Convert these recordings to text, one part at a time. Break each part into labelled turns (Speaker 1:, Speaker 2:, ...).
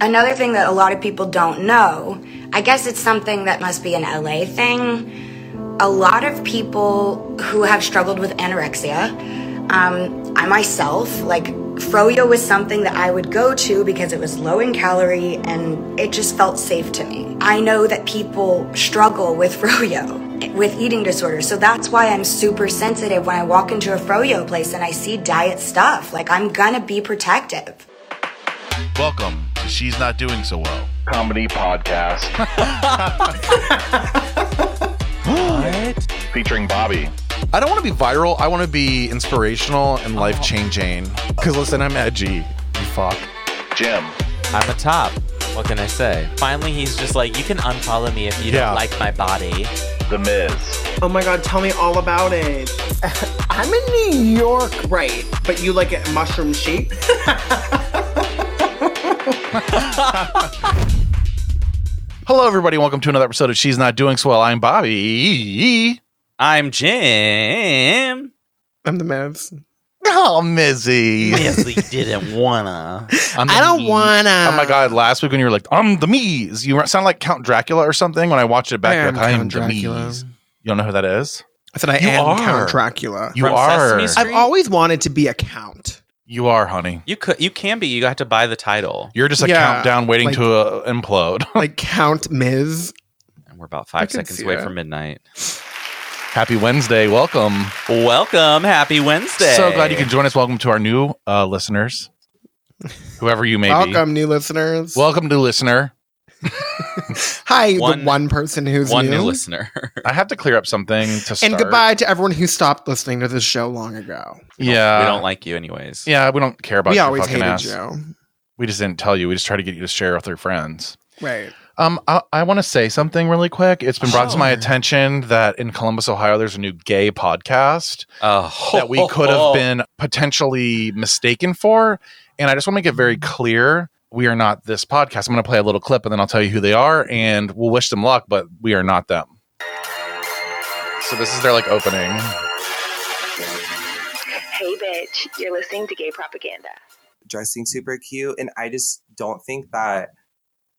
Speaker 1: Another thing that a lot of people don't know, I guess it's something that must be an LA thing. A lot of people who have struggled with anorexia, um, I myself, like froyo was something that I would go to because it was low in calorie and it just felt safe to me. I know that people struggle with froyo with eating disorders. So that's why I'm super sensitive when I walk into a froyo place and I see diet stuff. Like I'm gonna be protective.
Speaker 2: Welcome to She's Not Doing So Well.
Speaker 3: comedy podcast. Featuring Bobby.
Speaker 4: I don't want to be viral. I want to be inspirational and life changing. Because listen, I'm edgy. You fuck.
Speaker 3: Jim.
Speaker 5: I'm a top. What can I say? Finally, he's just like, you can unfollow me if you
Speaker 4: Yeah.
Speaker 5: don't like my body.
Speaker 3: The Miz.
Speaker 6: Oh my god, tell me all about it. I'm in New York. Right, but you like it mushroom shape?
Speaker 4: Hello, everybody. Welcome to another episode of She's Not Doing So Well. I'm Bobby.
Speaker 5: I'm Jim.
Speaker 7: I'm the Mavs.
Speaker 4: Oh, Mizzy.
Speaker 5: Yes, he didn't wanna.
Speaker 4: I'm the
Speaker 7: I don't
Speaker 4: Miz.
Speaker 7: wanna.
Speaker 4: Oh my god! Last week when you were like, "I'm the Mies," you sound like Count Dracula or something. When I watched it back,
Speaker 7: I
Speaker 4: you're
Speaker 7: am
Speaker 4: like, I'm
Speaker 7: Count
Speaker 4: the
Speaker 7: Dracula.
Speaker 4: Mies. You don't know who that is?
Speaker 7: I said I
Speaker 4: You
Speaker 7: am
Speaker 4: are.
Speaker 7: Count Dracula.
Speaker 4: You
Speaker 5: From
Speaker 4: are.
Speaker 5: Sesame Street?
Speaker 7: I've always wanted to be a count.
Speaker 4: You are, honey.
Speaker 5: You could, you can be. You have to buy the title.
Speaker 4: You're just a
Speaker 7: Yeah,
Speaker 4: countdown waiting
Speaker 7: like-
Speaker 4: to uh, implode.
Speaker 7: Like Count Miz.
Speaker 5: And we're about five
Speaker 7: can
Speaker 5: seconds
Speaker 7: see
Speaker 5: away
Speaker 7: that.
Speaker 5: from midnight.
Speaker 4: Happy Wednesday. Welcome.
Speaker 5: Welcome, happy Wednesday.
Speaker 4: So glad you can join us. Welcome to our new uh, listeners, whoever you may be.
Speaker 7: Welcome, new listeners.
Speaker 4: Welcome to listener.
Speaker 7: Hi,
Speaker 5: One-
Speaker 7: the one person who's
Speaker 5: one
Speaker 7: new.
Speaker 5: new listener.
Speaker 4: I have to clear up something to start.
Speaker 7: and goodbye to everyone who stopped listening to this show long ago.
Speaker 4: Yeah,
Speaker 5: we don't like you, anyways.
Speaker 4: Yeah, we don't care about.
Speaker 7: we
Speaker 4: your
Speaker 7: always
Speaker 4: fucking
Speaker 7: hated
Speaker 4: ass.
Speaker 7: you.
Speaker 4: We just didn't tell you. We just try to get you to share with your friends.
Speaker 7: Right.
Speaker 4: Um, I, I want to say something really quick. It's been brought to my
Speaker 7: Sure.
Speaker 4: attention that in Columbus, Ohio, there's a new gay podcast
Speaker 5: Oh,
Speaker 4: that we could have been potentially mistaken for. And I just want to make it very clear we are not this podcast. I'm going to play a little clip and then I'll tell you who they are and we'll wish them luck, but we are not them. So this is their like opening.
Speaker 8: Hey, bitch, you're listening to gay propaganda.
Speaker 9: dressing
Speaker 10: Mm-hmm.
Speaker 9: super cute and i just don't think that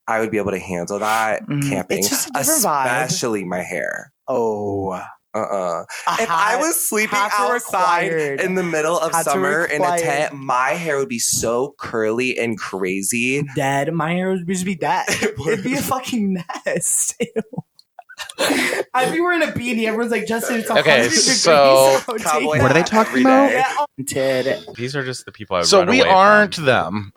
Speaker 9: i would be able to handle that
Speaker 10: Mhm.
Speaker 9: camping
Speaker 10: It's just a different vibe.
Speaker 9: especially my hair
Speaker 10: Oh,
Speaker 9: uh-uh if i was sleeping
Speaker 10: hot to
Speaker 9: outside
Speaker 10: required.
Speaker 9: in the middle of
Speaker 10: Hot to
Speaker 9: summer in a
Speaker 10: required.
Speaker 9: tent my hair would be so curly and crazy
Speaker 10: dead, my hair would just be dead. It'd be a fucking nest. Ew. I'd be wearing a beanie. Everyone's like, Justin, it's 100
Speaker 4: Okay,
Speaker 10: degrees.
Speaker 4: so-
Speaker 10: out.
Speaker 9: Cowboy
Speaker 10: Take
Speaker 7: What are they
Speaker 9: hat
Speaker 7: talking
Speaker 9: every
Speaker 10: that.
Speaker 7: about?
Speaker 9: day.
Speaker 10: Yeah, oh, did.
Speaker 5: These are just the people I.
Speaker 4: So
Speaker 5: run
Speaker 4: we
Speaker 5: away
Speaker 4: aren't
Speaker 5: From.
Speaker 4: them.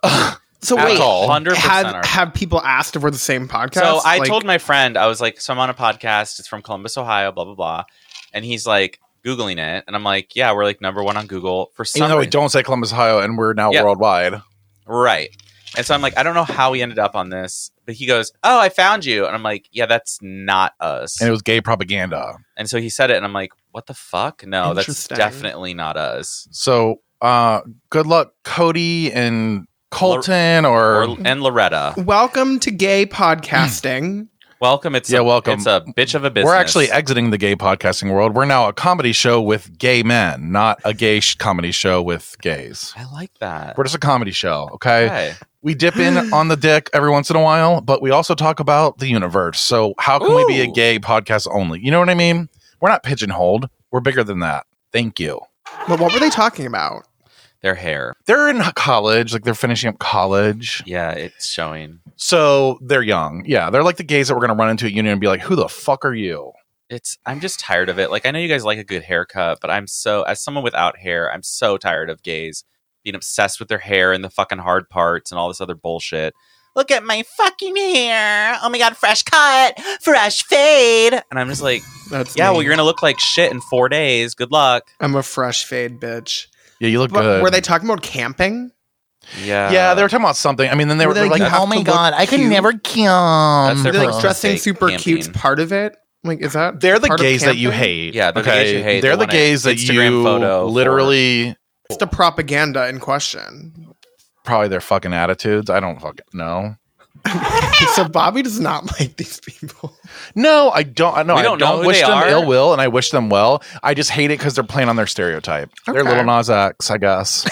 Speaker 7: So
Speaker 4: At
Speaker 7: wait,
Speaker 4: all.
Speaker 5: Hundred percent.
Speaker 7: have have people asked if we're the same podcast?
Speaker 5: So I
Speaker 7: Like,
Speaker 5: told my friend, I was like, so I'm on a podcast. It's from Columbus, Ohio, blah, blah, blah. And he's like, Googling it. And I'm like, yeah, we're like number one on Google for some
Speaker 4: Even though we
Speaker 5: reason."
Speaker 4: don't say Columbus, Ohio, and we're now
Speaker 5: Yeah.
Speaker 4: worldwide.
Speaker 5: Right. And so I'm like, I don't know how we ended up on this. But he goes, oh, I found you. And I'm like, yeah, that's not us.
Speaker 4: And it was gay propaganda.
Speaker 5: And so he said it. And I'm like, what the fuck? No, that's
Speaker 7: Interesting.
Speaker 5: definitely not us.
Speaker 4: So uh good luck, Cody and Colton or,
Speaker 5: Or, and Loretta,
Speaker 7: Welcome to gay podcasting.
Speaker 5: welcome. It's
Speaker 4: Yeah,
Speaker 5: a,
Speaker 4: welcome.
Speaker 5: It's a bitch of a business.
Speaker 4: We're actually exiting the gay podcasting world. We're now a comedy show with gay men, not a gay sh- comedy show with gays.
Speaker 5: I like that.
Speaker 4: We're just a comedy show, okay?
Speaker 5: Okay.
Speaker 4: We dip in on the dick every once in a while, but we also talk about the universe. So, how can we be a
Speaker 5: Ooh.
Speaker 4: gay podcast only? You know what I mean? We're not pigeonholed. We're bigger than that. Thank you.
Speaker 7: but what were they talking about?
Speaker 5: Their hair.
Speaker 4: They're in college, like they're finishing up college.
Speaker 5: Yeah, it's showing.
Speaker 4: So, they're young. Yeah, they're like the gays that we're going to run into at union and be like, "Who the fuck are you?"
Speaker 5: it's I'm just tired of it. Like I know you guys like a good haircut, but I'm so as someone without hair, I'm so tired of gays being obsessed with their hair and the fucking hard parts and all this other bullshit. Look at my fucking hair. Oh my god, fresh cut, fresh fade. And I'm just like,
Speaker 7: That's
Speaker 5: yeah,
Speaker 7: me.
Speaker 5: well you're gonna look like shit in four days. Good luck.
Speaker 7: I'm a fresh fade bitch.
Speaker 4: Yeah, you look
Speaker 7: But
Speaker 4: good.
Speaker 7: were they talking about camping?
Speaker 5: Yeah.
Speaker 4: yeah, they were talking about something. I mean, then they were,
Speaker 7: Were
Speaker 4: they
Speaker 7: they
Speaker 4: were like,
Speaker 7: like, you
Speaker 4: "Oh
Speaker 7: have
Speaker 4: my
Speaker 7: to
Speaker 4: god,
Speaker 7: look
Speaker 4: I could
Speaker 7: cute?"
Speaker 4: never
Speaker 5: That's
Speaker 4: come."
Speaker 5: their
Speaker 7: They're
Speaker 5: Oh.
Speaker 7: like dressing
Speaker 5: Fake
Speaker 7: super cute's
Speaker 5: camping.
Speaker 7: part of it. Like, is that
Speaker 4: They're the
Speaker 7: part of
Speaker 4: gays that you
Speaker 7: camping?
Speaker 4: hate.
Speaker 5: Yeah, they're the gays you hate.
Speaker 4: They're
Speaker 5: They
Speaker 4: the
Speaker 5: want a
Speaker 4: gays that
Speaker 5: Instagram
Speaker 4: you
Speaker 5: photo for-
Speaker 4: literally
Speaker 7: It's the propaganda in question.
Speaker 4: probably their fucking attitudes. I don't fucking know.
Speaker 7: so Bobby does not like these people.
Speaker 4: No, I don't. I know.
Speaker 5: We
Speaker 4: I
Speaker 5: don't
Speaker 4: don't
Speaker 5: know who
Speaker 4: wish
Speaker 5: they
Speaker 4: them
Speaker 5: are.
Speaker 4: ill will, and I wish them well. I just hate it because they're playing on their stereotype. They're
Speaker 7: Okay.
Speaker 4: little Nas X, I guess.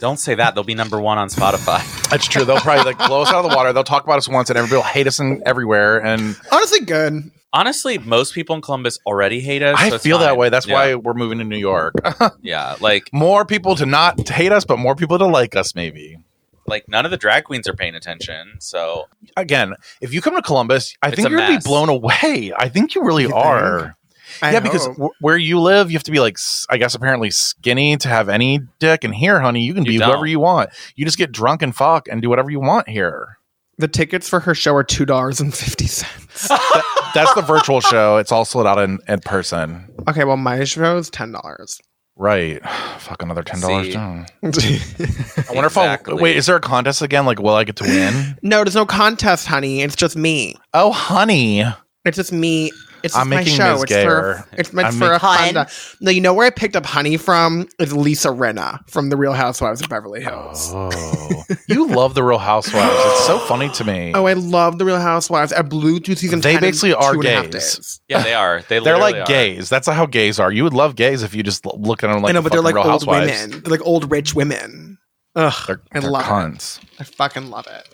Speaker 5: Don't say that. They'll be number one on Spotify.
Speaker 4: That's true. They'll probably like blow us out of the water. They'll talk about us once, and everybody will hate us and everywhere. And
Speaker 7: Honestly, good.
Speaker 5: Honestly, most people in Columbus already hate us. so
Speaker 4: I
Speaker 5: it's
Speaker 4: feel that
Speaker 5: fine.
Speaker 4: way. That's
Speaker 5: Yeah.
Speaker 4: why we're moving to New York.
Speaker 5: Yeah, like
Speaker 4: more people to not to hate us, but more people to like us. Maybe
Speaker 5: like none of the drag queens are paying attention. So
Speaker 4: again, if you come to Columbus, I
Speaker 5: It's
Speaker 4: think
Speaker 5: a
Speaker 4: you're gonna be
Speaker 5: mess.
Speaker 4: blown away. I think you really
Speaker 7: You think?
Speaker 4: are.
Speaker 7: I
Speaker 4: yeah, because
Speaker 7: hope.
Speaker 4: w- where you live, you have to be like, s- I guess, apparently skinny to have any dick. And here, honey, you can
Speaker 5: You
Speaker 4: be
Speaker 5: don't.
Speaker 4: whoever you want. You just get drunk and fuck and do whatever you want here.
Speaker 7: the tickets for her show are two dollars and fifty cents.
Speaker 4: That- that's the virtual show. It's all sold out in, in person.
Speaker 7: okay, well, my show is ten dollars.
Speaker 4: Right. Fuck another ten dollars
Speaker 5: See.
Speaker 4: down.
Speaker 7: no,
Speaker 4: I wonder if I'll wait, is there a contest again? Like will I get to win?
Speaker 7: there's no contest, honey. It's just me.
Speaker 4: oh honey.
Speaker 7: It's just me. It's just
Speaker 4: I'm
Speaker 7: my
Speaker 4: making
Speaker 7: show.
Speaker 4: Ms.
Speaker 7: It's
Speaker 4: Gayer.
Speaker 7: for it's meant
Speaker 4: I'm
Speaker 7: for a
Speaker 4: making-
Speaker 7: fun. No, you know where I picked up honey from is Lisa Renna from The Real Housewives of Beverly Hills. Oh,
Speaker 4: Oh. you love the real housewives. It's so funny to me.
Speaker 5: Oh,
Speaker 7: Oh, I love The Real Housewives. I blew through season.
Speaker 4: They
Speaker 7: 10 in
Speaker 4: basically are
Speaker 7: two and a half
Speaker 4: gays.
Speaker 7: days.
Speaker 5: yeah, they are. They
Speaker 4: They're like
Speaker 5: literally are.
Speaker 4: gays. That's how gays are. You would love gays if you just l- look at them like
Speaker 7: I know,
Speaker 4: the
Speaker 7: but they're
Speaker 4: fucking
Speaker 7: like
Speaker 4: real
Speaker 7: old
Speaker 4: housewives.
Speaker 7: women. They're like old rich women. Ugh,
Speaker 4: They're,
Speaker 7: I
Speaker 4: they're
Speaker 7: love it.
Speaker 4: cunts.
Speaker 7: I fucking love it.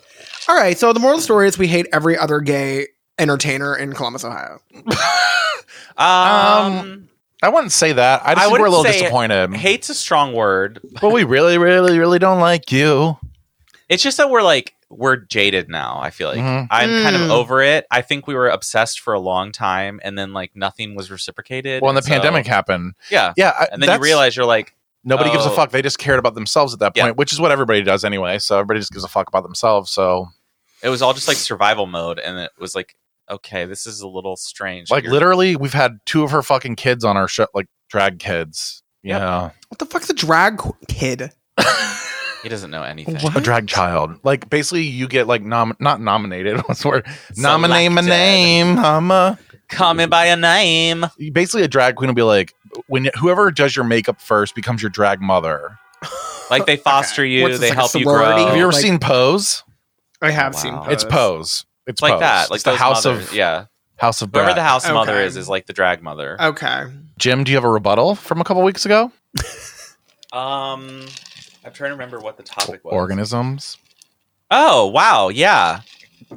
Speaker 7: All right, so the moral of the story is we hate every other gay entertainer in Columbus, Ohio.
Speaker 5: Um,
Speaker 4: I wouldn't say that. I just
Speaker 5: I
Speaker 4: think we're a
Speaker 5: wouldn't
Speaker 4: little
Speaker 5: say-
Speaker 4: disappointed.
Speaker 5: hate's a strong word.
Speaker 4: but we really, really, really don't like you.
Speaker 5: It's just that we're like we're jaded now. I feel like
Speaker 4: Mhm.
Speaker 5: I'm kind
Speaker 7: Mm.
Speaker 5: of over it. I think we were obsessed for a long time, and then like nothing was reciprocated.
Speaker 4: Well, when the
Speaker 5: and so-
Speaker 4: pandemic happened,
Speaker 5: yeah,
Speaker 4: yeah, I-
Speaker 5: and then you
Speaker 4: that's-
Speaker 5: realize you're like,
Speaker 4: nobody gives a
Speaker 5: oh.
Speaker 4: fuck. They just cared about themselves at that
Speaker 5: Yeah.
Speaker 4: point, which is what everybody does anyway. So everybody just gives a fuck about themselves. So
Speaker 5: it was all just like survival mode, and it was like, okay, this is a little strange.
Speaker 4: like
Speaker 5: You're-
Speaker 4: literally, we've had two of her fucking kids on our show, like drag kids.
Speaker 5: Yep.
Speaker 4: Yeah,
Speaker 7: What the fuck's a drag qu- kid?
Speaker 5: he doesn't know anything.
Speaker 7: What?
Speaker 4: a drag child. Like basically, you get like nom not nominated. What's the word? Nominate my
Speaker 5: Selected.
Speaker 4: name. I'm a
Speaker 5: Coming by a name.
Speaker 4: basically a drag queen will be like when whoever does your makeup first becomes your drag mother.
Speaker 5: Like they foster
Speaker 7: Okay.
Speaker 5: you,
Speaker 7: What's this,
Speaker 5: they
Speaker 7: like a
Speaker 5: help you
Speaker 7: sorority?
Speaker 5: grow.
Speaker 4: Have you ever
Speaker 7: like-
Speaker 4: seen Pose?
Speaker 7: I have
Speaker 5: Wow.
Speaker 7: seen
Speaker 5: It's
Speaker 4: It's Pose. It's
Speaker 5: It's like
Speaker 4: Pose.
Speaker 5: that, like
Speaker 4: it's the
Speaker 5: those
Speaker 4: house
Speaker 5: mothers.
Speaker 4: of
Speaker 5: yeah,
Speaker 4: House of
Speaker 5: whoever
Speaker 4: Brad.
Speaker 5: the house
Speaker 7: Okay.
Speaker 5: mother is is like the drag mother.
Speaker 7: Okay.
Speaker 4: Jim, do you have a rebuttal from a couple weeks ago?
Speaker 5: Um, I'm trying to remember what the topic was.
Speaker 4: Organisms.
Speaker 5: Oh wow, yeah.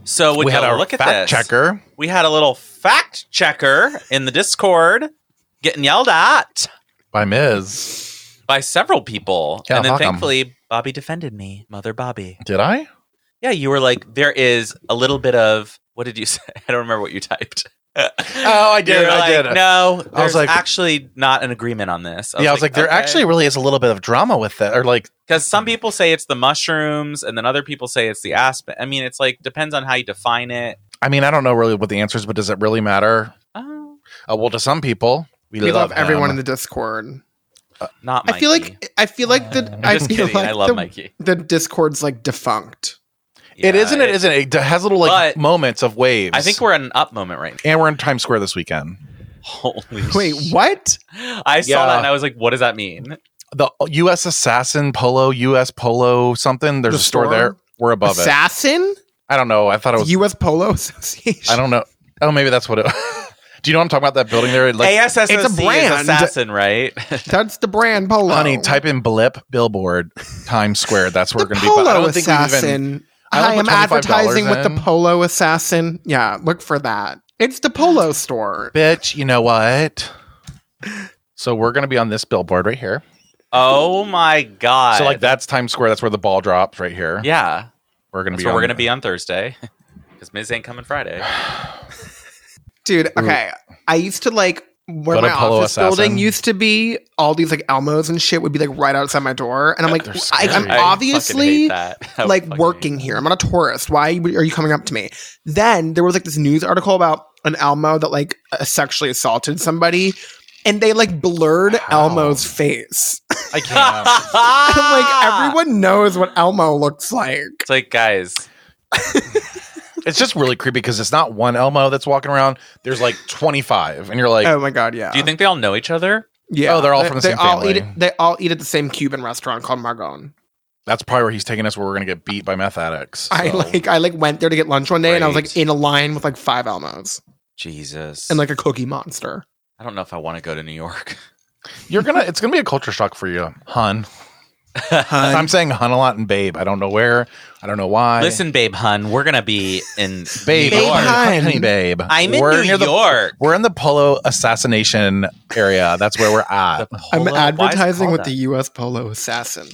Speaker 5: So would
Speaker 4: we
Speaker 5: we
Speaker 4: had
Speaker 5: had
Speaker 4: our
Speaker 5: look at
Speaker 4: fact
Speaker 5: this.
Speaker 4: checker.
Speaker 5: We had a little fact checker in the Discord getting yelled at
Speaker 4: by Ms.
Speaker 5: by several people,
Speaker 4: Yeah,
Speaker 5: and then
Speaker 4: fuck 'em.
Speaker 5: thankfully Bobby defended me, Mother Bobby.
Speaker 4: Did I?
Speaker 5: Yeah, you were like, there is a little bit of what did you say? I don't remember what you typed. oh,
Speaker 4: I
Speaker 5: No, there's
Speaker 4: like-
Speaker 5: actually not an agreement on this.
Speaker 4: yeah, I was like, there
Speaker 5: okay.
Speaker 4: actually really is a little bit of drama with that, or like,
Speaker 5: because some people say it's the mushrooms and then other people say it's the aspen i mean it's like depends on how you define it
Speaker 4: I mean, I don't know really what the answer is, but does it really matter?
Speaker 5: oh,
Speaker 4: Uh, well, to some people, we,
Speaker 7: We love,
Speaker 4: love,
Speaker 7: everyone in the Discord.
Speaker 5: not
Speaker 7: I feel
Speaker 5: Mikey.
Speaker 7: like I feel like the
Speaker 5: I'm
Speaker 7: I
Speaker 5: just
Speaker 7: feel
Speaker 5: kidding.
Speaker 7: like
Speaker 5: I love
Speaker 7: the,
Speaker 5: Mikey.
Speaker 7: the Discord's like defunct.
Speaker 4: it
Speaker 5: Yeah,
Speaker 4: isn't. It isn't. It has little like
Speaker 5: But-
Speaker 4: moments of waves.
Speaker 5: I think we're at an up moment right
Speaker 4: and we're in Times Square this weekend.
Speaker 5: now. Holy
Speaker 7: Wait,
Speaker 5: shit.
Speaker 7: what?
Speaker 5: I saw
Speaker 4: Yeah.
Speaker 5: that and I was like, what does that mean?
Speaker 4: The U.S. Assassin Polo, U.S. Polo something. There's
Speaker 7: The
Speaker 4: a store,
Speaker 7: store?
Speaker 4: there. We're above it.
Speaker 7: Assassin?
Speaker 4: I don't know. I thought it was.
Speaker 7: U.S. Polo Association.
Speaker 4: I don't know. Oh, maybe that's what it. Do you know what I'm talking about? That building there, like
Speaker 5: ASSOC
Speaker 7: it's a brand.
Speaker 5: Is assassin, right?
Speaker 7: That's the brand Polo.
Speaker 4: Honey, type in blip billboard Times Square. That's where we're
Speaker 7: the
Speaker 4: going to be.
Speaker 7: Polo
Speaker 4: But I don't think we've
Speaker 7: Assassin.
Speaker 4: even. I
Speaker 7: I,
Speaker 4: only
Speaker 7: am
Speaker 4: put $25
Speaker 7: advertising with the
Speaker 4: in.
Speaker 7: Polo Assassin. Yeah, look for that. It's the Polo store.
Speaker 4: Bitch, you know what? So we're going to be on this billboard right here.
Speaker 5: oh my god!
Speaker 4: So like that's Times Square. That's where the ball drops right here.
Speaker 5: yeah.
Speaker 4: we're going to
Speaker 5: That's
Speaker 4: be.
Speaker 5: where
Speaker 4: on
Speaker 5: we're gonna be on Thursday because Miz ain't coming Friday.
Speaker 7: Dude, okay. I used to like where
Speaker 4: Go to
Speaker 7: my
Speaker 4: Polo
Speaker 7: office
Speaker 4: Assassin.
Speaker 7: building used to be, all these like Elmos and shit would be like right outside my door. And I'm like,
Speaker 4: They're
Speaker 7: I,
Speaker 4: scary.
Speaker 7: I'm
Speaker 4: I
Speaker 5: fucking hate
Speaker 7: obviously
Speaker 5: that. I
Speaker 7: like
Speaker 5: fucking
Speaker 7: working
Speaker 5: hate
Speaker 7: here. I'm not a tourist. Why are you coming up to me? Then there was like this news article about an Elmo that like uh, sexually assaulted somebody and they like blurred
Speaker 4: How?
Speaker 7: Elmo's face.
Speaker 4: I
Speaker 5: that.
Speaker 4: can't.
Speaker 7: like everyone knows what Elmo looks like.
Speaker 5: It's like guys.
Speaker 4: it's just really creepy because it's not one Elmo that's walking around. There's like 25, and you're like,
Speaker 7: oh my god, yeah.
Speaker 5: Do you think they all know each other?
Speaker 7: Yeah,
Speaker 4: Oh, they're all
Speaker 7: They-
Speaker 4: from the
Speaker 7: they
Speaker 4: same
Speaker 7: all
Speaker 4: family.
Speaker 7: Eat, they all eat at the same Cuban restaurant called Margon.
Speaker 4: that's probably where he's taking us. Where we're going to get beat by meth addicts.
Speaker 7: I
Speaker 4: So-
Speaker 7: like I like went there to get lunch one day, and I was like
Speaker 5: Great.
Speaker 7: in a line with like five Elmos
Speaker 5: Jesus.
Speaker 7: and like a Cookie Monster.
Speaker 5: I don't know if I want to go to New York.
Speaker 4: You're gonna. It's gonna be a culture shock for you, hun.
Speaker 7: Hun.
Speaker 4: I'm saying hun a lot and babe. I don't know where. I don't know why.
Speaker 5: Listen, babe, hun, we're gonna be in
Speaker 4: babe,
Speaker 5: New
Speaker 7: Babe,
Speaker 5: York.
Speaker 7: hun.
Speaker 4: honey, babe.
Speaker 5: I'm in
Speaker 4: We're
Speaker 5: New
Speaker 4: near the-
Speaker 5: York.
Speaker 4: We're in the Polo assassination area. That's where we're at.
Speaker 7: I'm
Speaker 5: Polo- why is it
Speaker 7: advertising
Speaker 5: called
Speaker 7: with
Speaker 5: that?
Speaker 7: the U.S. Polo Assassin.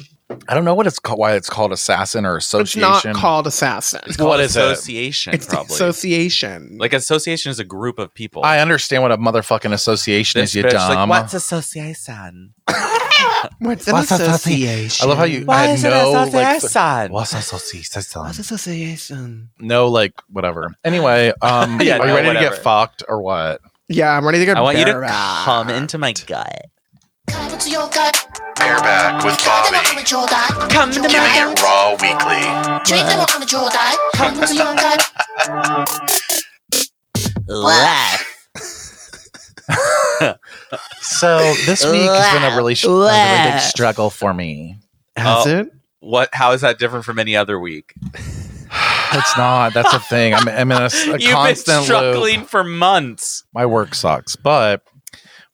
Speaker 4: I don't know what it's called. Why it's called assassin or
Speaker 7: It's
Speaker 4: association?
Speaker 7: not called Assassin.
Speaker 5: It's called
Speaker 4: What is it?
Speaker 5: association?
Speaker 7: It's the
Speaker 5: probably
Speaker 7: association.
Speaker 5: like association is a group of people.
Speaker 4: I understand what a motherfucking association
Speaker 5: This
Speaker 4: is, you
Speaker 5: bitch, like,
Speaker 4: dumb.
Speaker 5: What's association?
Speaker 7: what's an
Speaker 4: What's an associ-
Speaker 7: association?
Speaker 4: I love how you. I
Speaker 5: What
Speaker 4: had
Speaker 5: is an
Speaker 4: no like,
Speaker 5: association?
Speaker 4: what's association?
Speaker 7: What's association?
Speaker 4: No, like whatever. Anyway, um,
Speaker 5: Yeah,
Speaker 4: are you
Speaker 5: no,
Speaker 4: ready to
Speaker 5: whatever.
Speaker 4: get fucked or what?
Speaker 7: Yeah, I'm ready to get.
Speaker 5: I want you to
Speaker 7: barracked.
Speaker 5: come into my gut.
Speaker 2: Bareback with Bobby.
Speaker 5: Come into
Speaker 2: Give me it raw weekly.
Speaker 5: life.
Speaker 4: So this week has been a really, sh- a really big
Speaker 5: Laugh.
Speaker 4: struggle for me.
Speaker 7: Has
Speaker 5: Oh.
Speaker 7: it?
Speaker 5: What? How is that different from any other week?
Speaker 4: Oh, It's not. That's a thing. I'm, I'm in a, s- a
Speaker 5: You've been
Speaker 4: constant loop.
Speaker 5: struggling for months.
Speaker 4: My work sucks, but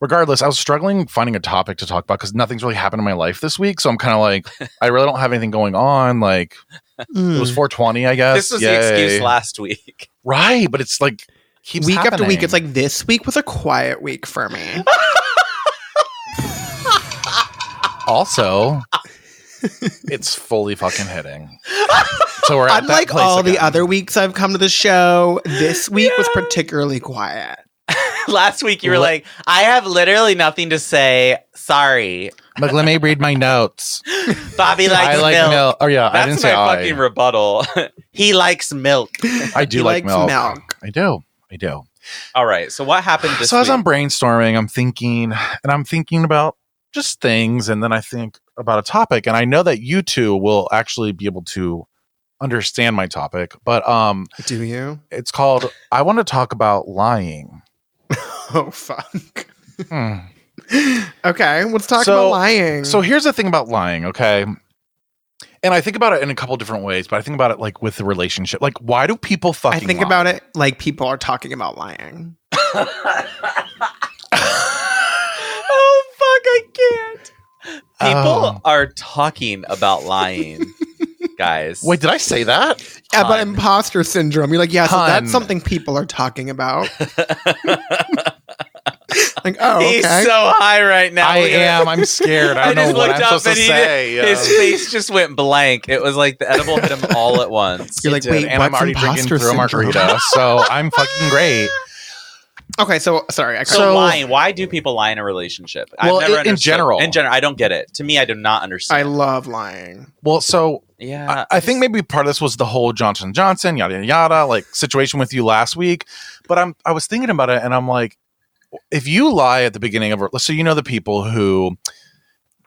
Speaker 4: regardless, I was struggling finding a topic to talk about because nothing's really happened in my life this week. So I'm kind of like, I really don't have anything going on. Like it
Speaker 7: Hmm.
Speaker 4: was 420, I guess.
Speaker 5: Hmm. This was
Speaker 4: Yay.
Speaker 5: the excuse last week.
Speaker 4: right? But it's like keeps
Speaker 7: week after week.
Speaker 4: happening.
Speaker 7: It's like this week was a quiet week for me.
Speaker 4: also it's fully fucking hitting. So we're at
Speaker 7: Unlike
Speaker 4: that place
Speaker 7: all the
Speaker 4: again.
Speaker 7: other weeks I've come to the show, this week was particularly quiet.
Speaker 5: last week you were
Speaker 4: Li-
Speaker 5: like, I have literally nothing to say. Sorry,
Speaker 4: Like, let me read my notes.
Speaker 5: Bobby likes
Speaker 4: I like milk.
Speaker 5: milk.
Speaker 4: Oh yeah, I didn't
Speaker 5: That's
Speaker 4: say
Speaker 5: my
Speaker 4: I.
Speaker 5: fucking rebuttal. he likes milk.
Speaker 4: I do
Speaker 7: He
Speaker 4: like
Speaker 7: likes
Speaker 4: milk.
Speaker 7: milk.
Speaker 4: I do. I do.
Speaker 5: All right. So what happened this
Speaker 4: so as
Speaker 5: week?
Speaker 4: I'm brainstorming, I'm thinking, and I'm thinking about just things, and then I think about a topic, and I know that you two will actually be able to understand my topic, but um,
Speaker 7: Do you?
Speaker 4: it's called I want to talk about lying.
Speaker 7: Oh fuck.
Speaker 4: Hmm.
Speaker 7: Okay, let's talk
Speaker 4: So-
Speaker 7: about lying.
Speaker 4: So here's the thing about lying, okay? And I think about it in a couple different ways, but I think about it like with the relationship. Like, why do people fucking?
Speaker 7: I think
Speaker 4: lie?
Speaker 7: about it like people are talking about lying.
Speaker 5: oh fuck! I can't. People
Speaker 4: Oh.
Speaker 5: are talking about lying, guys.
Speaker 4: Wait, did I say that?
Speaker 7: Yeah, about
Speaker 5: Hun.
Speaker 7: imposter syndrome. You're like, yeah, so
Speaker 4: Hun.
Speaker 7: that's something people are talking about. like, oh,
Speaker 5: He's
Speaker 7: okay.
Speaker 5: so high right now.
Speaker 4: I
Speaker 5: Look at it.
Speaker 4: am. I'm scared. I don't know what I'm supposed to
Speaker 5: he
Speaker 4: say.
Speaker 5: did- his
Speaker 4: Uh,
Speaker 5: face just went blank. It was like the edible hit him all at once.
Speaker 4: it
Speaker 7: You're like,
Speaker 4: did,
Speaker 7: wait,
Speaker 4: and I'm
Speaker 7: what's
Speaker 4: already drinking
Speaker 7: imposter
Speaker 4: through a
Speaker 7: syndrome?
Speaker 4: margarita, so I'm fucking great.
Speaker 7: okay, so sorry, I
Speaker 5: so,
Speaker 7: cut you off.
Speaker 5: lying. Why do people lie in a relationship?
Speaker 4: Well, in- in
Speaker 5: understood-
Speaker 4: general.
Speaker 5: In general, I don't get it. To me, I do not
Speaker 7: I
Speaker 5: understand.
Speaker 7: love lying.
Speaker 4: Well, so
Speaker 5: yeah,
Speaker 4: I, I think maybe part of this was the whole Johnson Johnson yada yada yada like situation with you last week, but I'm I was thinking about it and I'm like, if you lie at the beginning of so you know the people who,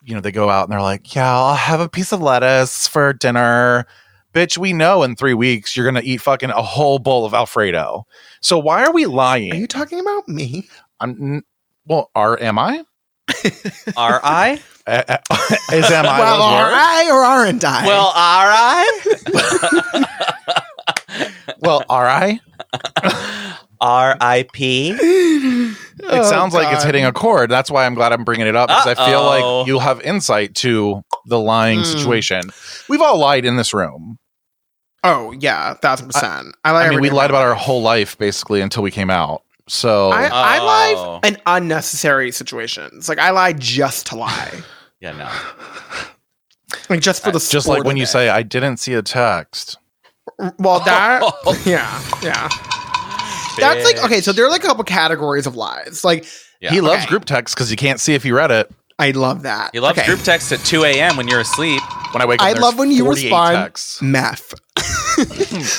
Speaker 4: you know they go out and they're like, yeah, I'll have a piece of lettuce for dinner, bitch. We know in three weeks you're gonna eat fucking a whole bowl of Alfredo. So why are we lying?
Speaker 7: Are you talking about me?
Speaker 4: I'm n- well, are am I?
Speaker 5: R I.
Speaker 4: Uh, uh, Is am I?
Speaker 7: well,
Speaker 4: those
Speaker 7: are
Speaker 4: words?
Speaker 7: I or aren't I?
Speaker 5: Well, R I.
Speaker 4: Well, are I?
Speaker 5: R I P.
Speaker 4: It
Speaker 7: Oh,
Speaker 4: sounds like it's hitting a chord. That's why I'm glad I'm bringing it up because I feel
Speaker 5: Uh-oh.
Speaker 4: like you'll have insight to the lying
Speaker 7: Mm.
Speaker 4: situation. We've all lied in this room.
Speaker 7: Oh yeah, thousand percent. I, lie
Speaker 4: I mean,
Speaker 7: every
Speaker 4: we
Speaker 7: day.
Speaker 4: lied about our whole life basically until we came out. So
Speaker 7: I, I
Speaker 5: Oh.
Speaker 7: lie in unnecessary situations. Like I lie just to lie,
Speaker 5: Yeah, no.
Speaker 7: like just for the
Speaker 4: just
Speaker 7: sport
Speaker 4: like when
Speaker 7: of
Speaker 4: you
Speaker 7: it.
Speaker 4: say, I didn't see the text.
Speaker 7: well that yeah yeah. That's like okay. So there are like a couple categories of lies. Like
Speaker 5: Yeah.
Speaker 4: He loves
Speaker 7: Okay.
Speaker 4: group text because you can't see if he read it.
Speaker 7: I love that.
Speaker 5: He loves
Speaker 7: Okay.
Speaker 5: group texts at 2 a.m. when you're asleep.
Speaker 4: When I wake up,
Speaker 7: I
Speaker 4: there's
Speaker 7: love when you
Speaker 4: 48
Speaker 7: respond
Speaker 4: texts.
Speaker 7: meth.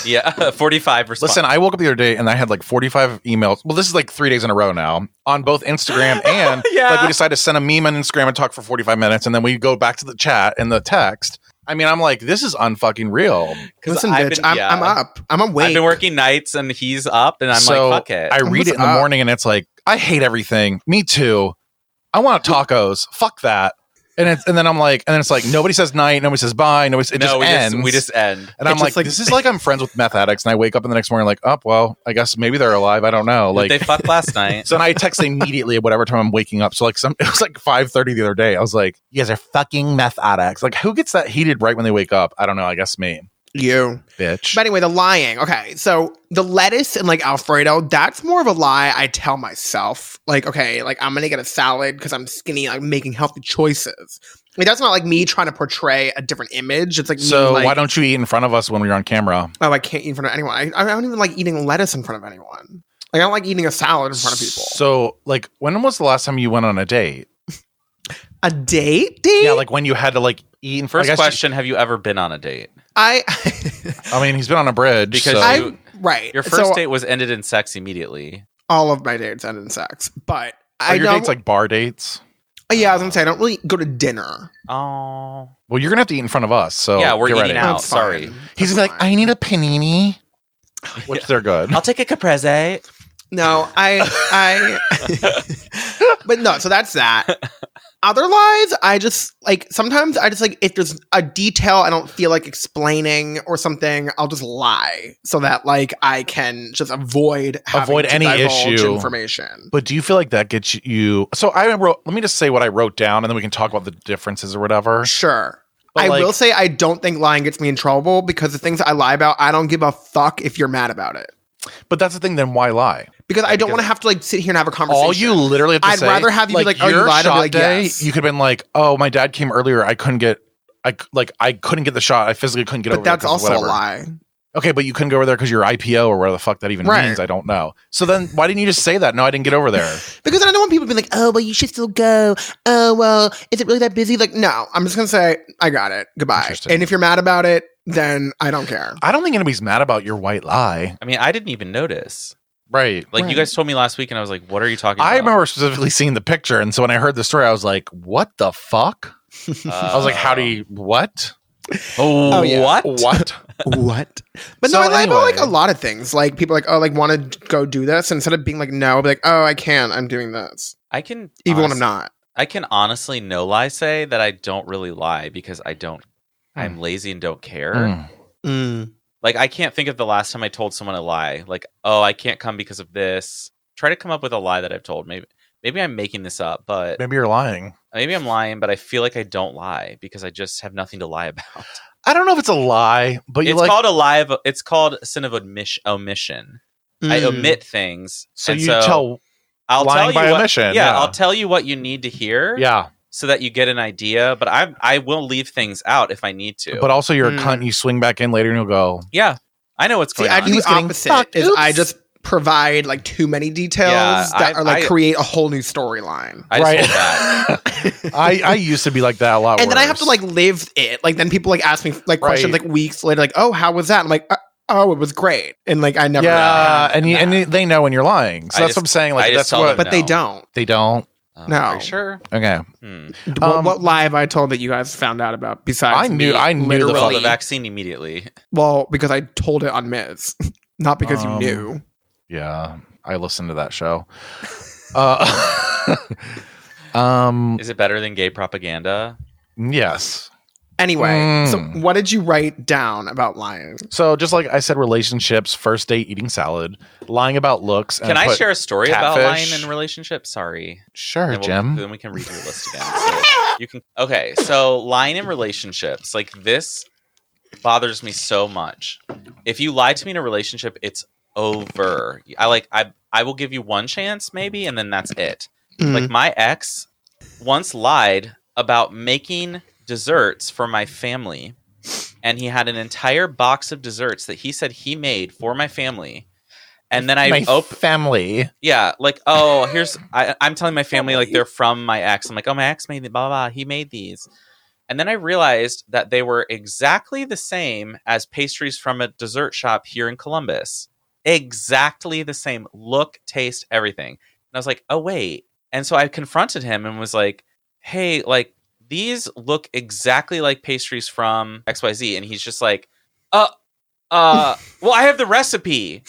Speaker 5: Yeah, 45 response.
Speaker 4: Listen, I woke up the other day and I had like 45 emails. Well, this is like three days in a row now on both Instagram and
Speaker 5: Yeah.
Speaker 4: like we decided to send a meme on Instagram and talk for 45 minutes. And then we go back to the chat and the text. I mean, I'm like, this is unfucking real.
Speaker 5: 'Cause
Speaker 7: Listen,
Speaker 5: I've
Speaker 7: bitch,
Speaker 5: been-
Speaker 7: I'm,
Speaker 5: yeah.
Speaker 7: I'm up. I'm awake.
Speaker 5: I've been working nights and he's up, and I'm
Speaker 4: So
Speaker 5: like, fuck it.
Speaker 4: I
Speaker 7: I'm
Speaker 4: read it in the
Speaker 7: up.
Speaker 4: morning and it's like, I hate everything. Me too. I want tacos. Fuck that. and it's and then I'm like, and then it's like nobody says night, nobody says bye, nobody. It
Speaker 5: no,
Speaker 4: just
Speaker 5: we
Speaker 4: ends.
Speaker 5: just, we just end.
Speaker 4: and
Speaker 7: it
Speaker 4: I'm
Speaker 7: just,
Speaker 4: like,
Speaker 7: like-
Speaker 4: this is like I'm friends with meth addicts, and I wake up in the next morning like, oh well, I guess maybe they're alive. I don't know.
Speaker 5: Like
Speaker 4: Like
Speaker 5: they fucked last night.
Speaker 4: So then I text immediately at whatever time I'm waking up. So like some it was like 5:30 the other day. I was like, "You guys are fucking meth addicts." Like who gets that heated right when they wake up? I don't know. I guess me,
Speaker 7: You.
Speaker 4: bitch.
Speaker 7: But anyway, the lying. Okay, so the lettuce and like Alfredo, that's more of a lie I tell myself. Like, okay, like I'm gonna get a salad because I'm skinny, like making healthy choices. Like that's not like me trying to portray a different image. It's like me,
Speaker 4: so
Speaker 7: like,
Speaker 4: why don't you eat in front of us when we're on camera?
Speaker 7: oh I can't eat in front of anyone. I, I don't even like eating lettuce in front of anyone. Like I don't like eating a salad in front of people.
Speaker 4: So like, when was the last time you went on a date?
Speaker 7: a date, date.
Speaker 4: Yeah, like when you had to like eat in
Speaker 5: First question: Have you ever been on a date?
Speaker 7: I,
Speaker 4: I mean, he's been on a bridge
Speaker 5: Because
Speaker 4: so-
Speaker 5: you-
Speaker 7: I right.
Speaker 5: Your first
Speaker 7: So
Speaker 5: date was ended in sex immediately.
Speaker 7: all of my dates end in sex,
Speaker 4: are
Speaker 7: but I
Speaker 4: Oh, your
Speaker 7: don't.
Speaker 4: dates like bar dates?
Speaker 7: yeah, I was gonna say I don't really go to dinner.
Speaker 5: Oh,
Speaker 4: Well, you're gonna have to eat in front of us. So
Speaker 5: yeah, we're
Speaker 4: get
Speaker 5: eating
Speaker 4: ready.
Speaker 5: out.
Speaker 7: That's
Speaker 5: Sorry,
Speaker 7: fine.
Speaker 4: He's gonna be like, I need a panini, which they're good.
Speaker 5: I'll take a caprese.
Speaker 7: No, I, I, but no, so that's that. Other lies, I just like sometimes I just like if there's a detail I don't feel like explaining or something, I'll just lie so that like I can just avoid having
Speaker 4: Avoid
Speaker 7: to
Speaker 4: any
Speaker 7: divulge
Speaker 4: issue.
Speaker 7: information.
Speaker 4: But do you feel like that gets you? So I wrote. Let me just say what I wrote down, and then we can talk about the differences or whatever.
Speaker 7: Sure.
Speaker 4: But,
Speaker 7: I
Speaker 4: like-
Speaker 7: will say I don't think lying gets me in trouble because the things I lie about, I don't give a fuck if you're mad about it.
Speaker 4: But that's the thing. Then why lie?
Speaker 7: Because I don't want to have to like sit here and have a conversation.
Speaker 4: All you literally have to
Speaker 7: I'd
Speaker 4: say.
Speaker 7: rather have you be like, "Oh, you
Speaker 4: your
Speaker 7: lied," I'd be
Speaker 4: shot
Speaker 7: like,
Speaker 4: day,
Speaker 7: "Yes."
Speaker 4: You could have been like, oh, my dad came earlier. I couldn't get. I c- like I couldn't get the shot. I physically couldn't get over.
Speaker 7: but
Speaker 4: there
Speaker 7: that's
Speaker 4: 'cause of
Speaker 7: also
Speaker 4: whatever."
Speaker 7: a lie.
Speaker 4: Okay, but you couldn't go over there because you're IPO or whatever the fuck that even
Speaker 7: Right.
Speaker 4: means. I don't know. So then why didn't you just say that? No, I didn't get over there.
Speaker 7: Because I don't want people to be like, oh, well, you should still go. Oh, well, is it really that busy? Like, no, I'm just going to say, I got it. Goodbye.
Speaker 4: Interesting.
Speaker 7: And if you're mad about it, then I don't care.
Speaker 4: I don't think anybody's mad about your white lie.
Speaker 5: I mean, I didn't even notice.
Speaker 4: Right.
Speaker 5: Like you guys told me last week, and I was like, "What are you talking?"
Speaker 4: I
Speaker 5: about?
Speaker 4: remember specifically seeing the picture, and so when I heard the story, I was like, "What the fuck?" I was like, "How do you what?
Speaker 5: Uh, Oh,
Speaker 7: yeah.
Speaker 5: what?
Speaker 4: What?"
Speaker 7: what? But
Speaker 4: So
Speaker 7: no, I lie about like
Speaker 4: anyway.
Speaker 7: a lot of things. Like, people are like, oh, like, want to go do this. Instead of being like, no, I'll be like, oh, I can't. I'm doing this.
Speaker 5: I can
Speaker 7: Even when
Speaker 5: honest-
Speaker 7: I'm not.
Speaker 5: I can honestly no lie say that I don't really lie because I don't.
Speaker 4: Hmm.
Speaker 5: I'm lazy and don't care.
Speaker 4: Mm.
Speaker 5: Like I can't think of the last time I told someone a lie. Like, oh, I can't come because of this. Try to come up with a lie that I've told. Maybe maybe I'm making this up, but
Speaker 4: Maybe you're lying.
Speaker 5: maybe I'm lying, but I feel like I don't lie because I just have nothing to lie about.
Speaker 4: I don't know if it's a lie, but you
Speaker 5: It's
Speaker 4: like
Speaker 5: called a lie of it's called sin of omission omission. I
Speaker 7: Mm.
Speaker 5: omit things.
Speaker 4: so
Speaker 5: and
Speaker 4: you tell
Speaker 5: I'll
Speaker 4: lying
Speaker 5: tell
Speaker 4: by
Speaker 5: you what,
Speaker 4: omission,
Speaker 5: Yeah,
Speaker 4: yeah.
Speaker 5: I'll tell you what you need to hear.
Speaker 4: yeah,
Speaker 5: so that you get an idea. But I I will leave things out if I need to.
Speaker 4: but also you're a
Speaker 5: Hmm.
Speaker 7: Mm.
Speaker 4: cunt. You swing back in later and you'll go.
Speaker 5: yeah, I know what's
Speaker 7: See,
Speaker 5: going
Speaker 7: I
Speaker 5: on.
Speaker 7: do
Speaker 4: He
Speaker 7: the
Speaker 4: was getting
Speaker 7: opposite.
Speaker 4: fucked.
Speaker 7: Is I
Speaker 4: Oops.
Speaker 7: just provide like too many details
Speaker 5: Yeah,
Speaker 7: that
Speaker 5: I-
Speaker 7: are like
Speaker 5: I-
Speaker 7: create a whole new storyline.
Speaker 5: I just
Speaker 4: right.
Speaker 5: hold back.
Speaker 4: I I used to be like that a lot.
Speaker 7: and then I have
Speaker 4: worse.
Speaker 7: to like live it. Like then people like ask me like questions
Speaker 4: Right.
Speaker 7: like weeks later, like, oh, how was that? I'm like, uh, oh, it was great. And like I never.
Speaker 4: yeah,
Speaker 7: had
Speaker 4: and you,
Speaker 7: that.
Speaker 4: and they- they know when you're lying. So
Speaker 5: I
Speaker 4: that's
Speaker 5: just-
Speaker 4: what I'm saying.
Speaker 5: I
Speaker 4: Like
Speaker 5: just
Speaker 4: that's
Speaker 5: tell
Speaker 4: what
Speaker 5: them
Speaker 7: but they
Speaker 5: No.
Speaker 7: don't.
Speaker 4: they don't.
Speaker 5: Uh,
Speaker 7: No.
Speaker 5: are you sure.
Speaker 4: Okay,
Speaker 5: Hmm.
Speaker 7: what,
Speaker 4: Um,
Speaker 7: what lie have I told that you guys found out about? Besides,
Speaker 4: I knew-
Speaker 7: me
Speaker 4: I knew the
Speaker 5: You Saw
Speaker 7: literally.
Speaker 5: the vaccine immediately.
Speaker 7: well, because I told it on Miz, not because
Speaker 4: Um,
Speaker 7: you knew.
Speaker 4: yeah, I listened to that show. Uh, um.
Speaker 5: Is it better than gay propaganda?
Speaker 4: Yes.
Speaker 7: Anyway, so
Speaker 4: Mm.
Speaker 7: what did you write down about lying?
Speaker 4: So just like I said, relationships, first date, eating salad, lying about looks. and
Speaker 5: Can I
Speaker 4: put-
Speaker 5: share a story about
Speaker 4: catfish.
Speaker 5: lying in relationships? Sorry.
Speaker 4: Sure,
Speaker 5: Then we'll-
Speaker 4: Jim.
Speaker 5: Then we can redo your list again. So you can. Okay, so lying in relationships like this bothers me so much. If you lie to me in a relationship, it's over. I like I I will give you one chance maybe, and then that's it. Like my ex once lied about making desserts for my family, and he had an entire box of desserts that he said he made for my family. And then I
Speaker 4: my
Speaker 5: op-
Speaker 4: family.
Speaker 5: yeah, like oh, here's I, I'm telling my family like they're from my ex. I'm like, oh, my ex made the blah blah. He made these, and then I realized that they were exactly the same as pastries from a dessert shop here in Columbus. Exactly the same look, taste, everything. And I was like, oh wait. And so I confronted him and was like, hey, like these look exactly like pastries from X Y Z. And he's just like, uh, uh, well, I have the recipe.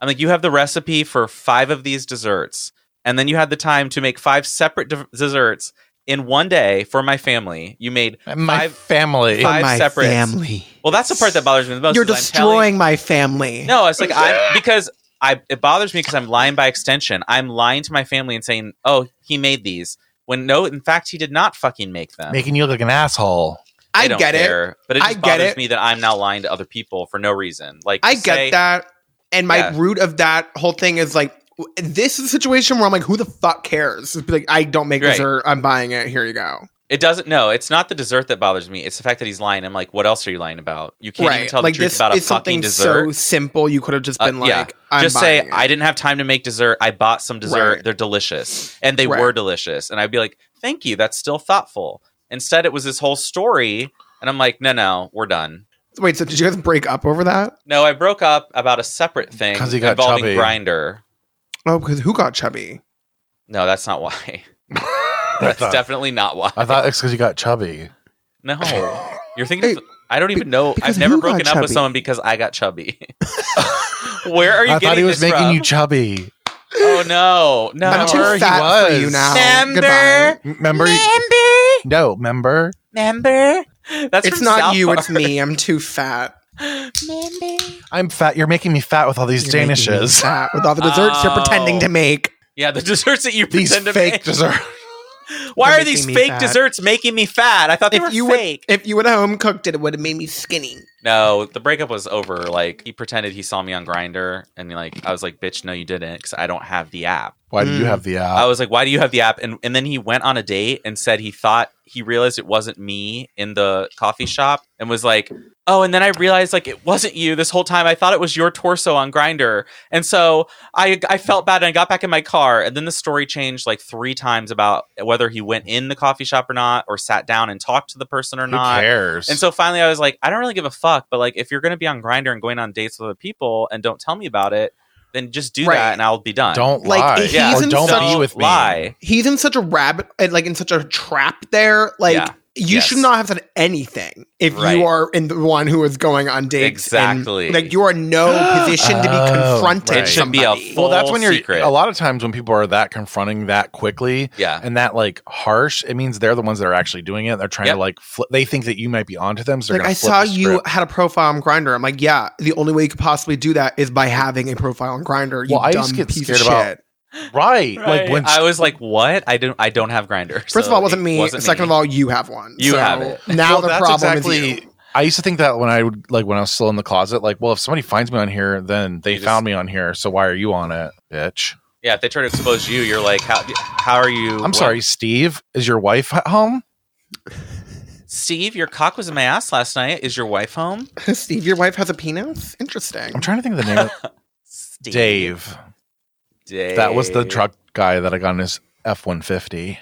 Speaker 5: I'm like, you have the recipe for five of these desserts, and then you had the time to make five separate de- desserts in one day for my family, you made
Speaker 4: My
Speaker 5: five.
Speaker 4: family.
Speaker 5: five
Speaker 7: my
Speaker 5: separate-
Speaker 7: family.
Speaker 5: Well, that's the part that bothers me the most.
Speaker 7: You're
Speaker 5: is I'm telling-
Speaker 7: destroying my family.
Speaker 5: No, it's like I because I it bothers me because I'm lying by extension. I'm lying to my family and saying, "Oh, he made these." When no, in fact, he did not fucking make them.
Speaker 4: Making you look like an asshole.
Speaker 5: They
Speaker 7: I
Speaker 5: don't
Speaker 7: get it.
Speaker 5: care. but it
Speaker 7: I
Speaker 5: just
Speaker 7: get
Speaker 5: bothers
Speaker 7: it.
Speaker 5: me that I'm now lying to other people for no reason. Like
Speaker 7: I
Speaker 5: to
Speaker 7: get
Speaker 5: say-
Speaker 7: that. And my
Speaker 5: Yeah.
Speaker 7: root of that whole thing is like, w- this is a situation where I'm like, who the fuck cares? It's Like, I don't make
Speaker 5: Right.
Speaker 7: dessert. I'm buying it. Here you go.
Speaker 5: It doesn't. No, it's not the dessert that bothers me. It's the fact that he's lying. I'm like, what else are you lying about? You can't even
Speaker 7: Right.
Speaker 5: tell
Speaker 7: Like,
Speaker 5: the truth
Speaker 7: this
Speaker 5: about a
Speaker 7: is
Speaker 5: fucking
Speaker 7: something
Speaker 5: dessert.
Speaker 7: so simple. You could have just
Speaker 5: Uh,
Speaker 7: been
Speaker 5: yeah.
Speaker 7: like, I'm
Speaker 5: just say
Speaker 7: buying it.
Speaker 5: I didn't have time to make dessert. I bought some dessert.
Speaker 7: Right.
Speaker 5: They're delicious, and they
Speaker 7: Right.
Speaker 5: were delicious. And I'd be like, "Thank you. That's still thoughtful." Instead, it was this whole story, and I'm like, "No, no, we're done."
Speaker 7: Wait, so did you guys break up over that?
Speaker 5: No, I broke up about a separate thing
Speaker 4: 'Cause he got
Speaker 5: involving
Speaker 4: chubby.
Speaker 5: Grinder.
Speaker 7: Oh, because who got chubby?
Speaker 5: No, that's not why.
Speaker 4: I
Speaker 5: That's
Speaker 4: thought,
Speaker 5: definitely not why.
Speaker 4: I thought it's because you got chubby.
Speaker 5: no, you're thinking.
Speaker 7: Hey,
Speaker 5: of, I don't even
Speaker 7: be-
Speaker 5: know.
Speaker 7: because
Speaker 5: I've never
Speaker 7: who got
Speaker 5: broken up with
Speaker 7: chubby?
Speaker 5: someone because I got chubby. Where are you
Speaker 4: I
Speaker 5: getting
Speaker 4: thought he was
Speaker 5: this
Speaker 4: making
Speaker 5: from?
Speaker 4: you chubby.
Speaker 5: oh no, no.
Speaker 7: I'm too
Speaker 4: Remember he
Speaker 7: fat for
Speaker 4: was.
Speaker 7: you now.
Speaker 5: Remember?
Speaker 7: Goodbye.
Speaker 4: Remember? No, remember?
Speaker 5: Member? That's
Speaker 7: It's
Speaker 5: from
Speaker 7: not
Speaker 5: South
Speaker 7: you.
Speaker 5: Park.
Speaker 7: It's me. I'm too fat.
Speaker 4: I'm fat. You're making me fat with all these
Speaker 7: You're making me
Speaker 4: danishes.
Speaker 7: fat with all the desserts you're pretending
Speaker 5: Oh.
Speaker 7: to make.
Speaker 5: Yeah, the desserts that you
Speaker 4: These
Speaker 5: pretend to
Speaker 4: fake
Speaker 5: make.
Speaker 4: desserts.
Speaker 5: Why
Speaker 7: They're
Speaker 5: are these
Speaker 7: making me
Speaker 5: fake
Speaker 7: fat.
Speaker 5: desserts making me fat? I thought they were
Speaker 7: If you
Speaker 5: fake.
Speaker 7: would, if you would have home cooked it, it would have made me skinny.
Speaker 5: no, the breakup was over. Like he pretended he saw me on Grinder, and like I was like, "Bitch, no, you didn't," because I don't have the app.
Speaker 4: Why do you
Speaker 7: Mm.
Speaker 4: have the
Speaker 5: I
Speaker 4: app?
Speaker 5: was like, "Why do you have the app?" And and then he went on a date and said he thought he realized it wasn't me in the coffee shop, and was like, "Oh," and then I realized like it wasn't you this whole time. I thought it was your torso on Grinder, and so I I felt bad and I got back in my car. And then the story changed like three times about whether he went in the coffee shop or not, or sat down and talked to the person or
Speaker 4: Who
Speaker 5: not.
Speaker 4: cares?
Speaker 5: And so finally, I was like, I don't really give a fuck, but like, if you're going to be on Grinder and going on dates with other people and don't tell me about it, then just do
Speaker 7: Right.
Speaker 5: that and I'll be done.
Speaker 4: don't
Speaker 7: Like,
Speaker 4: lie.
Speaker 7: he's Yeah.
Speaker 4: Or
Speaker 7: in
Speaker 4: don't
Speaker 7: such-
Speaker 4: be with me.
Speaker 5: lie.
Speaker 7: He's in such a rabbit, and like in such a trap. There, like
Speaker 5: Yeah.
Speaker 7: you
Speaker 5: Yes.
Speaker 7: should not have said anything if
Speaker 5: Right.
Speaker 7: you are in the one who is going on dates. and,
Speaker 5: Exactly.
Speaker 7: like you are in no position to be
Speaker 4: Oh,
Speaker 7: confronted.
Speaker 4: right. It
Speaker 5: should be a
Speaker 7: somebody.
Speaker 5: full-
Speaker 4: well, that's when you're
Speaker 5: secret.
Speaker 4: a lot of times when people are that confronting that quickly
Speaker 5: Yeah.
Speaker 4: and that like harsh, it means they're the ones that are actually doing it. They're trying
Speaker 5: Yep.
Speaker 4: to like flip. They think that you might be onto them. So they're
Speaker 7: like I
Speaker 4: gonna flip
Speaker 7: saw
Speaker 4: the
Speaker 7: you
Speaker 4: script.
Speaker 7: had a profile on Grinder. I'm like, yeah. The only way you could possibly do that is by having a profile on Grinder. You
Speaker 4: Well, I
Speaker 7: dumb
Speaker 4: used to get
Speaker 7: piece
Speaker 4: scared
Speaker 7: of
Speaker 4: about-
Speaker 7: shit.
Speaker 4: right. Like when
Speaker 5: I was like, what? I don't. I don't have Grinder.
Speaker 7: First of all, it wasn't me. Second of all, you have one.
Speaker 5: You
Speaker 7: So
Speaker 5: have it.
Speaker 7: Now
Speaker 4: Well,
Speaker 7: the
Speaker 4: that's
Speaker 7: problem is you.
Speaker 4: exactly- I used to think that when I would like when I was still in the closet, like, well, if somebody finds me on here, then they
Speaker 5: You just-
Speaker 4: found me on here. So why are you on it, bitch?
Speaker 5: yeah, if they try to expose you, you're like, how? How are you?
Speaker 4: I'm sorry, Steve. Is your wife at home?
Speaker 5: Steve. Your cock was in my ass last night. Is your wife home?
Speaker 7: Steve, your wife has a penis? Interesting.
Speaker 4: I'm trying to think of the name. Of
Speaker 5: Steve.
Speaker 4: Dave.
Speaker 5: Dave.
Speaker 4: That was the truck guy that I got in his F-150.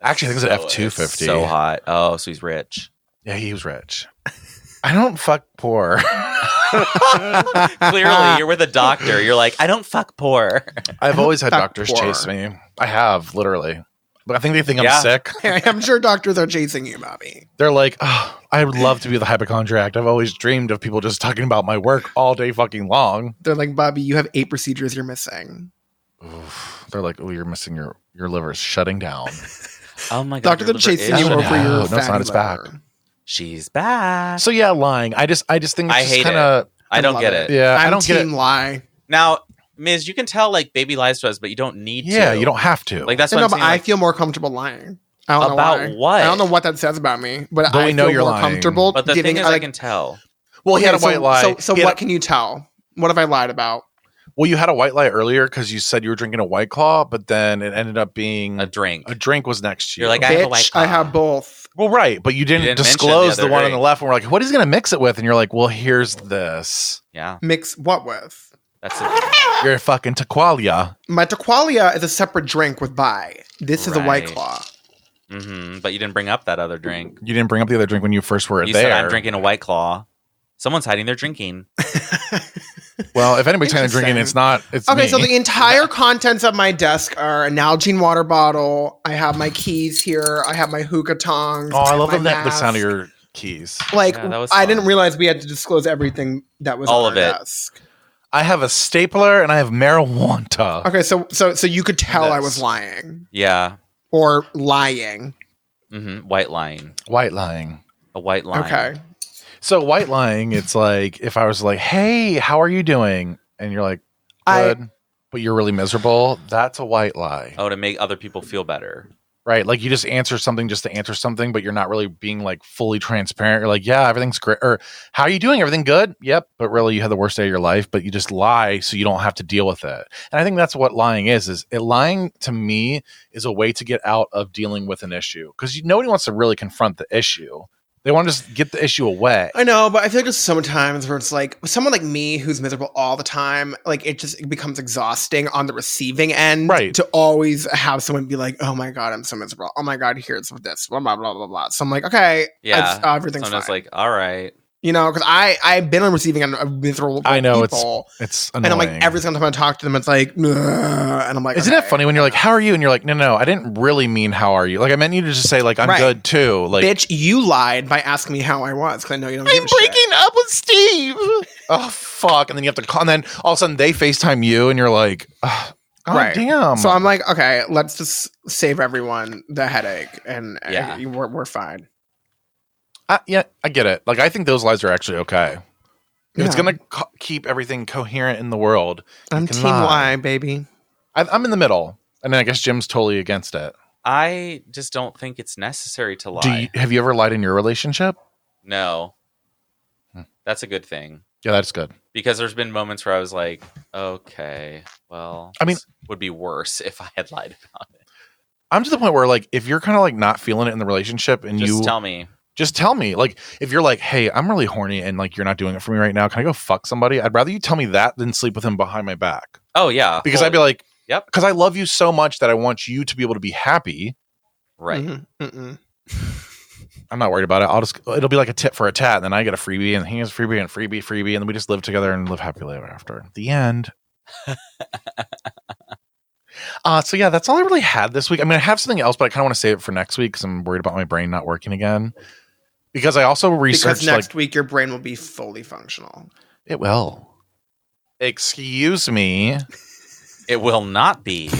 Speaker 4: Actually, I think it was an
Speaker 5: So-
Speaker 4: F-250.
Speaker 5: So hot. Oh, so he's rich.
Speaker 4: Yeah, he was rich. I don't fuck poor.
Speaker 5: Clearly, you're with a doctor. You're like, I don't fuck poor.
Speaker 4: I've always had
Speaker 7: fuck
Speaker 4: doctors
Speaker 7: poor.
Speaker 4: chase me. I have literally, but I think they think
Speaker 5: Yeah.
Speaker 4: I'm sick.
Speaker 7: I'm sure doctors are chasing you, Bobby.
Speaker 4: They're like, oh, I would love to be the hypochondriac. I've always dreamed of people just talking about my work all day fucking long.
Speaker 7: They're like, Bobby, you have eight procedures you're missing.
Speaker 4: They're like, oh, you're missing your your liver's shutting down.
Speaker 5: Oh my god.
Speaker 7: Doctors
Speaker 5: your
Speaker 7: are
Speaker 5: liver
Speaker 7: chasing
Speaker 5: is
Speaker 7: you
Speaker 4: No,
Speaker 7: over
Speaker 5: shut down.
Speaker 4: no,
Speaker 7: your
Speaker 4: it's
Speaker 7: fatty
Speaker 4: not. It's back.
Speaker 7: liver.
Speaker 5: She's back.
Speaker 4: so yeah, lying. I just I just think it's
Speaker 5: I hate
Speaker 4: kind of
Speaker 5: I don't
Speaker 7: love
Speaker 5: get it.
Speaker 7: it.
Speaker 4: yeah.
Speaker 7: I'm
Speaker 4: Uh, I don't
Speaker 7: team
Speaker 4: get it.
Speaker 7: lie.
Speaker 5: Now, Ms, you can tell like baby lies to us, but you don't need to.
Speaker 4: Yeah, you don't have to.
Speaker 5: like that's
Speaker 7: No,
Speaker 5: what
Speaker 7: no,
Speaker 5: I'm
Speaker 7: but
Speaker 5: saying.
Speaker 7: I
Speaker 5: like-
Speaker 7: feel more comfortable lying. I don't
Speaker 5: About
Speaker 7: know why.
Speaker 5: what?
Speaker 7: I don't know what that says about me, but,
Speaker 4: But
Speaker 7: I
Speaker 4: we know
Speaker 7: feel
Speaker 4: you're
Speaker 7: more
Speaker 4: lying.
Speaker 7: comfortable
Speaker 5: but the
Speaker 7: giving.
Speaker 5: thing is,
Speaker 7: I,
Speaker 5: I
Speaker 7: like-
Speaker 5: can tell.
Speaker 4: well, he had a
Speaker 7: Okay,
Speaker 4: white
Speaker 7: so,
Speaker 4: lie.
Speaker 7: So, so
Speaker 4: He had
Speaker 7: what
Speaker 4: a-
Speaker 7: can you tell? What have I lied about?
Speaker 4: well, you had a white lie earlier because you said you were drinking a white claw, but then it ended up being
Speaker 5: A
Speaker 4: Mm. a,
Speaker 5: drink.
Speaker 4: drink was next to you.
Speaker 5: You're like, I have a white
Speaker 7: Bitch, I
Speaker 5: claw.
Speaker 7: have both.
Speaker 4: Well, right, but you didn't,
Speaker 5: didn't mention
Speaker 4: disclose
Speaker 5: the
Speaker 4: the,
Speaker 5: other
Speaker 4: one on
Speaker 5: drink.
Speaker 4: the left. And we're like, what is he going to mix it with? And you're like, well, here's this.
Speaker 5: Yeah,
Speaker 7: Mix what with?
Speaker 5: that's it.
Speaker 4: You're a fucking Tequila.
Speaker 7: My Tequalia is a separate drink with bye. This is a White
Speaker 5: Right.
Speaker 7: Claw.
Speaker 5: hmm But you didn't bring up that other drink.
Speaker 4: You didn't bring up the other drink when you first were
Speaker 5: You
Speaker 4: there.
Speaker 5: said I'm drinking a white claw. Someone's hiding their drinking.
Speaker 4: Well, if anybody's kind of drinking,
Speaker 7: Interesting.
Speaker 4: it's not. It's
Speaker 7: Okay,
Speaker 4: me.
Speaker 7: so the entire contents of my desk are an Nalgene water bottle. I have my keys here. I have my hookah tongs.
Speaker 4: oh, I love
Speaker 7: my
Speaker 4: the, the
Speaker 7: mask.
Speaker 4: sound of your keys.
Speaker 7: Like,
Speaker 5: Yeah, that was
Speaker 7: I
Speaker 5: fun.
Speaker 7: didn't realize we had to disclose everything that was
Speaker 5: All
Speaker 7: on
Speaker 5: of
Speaker 7: our
Speaker 5: it.
Speaker 7: Desk.
Speaker 4: I have a stapler and I have marijuana.
Speaker 7: Okay, so so so you could tell I was
Speaker 4: This.
Speaker 7: lying,
Speaker 5: Yeah,
Speaker 7: or lying.
Speaker 5: hmm White lying.
Speaker 4: White lying.
Speaker 5: A white line.
Speaker 7: Okay.
Speaker 4: So white lying, it's like if I was like, "Hey, how are you doing?" and you're like,
Speaker 7: I-
Speaker 4: "Good," but you're really miserable. That's a white lie,
Speaker 5: Oh, to make other people feel better.
Speaker 4: right? Like you just answer something just to answer something, but you're not really being like fully transparent. You're like, "Yeah, everything's great," or "How are you doing? Everything good?" Yep, but really you had the worst day of your life, but you just lie so you don't have to deal with it. And I think that's what lying is. Is it, lying to me is a way to get out of dealing with an issue because nobody wants to really confront the issue. They want to just get the issue away.
Speaker 7: I know, but I feel like there's sometimes where it's like someone like me who's miserable all the time, like it just it becomes exhausting on the receiving end.
Speaker 4: Right.
Speaker 7: To always have someone be like, oh my God, I'm so miserable. Oh my God, here's this, blah, blah, blah, blah, blah. So I'm like, okay,
Speaker 5: Yeah.
Speaker 7: it's- uh, everything's
Speaker 5: Sometimes
Speaker 7: fine.
Speaker 5: like, all right.
Speaker 7: you know, because I, I've been on receiving end of miserable
Speaker 4: I know, it's
Speaker 7: people.
Speaker 4: It's
Speaker 7: and
Speaker 4: annoying.
Speaker 7: I'm like, every single time I talk to them, it's like, "Ugh," and I'm like,
Speaker 4: Isn't
Speaker 7: okay.
Speaker 4: it funny when you're like, "How are you?" and you're like, "No, no, I didn't really mean how are you." Like I meant you to just say like, "I'm
Speaker 7: Right.
Speaker 4: good too." Like,
Speaker 7: Bitch, you lied by asking me how I was because I know you don't. give a shit.
Speaker 4: up with Steve. oh fuck! And then you have to call, and then all of a sudden they Facetime you, and you're like, oh, "God
Speaker 7: Right.
Speaker 4: damn!"
Speaker 7: So I'm like, okay, let's just save everyone the headache, and uh,
Speaker 5: Yeah.
Speaker 7: we're, we're fine.
Speaker 4: I, yeah, I get it. Like I think those lies are actually okay. If it's
Speaker 7: Yeah.
Speaker 4: gonna co- keep everything coherent in the world,
Speaker 7: I'm
Speaker 4: can
Speaker 7: Team
Speaker 4: lie.
Speaker 7: Y, baby.
Speaker 4: I, I'm in the middle, and then I guess Jim's totally against it.
Speaker 5: I just don't think it's necessary to lie.
Speaker 4: Do you, have you ever lied in your relationship?
Speaker 5: no.
Speaker 4: Hmm.
Speaker 5: That's a good thing.
Speaker 4: Yeah, that's good.
Speaker 5: Because there's been moments where I was like, okay, well,
Speaker 4: I mean-
Speaker 5: this would be worse if I had lied about it.
Speaker 4: I'm to the point where like if you're kind of like not feeling it in the relationship, and
Speaker 5: Just
Speaker 4: you
Speaker 5: tell me.
Speaker 4: just tell me like if you're like hey i'm really horny and like you're not doing it for me right now can i go fuck somebody i'd rather you tell me that than sleep with him behind my back
Speaker 5: Oh yeah,
Speaker 4: because i'd be
Speaker 5: Well,
Speaker 4: like
Speaker 5: Yep.
Speaker 4: because i love you so much that i want you to be able to be happy
Speaker 5: right.
Speaker 4: Mm-hmm.
Speaker 7: Mhm, mm-mm.
Speaker 4: i'm not worried about it i'll just it'll be like a tit for a tat and then i get a freebie and he has a freebie and freebie freebie and then we just live together and live happily ever after the end uh so yeah that's all i really had this week i mean i have something else but i kind of want to save it for next week because i'm worried about my brain not working again because i also researched
Speaker 7: Because next
Speaker 4: like
Speaker 7: week your brain will be fully functional.
Speaker 4: It will. Excuse me.
Speaker 5: It will not be.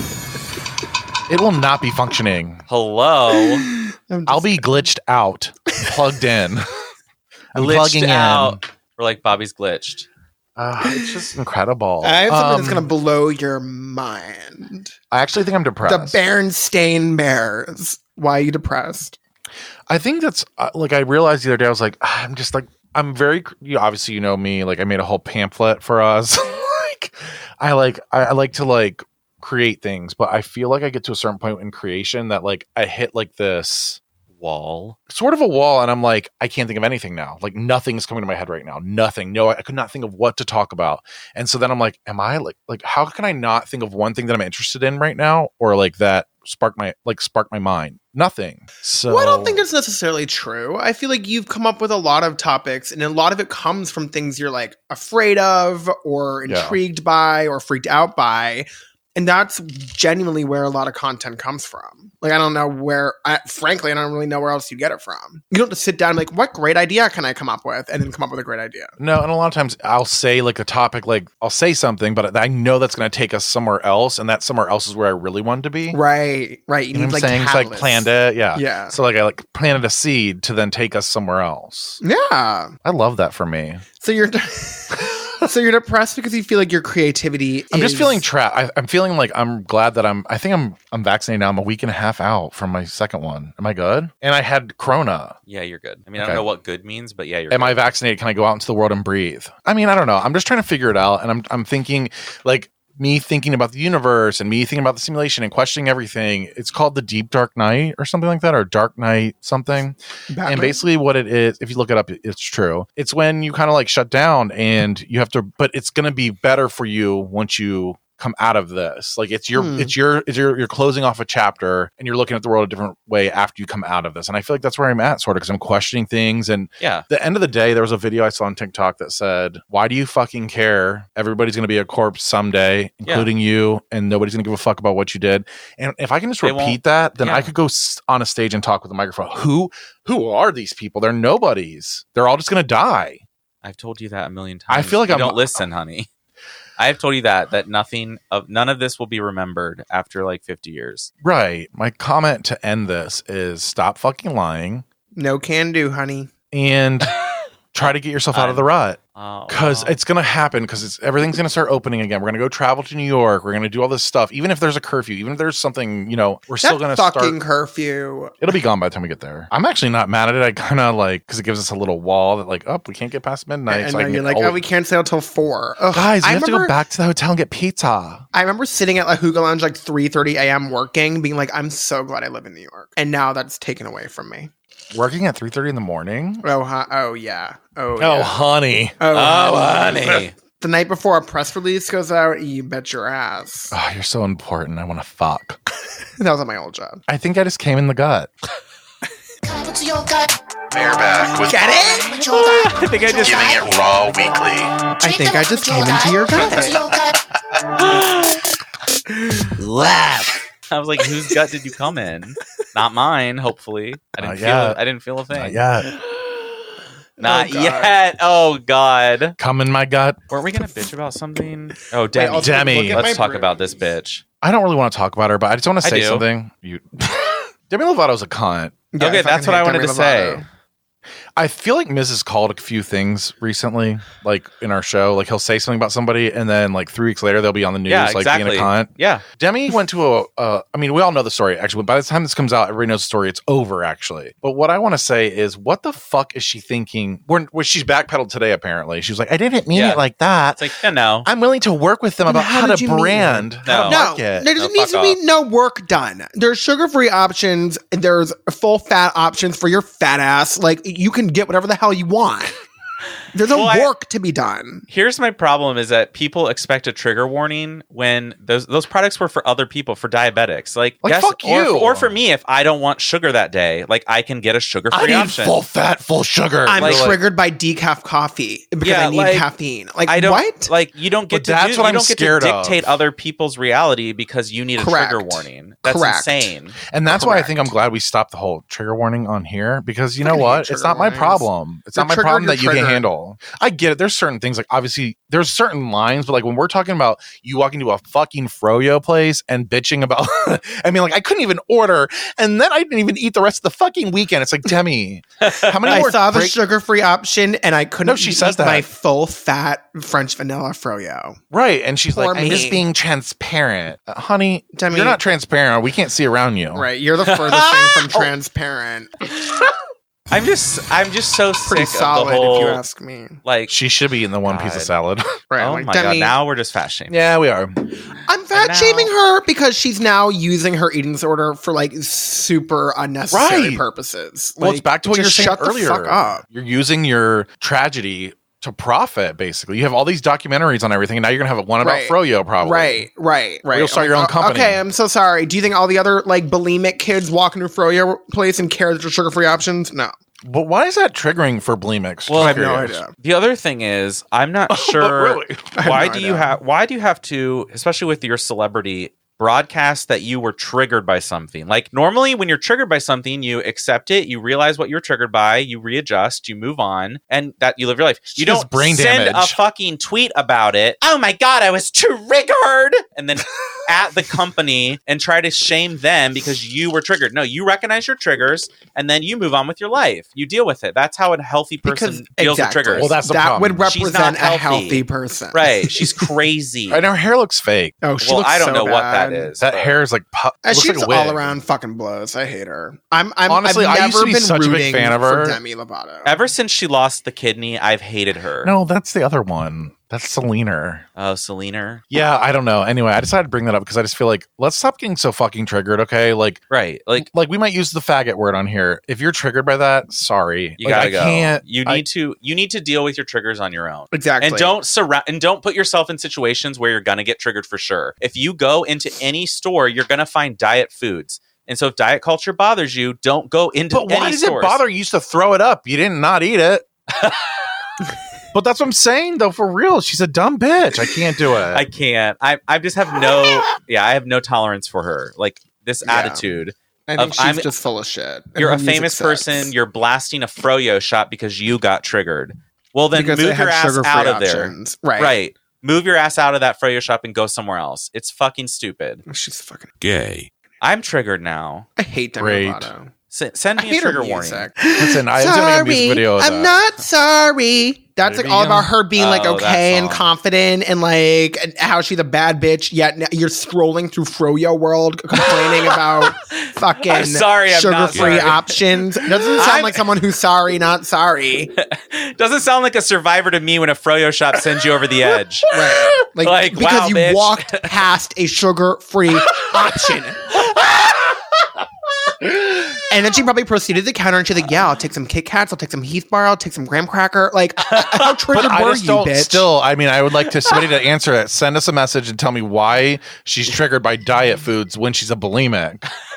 Speaker 4: It will not be functioning.
Speaker 5: Hello,
Speaker 7: I'm just-
Speaker 4: I'll be glitched out, plugged in. I'm
Speaker 5: glitched
Speaker 4: plugging in.
Speaker 5: out. We're like Bobby's glitched.
Speaker 4: Uh, it's just incredible.
Speaker 7: I have something that's
Speaker 4: Um,
Speaker 7: gonna blow your mind.
Speaker 4: I actually think I'm depressed.
Speaker 7: The Berenstain Bears. Why are you depressed?
Speaker 4: I think that's uh, like I realized the other day. I was like, "Ah, I'm just like I'm very. cr- You obviously, you know me. Like I made a whole pamphlet for us. like I like I, I like to like create things, but I feel like I get to a certain point in creation that like I hit like this
Speaker 5: Wall.
Speaker 4: sort of a wall and i'm like i can't think of anything now like nothing's coming to my head right now nothing no i could not think of what to talk about and so then i'm like am i like like how can i not think of one thing that i'm interested in right now or like that spark my like spark my mind nothing so
Speaker 7: well, I don't think it's necessarily true. I feel like you've come up with a lot of topics, and a lot of it comes from things you're like afraid of, or
Speaker 4: Yeah.
Speaker 7: intrigued by, or freaked out by. And that's genuinely where a lot of content comes from. Like, I don't know where, I, frankly, I don't really know where else you get it from. You don't just sit down and be like, what great idea can I come up with? And then come up with a great idea.
Speaker 4: no and a lot of times i'll say like a topic like i'll say something but i know that's going to take us somewhere else and that somewhere else is where i really wanted to be
Speaker 7: Right, right. You,
Speaker 4: you know
Speaker 7: need,
Speaker 4: what i'm
Speaker 7: like,
Speaker 4: saying so i
Speaker 7: catalysts.
Speaker 4: planned it yeah.
Speaker 7: Yeah.
Speaker 4: so like i like planted a seed to then take us somewhere else
Speaker 7: Yeah.
Speaker 4: i love that for me
Speaker 7: So you're. So you're depressed because you feel like your creativity.
Speaker 4: I'm just
Speaker 7: is-
Speaker 4: feeling trapped. I, I'm feeling like I'm glad that I'm. I think I'm. I'm vaccinated now. I'm a week and a half out from my second one. Am I good? And I had Corona.
Speaker 5: Yeah, you're good. I mean, I
Speaker 4: Okay.
Speaker 5: don't know what good means, but yeah, you're.
Speaker 4: Am
Speaker 5: good.
Speaker 4: I vaccinated? Can I go out into the world and breathe? I mean, I don't know. I'm just trying to figure it out. And I'm. I'm thinking like me thinking about the universe and me thinking about the simulation and questioning everything. It's called the Deep Dark Night or something like that, or Dark Night something.
Speaker 7: Batman.
Speaker 4: And basically, what it is, if you look it up, it's true. It's when you kind of like shut down and you have to, but it's going to be better for you once you come out of this. Like it's your,
Speaker 7: Hmm.
Speaker 4: it's your, it's your, you're closing off a chapter and you're looking at the world a different way after you come out of this. And I feel like that's where I'm at, sort of, because I'm questioning things. And
Speaker 5: Yeah.
Speaker 4: the end of the day, there was a video I saw on TikTok that said, Why do you fucking care? Everybody's going to be a corpse someday,
Speaker 5: Yeah.
Speaker 4: including you, and nobody's going to give a fuck about what you did. And if I can just
Speaker 5: They
Speaker 4: repeat
Speaker 5: won't-
Speaker 4: that, then I
Speaker 5: yeah.
Speaker 4: could go s- on a stage and talk with a microphone. Who who are these people? They're nobodies. They're all just going to die.
Speaker 5: I've told you that a million times.
Speaker 4: feel like
Speaker 5: you
Speaker 4: I'm-
Speaker 5: don't listen, honey. I have told you that that nothing of none of this will be remembered after like 50 years.
Speaker 4: Right. My comment to end this is stop fucking lying
Speaker 7: No can do, honey.
Speaker 4: and try to get yourself out of the rut.
Speaker 5: Oh,
Speaker 4: because
Speaker 7: Uh-huh.
Speaker 5: wow.
Speaker 4: it's going to happen because it's everything's going to start opening again we're going to go travel to new york we're going to do all this stuff even if there's a curfew even if there's something you know we're still
Speaker 7: That
Speaker 4: going to start
Speaker 7: fucking curfew.
Speaker 4: it'll be gone by the time we get there i'm actually not mad at it i kind of like because it gives us a little wall that like up we can't get past midnight
Speaker 7: and
Speaker 4: so I
Speaker 7: then
Speaker 4: can
Speaker 7: you're
Speaker 4: get-
Speaker 7: like, oh, we can't sail till four. Ugh,
Speaker 4: guys we
Speaker 7: I
Speaker 4: have to
Speaker 7: remember-
Speaker 4: go back to the hotel and get pizza
Speaker 7: I remember sitting at La Huga Lounge like 3:30 a.m. working, being like, I'm so glad I live in New York. And now that's taken away from me.
Speaker 4: working at 3.30 in the morning
Speaker 7: Oh, hi- oh yeah. Oh,
Speaker 4: oh
Speaker 7: yeah.
Speaker 4: honey
Speaker 7: oh,
Speaker 5: Oh,
Speaker 7: honey.
Speaker 5: honey.
Speaker 7: The night before a press release goes out, you bet your ass.
Speaker 4: oh you're so important i want to fuck
Speaker 7: that was at my old job.
Speaker 4: i think i just came in the gut
Speaker 3: They're back with
Speaker 7: Get it?
Speaker 5: I think I just
Speaker 3: Giving It Raw Weekly.
Speaker 7: I think I just came into your gut.
Speaker 5: I was like, whose gut did you come in? Not mine, hopefully. I
Speaker 4: Not
Speaker 5: didn't feel
Speaker 4: yet.
Speaker 5: I didn't feel a thing.
Speaker 4: not yet
Speaker 5: Not
Speaker 7: Oh, God.
Speaker 5: yet. Oh god.
Speaker 4: come in my gut
Speaker 5: Weren't we gonna bitch about something? Oh Demi.
Speaker 7: I'll take
Speaker 4: a Demi. look at
Speaker 5: Let's
Speaker 7: my
Speaker 5: talk about this
Speaker 7: bruise.
Speaker 5: bitch.
Speaker 4: i don't really want to talk about her but i just want to
Speaker 5: I
Speaker 4: say
Speaker 5: do.
Speaker 4: something you demi lovato's a cunt
Speaker 7: Yeah,
Speaker 5: okay,
Speaker 7: fucking
Speaker 5: that's what I
Speaker 7: hate
Speaker 5: wanted
Speaker 7: Demi
Speaker 5: to say.
Speaker 7: Lovato.
Speaker 4: I feel like Miz has called a few things recently, like in our show. Like he'll say something about somebody, and then like three weeks later, they'll be on the news,
Speaker 5: Yeah,
Speaker 4: like
Speaker 5: exactly.
Speaker 4: being a cunt.
Speaker 5: Yeah.
Speaker 4: Demi went to a. Uh, I mean, we all know the story. Actually, by the time this comes out, everybody knows the story. It's over, actually. But what I want to say is, what the fuck is she thinking? When, when she's backpedaled today, apparently, she was like, "I didn't mean
Speaker 5: Yeah.
Speaker 4: it like that.
Speaker 5: It's like, yeah, no.
Speaker 4: I'm willing to work with them
Speaker 7: Then
Speaker 4: about
Speaker 7: how
Speaker 4: how,
Speaker 7: did
Speaker 4: to
Speaker 7: you mean it?"
Speaker 4: brand." how to
Speaker 5: No.
Speaker 7: No,
Speaker 4: market."
Speaker 5: No,
Speaker 7: there just needs
Speaker 5: Oh, fuck
Speaker 7: to be no work done. There's sugar free options. There's full fat options for your fat ass. Like you can get whatever the hell you want. There's no
Speaker 5: Well, I-
Speaker 7: work to be done.
Speaker 5: Here's my problem is that people expect a trigger warning when those those products were for other people for diabetics. Like,
Speaker 4: Like,
Speaker 5: yes,
Speaker 4: fuck
Speaker 5: or,
Speaker 4: you.
Speaker 5: or for me if I don't want sugar that day, like I can get a
Speaker 4: I
Speaker 5: sugar-free
Speaker 4: need
Speaker 5: option.
Speaker 4: full fat, full sugar.
Speaker 7: I'm
Speaker 5: Like-
Speaker 7: triggered by decaf coffee because
Speaker 5: Yeah,
Speaker 7: I need
Speaker 5: like,
Speaker 7: caffeine. Like
Speaker 5: I don't
Speaker 7: what?
Speaker 5: like you don't
Speaker 4: But
Speaker 5: get to
Speaker 4: that's
Speaker 5: do,
Speaker 4: what
Speaker 5: you
Speaker 4: I'm
Speaker 5: don't get
Speaker 4: scared
Speaker 5: to
Speaker 4: of.
Speaker 5: dictate other people's reality because you need a
Speaker 7: Correct.
Speaker 5: trigger warning. That's
Speaker 7: Correct.
Speaker 5: insane.
Speaker 4: And that's why I think I'm
Speaker 7: Correct.
Speaker 4: glad we stopped the whole trigger warning on here because you know
Speaker 7: Fucking hate
Speaker 4: what? It's
Speaker 7: trigger
Speaker 4: not my
Speaker 7: warnings.
Speaker 4: problem. It's
Speaker 7: You're
Speaker 4: not my
Speaker 7: triggered,
Speaker 4: problem that
Speaker 7: you're
Speaker 4: you can
Speaker 7: triggered.
Speaker 4: handle. I get it. There's certain things like obviously there's certain lines, but like when we're talking about you walking to a fucking froyo place and bitching about, I mean, like I couldn't even order, and then I didn't even eat the rest of the fucking weekend. It's like Demi, how many
Speaker 7: I
Speaker 4: more?
Speaker 7: saw the
Speaker 4: break-
Speaker 7: sugar free option and I couldn't
Speaker 4: No, she says
Speaker 7: eat
Speaker 4: that.
Speaker 7: my full fat French vanilla froyo.
Speaker 4: right, and she's
Speaker 7: Poor
Speaker 4: like, I'm just
Speaker 7: me.
Speaker 4: being transparent, Uh, honey.
Speaker 7: Demi-
Speaker 4: you're not transparent. We can't see around you.
Speaker 7: Right. You're the furthest thing from
Speaker 5: Oh.
Speaker 7: transparent.
Speaker 5: I'm just I'm just so
Speaker 7: Pretty
Speaker 5: sick
Speaker 7: solid
Speaker 5: of the whole
Speaker 7: if you ask me.
Speaker 5: like
Speaker 4: She should be in the one piece of
Speaker 5: God.
Speaker 4: salad.
Speaker 7: Right.
Speaker 5: oh
Speaker 7: like,
Speaker 5: my
Speaker 7: Demi,
Speaker 5: god, now we're just fat shaming.
Speaker 4: yeah, we are.
Speaker 7: I'm fat
Speaker 5: now-
Speaker 7: shaming her because she's now using her eating disorder for like super unnecessary
Speaker 4: Right.
Speaker 7: purposes.
Speaker 4: well, it's
Speaker 7: Like,
Speaker 4: back to what you were
Speaker 7: just
Speaker 4: saying
Speaker 7: shut
Speaker 4: earlier.
Speaker 7: The fuck up.
Speaker 4: You're using your tragedy to profit, basically. You have all these documentaries on everything, and now you're gonna have one about
Speaker 7: Right.
Speaker 4: Froyo, probably.
Speaker 7: Right, right, right.
Speaker 4: you'll start
Speaker 7: I'm
Speaker 4: your own
Speaker 7: "Oh,
Speaker 4: company."
Speaker 7: Okay, I'm so sorry. Do you think all the other like bulimic kids walk into a froyo place and care that there's sugar free options? No,
Speaker 4: But why is that triggering for Bleemix?
Speaker 5: Well,
Speaker 7: I
Speaker 5: I
Speaker 7: have no
Speaker 4: Curious.
Speaker 7: idea.
Speaker 5: The other thing is, I'm not sure
Speaker 4: Really?
Speaker 5: why
Speaker 7: no
Speaker 5: do you
Speaker 7: idea.
Speaker 5: have why do you have to, especially with your celebrity, broadcast that you were triggered by something. Like normally when you're triggered by something, you accept it, you realize what you're triggered by, you readjust, you move on, and that you live your life.
Speaker 4: She
Speaker 5: you
Speaker 4: has
Speaker 5: don't
Speaker 4: brain
Speaker 5: send
Speaker 4: damage.
Speaker 5: a fucking tweet about it. Oh my god, I was triggered, and then at the company and try to shame them because you were triggered. No, you recognize your triggers and then you move on with your life. You deal with it. That's how a healthy person
Speaker 7: Because
Speaker 5: deals
Speaker 7: exactly.
Speaker 5: with triggers.
Speaker 4: Well, that's the
Speaker 7: that
Speaker 4: problem.
Speaker 7: would
Speaker 5: She's
Speaker 7: represent
Speaker 5: not
Speaker 7: a
Speaker 5: healthy.
Speaker 7: healthy person,
Speaker 5: right. She's crazy.
Speaker 4: And her hair looks fake.
Speaker 7: Oh, she
Speaker 5: well,
Speaker 7: looks
Speaker 5: I don't
Speaker 7: so
Speaker 5: know what
Speaker 7: bad.
Speaker 5: that is.
Speaker 4: That
Speaker 5: but-
Speaker 4: hair is like pu-
Speaker 7: Uh,
Speaker 4: looks
Speaker 7: She's
Speaker 4: like a wig.
Speaker 7: all around fucking blows. I hate her. I'm, I'm
Speaker 4: Honestly,
Speaker 7: I've
Speaker 4: I used to
Speaker 7: never
Speaker 4: be
Speaker 7: been
Speaker 4: such a big
Speaker 7: rooting
Speaker 4: fan of
Speaker 7: for
Speaker 4: her.
Speaker 7: Demi Lovato.
Speaker 5: Ever since she lost the kidney, I've hated her.
Speaker 4: No, that's the other one. That's Selena.
Speaker 5: Oh, Selena.
Speaker 4: Yeah, I don't know. Anyway, I decided to bring that up because I just feel like let's stop getting so fucking triggered. Okay, like
Speaker 5: Right. Like
Speaker 4: like we might use the faggot word on here. If you're triggered by that, sorry.
Speaker 5: you
Speaker 4: Like,
Speaker 5: gotta
Speaker 4: I
Speaker 5: go.
Speaker 4: Can't,
Speaker 5: you need
Speaker 4: I-
Speaker 5: to you need to deal with your triggers on your own.
Speaker 7: exactly.
Speaker 5: And don't surround and don't put yourself in situations where you're gonna get triggered for sure. If you go into any store, you're gonna find diet foods. And so if diet culture bothers you, don't go into
Speaker 4: But why
Speaker 5: any
Speaker 4: does
Speaker 5: stores.
Speaker 4: it bother you? You used to throw it up. You didn't not eat it. but that's what I'm saying, though, for real. She's a dumb bitch. I can't do it.
Speaker 5: I can't. I I just have no yeah, I have no tolerance for her. Like this
Speaker 7: Yeah.
Speaker 5: attitude.
Speaker 7: I think
Speaker 5: of-
Speaker 7: she's
Speaker 5: I'm-
Speaker 7: just full of shit. and
Speaker 5: You're
Speaker 7: her
Speaker 5: a
Speaker 7: music
Speaker 5: famous
Speaker 7: sucks.
Speaker 5: person, you're blasting a froyo shot because you got triggered. Well then
Speaker 7: Because they
Speaker 5: move your
Speaker 7: have
Speaker 5: ass
Speaker 7: sugar-free
Speaker 5: out of there.
Speaker 7: options. Right.
Speaker 5: Right. Move your ass out of that Froyo shop and go somewhere else. It's fucking stupid.
Speaker 7: She's fucking
Speaker 5: gay. I'm triggered now.
Speaker 7: I hate Demi
Speaker 5: Great.
Speaker 7: Lovato.
Speaker 5: send
Speaker 7: I
Speaker 5: me a
Speaker 7: hate her
Speaker 5: trigger
Speaker 7: music.
Speaker 5: warning.
Speaker 4: Listen, I was gonna make a music video of that.
Speaker 7: I'm not sorry. That's
Speaker 4: Baby,
Speaker 7: like all about
Speaker 4: I'm-
Speaker 7: her being like
Speaker 5: Oh, that
Speaker 7: okay and
Speaker 5: song.
Speaker 7: confident and like and how she's a bad bitch. Yet n- you're scrolling through Froyo world complaining about fucking
Speaker 5: I'm sorry, I'm not
Speaker 7: sugar-free
Speaker 5: sorry.
Speaker 7: options. Doesn't sound
Speaker 5: I'm-
Speaker 7: like someone who's sorry, not sorry.
Speaker 5: Doesn't sound like a survivor to me when a Froyo shop sends you over the edge.
Speaker 7: Right. Like,
Speaker 5: Like,
Speaker 7: because
Speaker 5: wow,
Speaker 7: you
Speaker 5: bitch.
Speaker 7: walked past a sugar-free option. And then she probably proceeded to the counter and she's like, "Yeah, I'll take some Kit Kats, I'll take some Heath bar, I'll take some graham cracker." Like, how triggered
Speaker 4: But I
Speaker 7: were
Speaker 4: just
Speaker 7: you,
Speaker 4: don't.
Speaker 7: bitch?
Speaker 4: Still, I mean, I would like to somebody to answer that. Send us a message and tell me why she's triggered by diet foods when she's a bulimic.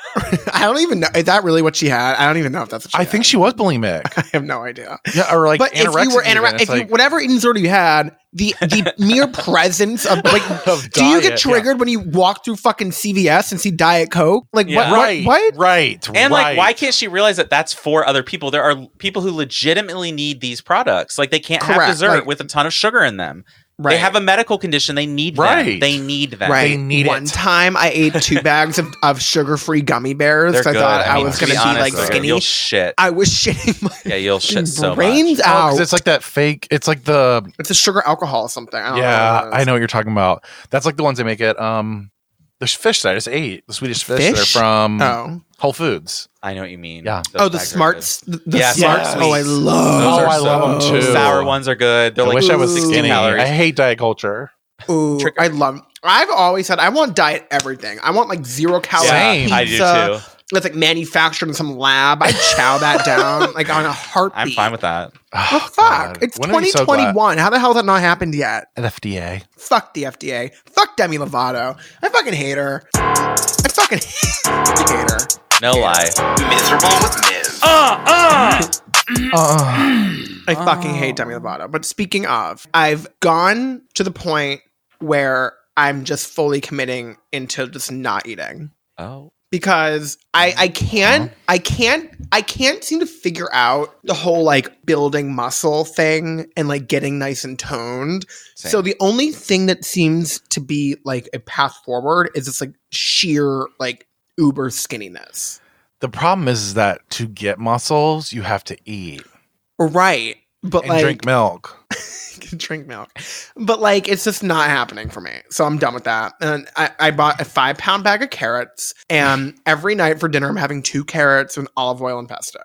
Speaker 7: I don't even know. Is that really what she had? I don't even know if that's what she
Speaker 4: I
Speaker 7: had.
Speaker 4: think she was bulimic.
Speaker 7: I have no idea.
Speaker 4: Yeah, or like
Speaker 7: but if you were
Speaker 4: anorexic even.
Speaker 7: anore-
Speaker 4: It's
Speaker 7: if you
Speaker 4: like-
Speaker 7: whatever eating disorder you had, the the mere presence of like,
Speaker 4: Of
Speaker 7: do you
Speaker 4: diet, yeah.
Speaker 7: get triggered when you walk through fucking CVS and see Diet Coke? Like
Speaker 5: Yeah.
Speaker 7: what?
Speaker 4: right,
Speaker 7: What? what?
Speaker 4: right,
Speaker 5: And
Speaker 4: right.
Speaker 5: like, why can't she realize that that's for other people? There are people who legitimately need these products. Like, they can't have
Speaker 7: Correct,
Speaker 5: dessert
Speaker 7: like-
Speaker 5: with a ton of sugar in them.
Speaker 7: Right.
Speaker 5: They have a medical condition. They need them.
Speaker 4: Right.
Speaker 5: They need them.
Speaker 7: Right.
Speaker 4: They need
Speaker 7: One
Speaker 4: it.
Speaker 7: time I ate two bags of, of sugar free gummy bears.
Speaker 5: They're
Speaker 7: 'cause I
Speaker 5: good.
Speaker 7: thought I,
Speaker 5: mean,
Speaker 7: was
Speaker 5: to
Speaker 7: going to be,
Speaker 5: honest,
Speaker 7: like
Speaker 5: though,
Speaker 7: skinny.
Speaker 5: You'll shit.
Speaker 7: I was shitting my
Speaker 5: yeah, you'll shit so much.
Speaker 7: brains
Speaker 4: Oh,
Speaker 7: out.
Speaker 4: 'cause it's like that fake. It's like the
Speaker 7: it's a sugar alcohol or something. I don't
Speaker 4: yeah.
Speaker 7: know what it
Speaker 4: I
Speaker 7: is.
Speaker 4: know what you're talking about. That's like the ones they make at um the fish that I just ate. The Swedish fish, that are
Speaker 7: Fish?
Speaker 4: from
Speaker 7: Oh.
Speaker 4: Whole Foods.
Speaker 5: I know what you mean.
Speaker 4: Yeah.
Speaker 5: Those
Speaker 7: oh, the
Speaker 5: bags are
Speaker 7: smarts. The, the
Speaker 5: Yeah, smart
Speaker 7: smarts.
Speaker 5: sweets.
Speaker 7: Oh, I love.
Speaker 4: Oh,
Speaker 5: Those are
Speaker 4: I
Speaker 5: so-
Speaker 4: love them
Speaker 5: good.
Speaker 4: too.
Speaker 5: Sour ones are good. They're
Speaker 4: I
Speaker 5: like
Speaker 4: wish I was
Speaker 5: 60
Speaker 4: skinny.
Speaker 5: calories.
Speaker 4: I hate diet culture.
Speaker 7: Ooh, I love. I've always said I want diet everything. I want like zero calorie
Speaker 4: Same.
Speaker 5: I do
Speaker 7: pizza
Speaker 5: too.
Speaker 7: that's like manufactured in some lab. I chow that down like on a heartbeat.
Speaker 5: I'm fine with that.
Speaker 7: Oh, fuck!
Speaker 4: God.
Speaker 7: It's
Speaker 4: Wouldn't it be so glad-
Speaker 7: 2021. How the hell has that not happened yet?
Speaker 4: At FDA.
Speaker 7: Fuck the FDA. Fuck Demi Lovato. I fucking hate her. I fucking hate her.
Speaker 5: No lie.
Speaker 3: Miserable with Miz.
Speaker 4: Uh,
Speaker 7: I fucking hate Demi Lovato. But speaking of, I've gone to the point where I'm just fully committing into just not eating.
Speaker 5: Oh.
Speaker 7: because I I can't I can't I can't seem to figure out the whole like building muscle thing and like getting nice and toned.
Speaker 5: Same.
Speaker 7: So the only thing that seems to be like a path forward is this like sheer like uber skinniness.
Speaker 4: The problem is, is that to get muscles, you have to eat
Speaker 7: Right. But
Speaker 4: and
Speaker 7: like
Speaker 4: drink milk.
Speaker 7: drink milk. But like it's just not happening for me. So I'm done with that. And I, I bought a five pound bag of carrots and every night for dinner I'm having two carrots with olive oil and pesto.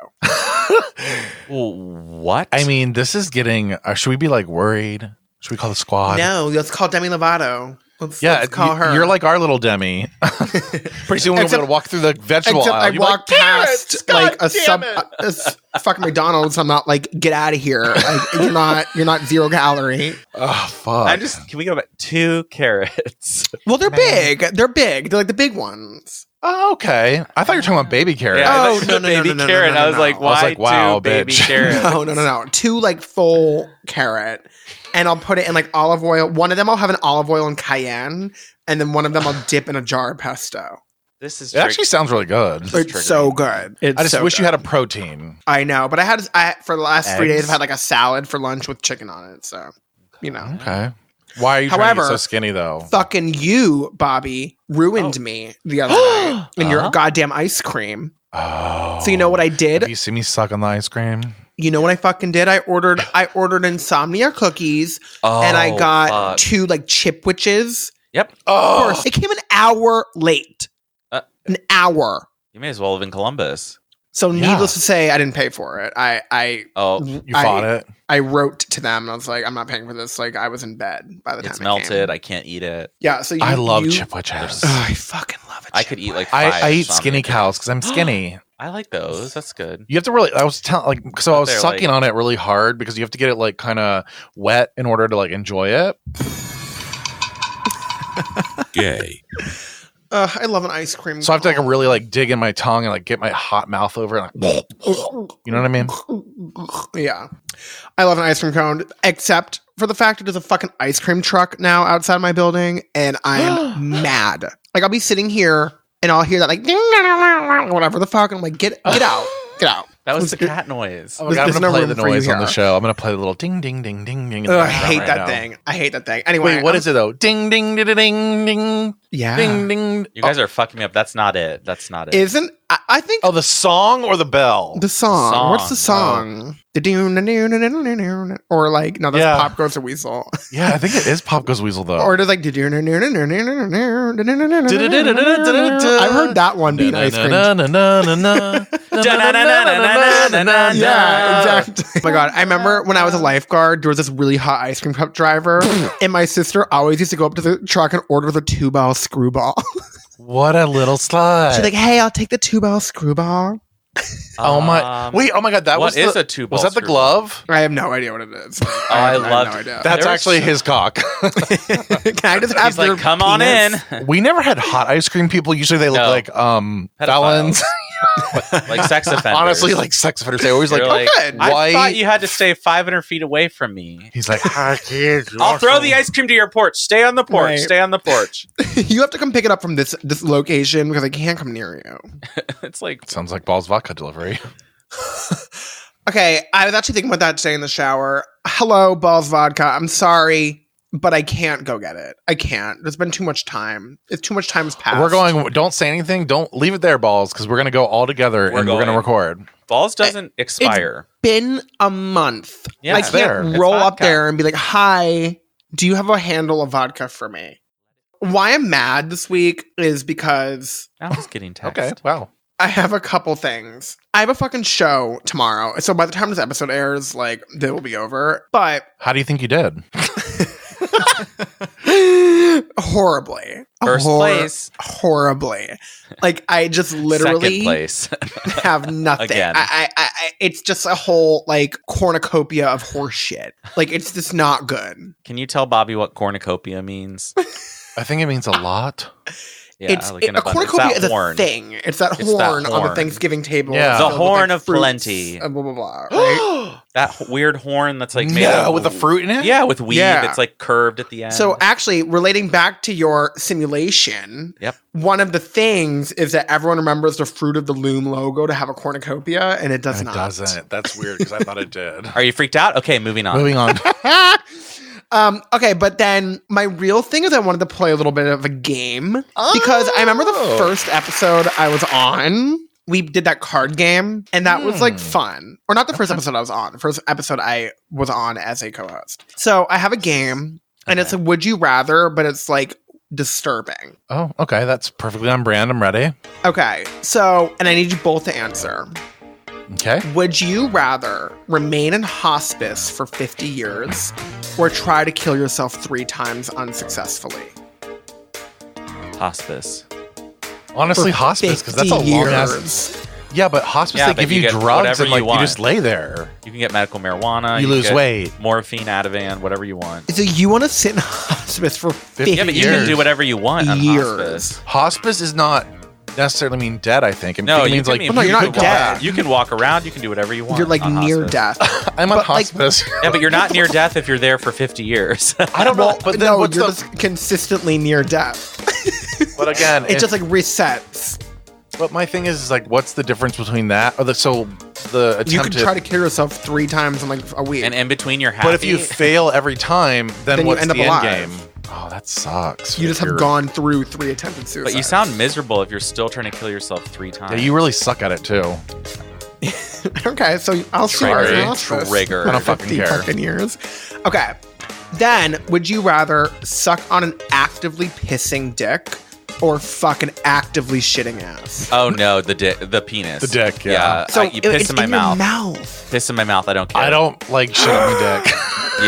Speaker 5: Well, what?
Speaker 4: I mean, this is getting. Uh, should we be like worried? Should we call the squad?
Speaker 7: No, let's call Demi Lovato. Let's,
Speaker 4: Yeah,
Speaker 7: let's call
Speaker 4: you-
Speaker 7: her.
Speaker 4: You're like our little Demi. Pretty soon we'll be
Speaker 7: Except-
Speaker 4: able to walk through the vegetable
Speaker 7: except
Speaker 4: aisle.
Speaker 7: I
Speaker 4: You'll be like,
Speaker 7: walked past like a sub, a, a s- fucking McDonald's. I'm not like get out of here. Like, you're not you're not zero calorie.
Speaker 4: oh fuck!
Speaker 5: I'm just. Can we go back? Two carrots.
Speaker 7: Well, they're big. They're big. They're like the big ones.
Speaker 4: oh, okay. I thought you were talking about baby carrots.
Speaker 5: Yeah, I
Speaker 7: Oh,
Speaker 5: thought you
Speaker 7: no,
Speaker 5: said
Speaker 7: no, no,
Speaker 5: baby
Speaker 7: no, no, no,
Speaker 5: carrot.
Speaker 7: no,
Speaker 5: I was
Speaker 7: no.
Speaker 5: like,
Speaker 7: I
Speaker 5: why
Speaker 4: was like, wow,
Speaker 5: two baby
Speaker 4: bitch.
Speaker 5: carrots?
Speaker 7: No, no, no, no. Two like full carrot, and I'll put it in like olive oil. One of them I'll have an olive oil and cayenne, and then one of them I'll dip in a jar of pesto.
Speaker 5: This is
Speaker 4: It actually sounds really good.
Speaker 5: This is
Speaker 7: It's so good. It's
Speaker 4: I just
Speaker 7: so
Speaker 4: wish
Speaker 7: good.
Speaker 4: you had a protein.
Speaker 7: I know, but I had I for the last three days
Speaker 4: Eggs?
Speaker 7: I've had like a salad for lunch with chicken on it. So you know.
Speaker 4: Okay. Why are you trying to get
Speaker 7: However,
Speaker 4: so skinny though?
Speaker 7: Fucking you, Bobby, ruined me the other night in your goddamn ice cream.
Speaker 4: Uh-huh. Oh.
Speaker 7: So you know what I
Speaker 4: Have
Speaker 7: did?
Speaker 4: you see me suck on the ice cream?
Speaker 7: You know what I fucking did? I ordered I ordered insomnia cookies and
Speaker 4: Oh,
Speaker 7: I got two like chip witches.
Speaker 5: Yep.
Speaker 4: Oh.
Speaker 7: Of course. It came an hour late.
Speaker 5: Uh.
Speaker 7: an hour.
Speaker 5: You may as well live in Columbus.
Speaker 7: So
Speaker 4: Yeah.
Speaker 7: needless to say, I didn't pay for it. I I
Speaker 5: Oh,
Speaker 4: You
Speaker 7: I-
Speaker 4: fought it.
Speaker 7: I wrote to them and I was like, I'm not paying for this. Like I was in bed by the time
Speaker 5: it's
Speaker 7: it
Speaker 5: melted.
Speaker 7: Came.
Speaker 5: I can't eat it.
Speaker 7: Yeah, so you,
Speaker 4: I love
Speaker 7: you,
Speaker 4: chip wedges.
Speaker 7: Ugh, I fucking love it.
Speaker 5: I could eat like
Speaker 4: I,
Speaker 5: five.
Speaker 4: I eat
Speaker 5: insomnia
Speaker 4: skinny
Speaker 5: cookies.
Speaker 4: cows because I'm skinny.
Speaker 5: I like those. That's good.
Speaker 4: You have to really. I was telling like so.
Speaker 5: But
Speaker 4: I was
Speaker 5: they're,
Speaker 4: sucking
Speaker 5: like-
Speaker 4: on it really hard because you have to get it like kind of wet in order to like enjoy it.
Speaker 7: Ugh, uh, I love an ice cream.
Speaker 4: So I have to like really like dig in my tongue and like get my hot mouth over it. Like, you know what I mean?
Speaker 7: yeah, I love an ice cream cone, except for the fact that there's a fucking ice cream truck now outside my building, and I'm mad. Like I'll be sitting here and I'll hear that like ding, ding, ding, ding, ding, whatever the fuck, and I'm like, get get out, get out.
Speaker 5: That was the cat noise.
Speaker 4: Oh my God, I'm gonna play the noise on the show. I'm gonna play the little ding ding ding ding ding. in the
Speaker 7: Ugh, I
Speaker 4: background
Speaker 7: hate
Speaker 4: right
Speaker 7: that
Speaker 4: now.
Speaker 7: thing. I hate that thing. Anyway,
Speaker 4: Wait, what
Speaker 7: I'm-
Speaker 4: is it though? Ding ding ding ding ding
Speaker 7: Yeah.
Speaker 4: ding ding.
Speaker 5: You
Speaker 7: Oh.
Speaker 5: guys are fucking me up. That's not it. That's not it.
Speaker 7: Isn't I, I think
Speaker 4: Oh, the song or the bell?
Speaker 7: the song. What's the
Speaker 5: Song.
Speaker 7: song? The doo-na-na-na-na-na-na-na. or like no, that's
Speaker 4: Yeah.
Speaker 7: pop goes the weasel.
Speaker 4: yeah, I think it is Pop Goes Weasel though.
Speaker 7: Or just like I've heard that one beat ice cream. Yeah, exactly. Oh my god, I remember when I was a lifeguard, there was this really hot ice cream cup driver, and my sister always used to go up to the truck and order the two ball screwball.
Speaker 4: What a little slide.
Speaker 7: She's like, "Hey, I'll take the two ball screwball."
Speaker 4: oh my,
Speaker 5: Um,
Speaker 4: wait, oh my god, that
Speaker 5: what
Speaker 4: was
Speaker 5: is
Speaker 4: the,
Speaker 5: a two
Speaker 4: Was
Speaker 5: ball
Speaker 4: that the
Speaker 5: screwball?
Speaker 4: glove?
Speaker 7: I have no idea what it is.
Speaker 5: I
Speaker 7: have-
Speaker 5: loved-
Speaker 7: have no idea.
Speaker 4: That's
Speaker 5: There was-
Speaker 4: actually his cock.
Speaker 7: Can I just have
Speaker 5: He's like,
Speaker 7: your
Speaker 5: come on in.
Speaker 7: penis?"
Speaker 4: we never had hot ice cream people. Usually they look
Speaker 5: No.
Speaker 4: like um
Speaker 5: Pedophiles.
Speaker 4: felons.
Speaker 5: like sex offenders.
Speaker 4: Honestly, like sex offenders. They always like,
Speaker 5: You're like,
Speaker 4: "Oh, good.
Speaker 5: I thought
Speaker 4: Why?
Speaker 5: you had to stay 500 feet away from me.
Speaker 4: He's like, "Hi, kids, you
Speaker 5: I'll
Speaker 4: awesome."
Speaker 5: throw the ice cream to your porch. Stay on the porch.
Speaker 7: Right.
Speaker 5: Stay on the porch.
Speaker 7: you have to come pick it up from this this location because I can't come near you.
Speaker 5: it's like
Speaker 4: Sounds like balls vodka delivery.
Speaker 7: Okay, I was actually thinking about that today in the shower. Hello, balls vodka. I'm sorry, but I can't go get it. I can't. There's been too much time. It's too much time has passed.
Speaker 4: We're going. Don't say anything. Don't leave it there, balls, because we're gonna go all together
Speaker 5: We're
Speaker 4: and we're gonna
Speaker 5: going.
Speaker 4: record.
Speaker 5: balls doesn't expire.
Speaker 7: Been a month.
Speaker 5: Yeah,
Speaker 7: I
Speaker 5: it's
Speaker 7: can't
Speaker 4: there.
Speaker 5: It's
Speaker 7: roll up
Speaker 5: vodka.
Speaker 7: there and be like, "Hi, do you have a handle of vodka for me?" Why I'm mad this week is because
Speaker 5: Now I'm just getting text.
Speaker 4: Okay. Wow.
Speaker 7: I have a couple things. I have a fucking show tomorrow, so by the time this episode airs, like, it will be over. But
Speaker 4: How do you think you did?
Speaker 7: horribly.
Speaker 5: First
Speaker 7: Hor-
Speaker 5: place.
Speaker 7: Horribly. Like I just
Speaker 5: Second
Speaker 7: literally
Speaker 5: place.
Speaker 7: have nothing.
Speaker 5: Again.
Speaker 7: I, I, I, I- it's just a whole like cornucopia of horseshit. Like it's just not good.
Speaker 5: Can you tell Bobby what cornucopia means?
Speaker 4: I think it means a lot.
Speaker 5: Yeah,
Speaker 7: it's
Speaker 5: like an
Speaker 7: it- a
Speaker 5: abundance.
Speaker 7: cornucopia
Speaker 5: That
Speaker 7: is
Speaker 5: horn.
Speaker 7: a thing. It's that
Speaker 5: It's that
Speaker 7: horn on the
Speaker 5: horn.
Speaker 7: Thanksgiving table.
Speaker 4: Yeah.
Speaker 5: The
Speaker 7: filled with,
Speaker 5: horn
Speaker 7: like,
Speaker 5: of
Speaker 7: fruits
Speaker 5: plenty.
Speaker 7: and Blah blah blah. right?
Speaker 5: That h- weird horn that's like made
Speaker 4: yeah,
Speaker 5: of
Speaker 4: with the fruit in it.
Speaker 5: yeah with weed.
Speaker 7: Yeah.
Speaker 5: It's like curved at the end.
Speaker 7: So actually, relating back to your simulation,
Speaker 5: Yep.
Speaker 7: one of the things is that everyone remembers the fruit of the loom logo to have a cornucopia, and it does
Speaker 4: it
Speaker 7: not.
Speaker 4: doesn't. That's weird because I thought it did.
Speaker 5: are you freaked out? Okay, moving on.
Speaker 4: Moving on.
Speaker 7: um, okay, but then my real thing is I wanted to play a little bit of a game because I remember the
Speaker 4: Oh.
Speaker 7: first episode I was on. We did that card game, and that was like
Speaker 4: Hmm.
Speaker 7: fun. Or not the first episode I was on. The first episode I was on as a co-host. So I have a game, and it's a would you rather, but it's like disturbing.
Speaker 4: oh, okay. That's perfectly on brand. I'm ready.
Speaker 7: Okay, so, and I need you both to answer.
Speaker 4: Okay.
Speaker 7: Would you rather remain in hospice for 50 years or try to kill yourself three times unsuccessfully?
Speaker 5: Hospice.
Speaker 4: Honestly,
Speaker 7: For
Speaker 4: hospice because that's a
Speaker 7: 50
Speaker 4: long ass. Yeah, but hospice
Speaker 5: Yeah,
Speaker 4: they
Speaker 5: but
Speaker 4: give
Speaker 5: you
Speaker 4: you,
Speaker 5: get
Speaker 4: drugs
Speaker 5: whatever
Speaker 4: and like
Speaker 5: you
Speaker 4: you,
Speaker 5: want.
Speaker 4: just lay there.
Speaker 5: You can get medical marijuana.
Speaker 4: you lose
Speaker 5: get
Speaker 4: weight.
Speaker 5: Morphine, Ativan, whatever you want.
Speaker 7: So you want to sit in hospice for 50
Speaker 5: Yeah, but you
Speaker 4: years.
Speaker 5: can do whatever you want on
Speaker 7: years.
Speaker 5: hospice.
Speaker 4: Hospice is not necessarily mean dead. I think. It
Speaker 5: No, you
Speaker 4: means
Speaker 5: can
Speaker 4: like
Speaker 5: mean-
Speaker 7: No, you're
Speaker 5: you
Speaker 7: not
Speaker 5: can walk-
Speaker 7: dead.
Speaker 5: You can walk around. You can do whatever you want.
Speaker 7: You're like
Speaker 5: on
Speaker 7: near
Speaker 5: hospice.
Speaker 7: death.
Speaker 4: I'm on
Speaker 7: but, like-
Speaker 4: hospice.
Speaker 5: Yeah, but you're not near death if you're there for 50 years.
Speaker 4: I don't know.
Speaker 7: Well,
Speaker 4: But then
Speaker 7: no,
Speaker 4: what's
Speaker 7: you're
Speaker 4: the?
Speaker 7: just consistently near death.
Speaker 4: but again,
Speaker 7: It
Speaker 4: it's
Speaker 7: just like resets.
Speaker 4: But my thing is, is like, what's the difference between that? Or the, so the attempt
Speaker 7: You could
Speaker 4: to-
Speaker 7: try to kill yourself three times in like a week.
Speaker 5: and in between, you're happy.
Speaker 4: but if you fail every time, then,
Speaker 7: Then you
Speaker 4: what's
Speaker 7: end up
Speaker 4: the end
Speaker 7: alive.
Speaker 4: game? Oh, that sucks.
Speaker 7: you just have
Speaker 4: You're-
Speaker 7: gone through three attempted suicides.
Speaker 5: But you sound miserable if you're still trying to kill yourself three times.
Speaker 4: Yeah, you really suck at it too.
Speaker 7: Okay, so I'll see you
Speaker 5: Trigger.
Speaker 7: in hospice.
Speaker 5: Trigger.
Speaker 4: I don't fucking
Speaker 7: 50
Speaker 4: care.
Speaker 7: fucking years. Okay. Then, would you rather suck on an actively pissing dick or fucking actively shitting ass?
Speaker 5: Oh no, the dick, the penis,
Speaker 4: The dick, yeah.
Speaker 5: so Uh, you
Speaker 7: it-
Speaker 5: piss
Speaker 7: it's
Speaker 5: in my
Speaker 7: your
Speaker 5: mouth. Piss in my mouth. I don't care.
Speaker 4: I don't like shit on my dick.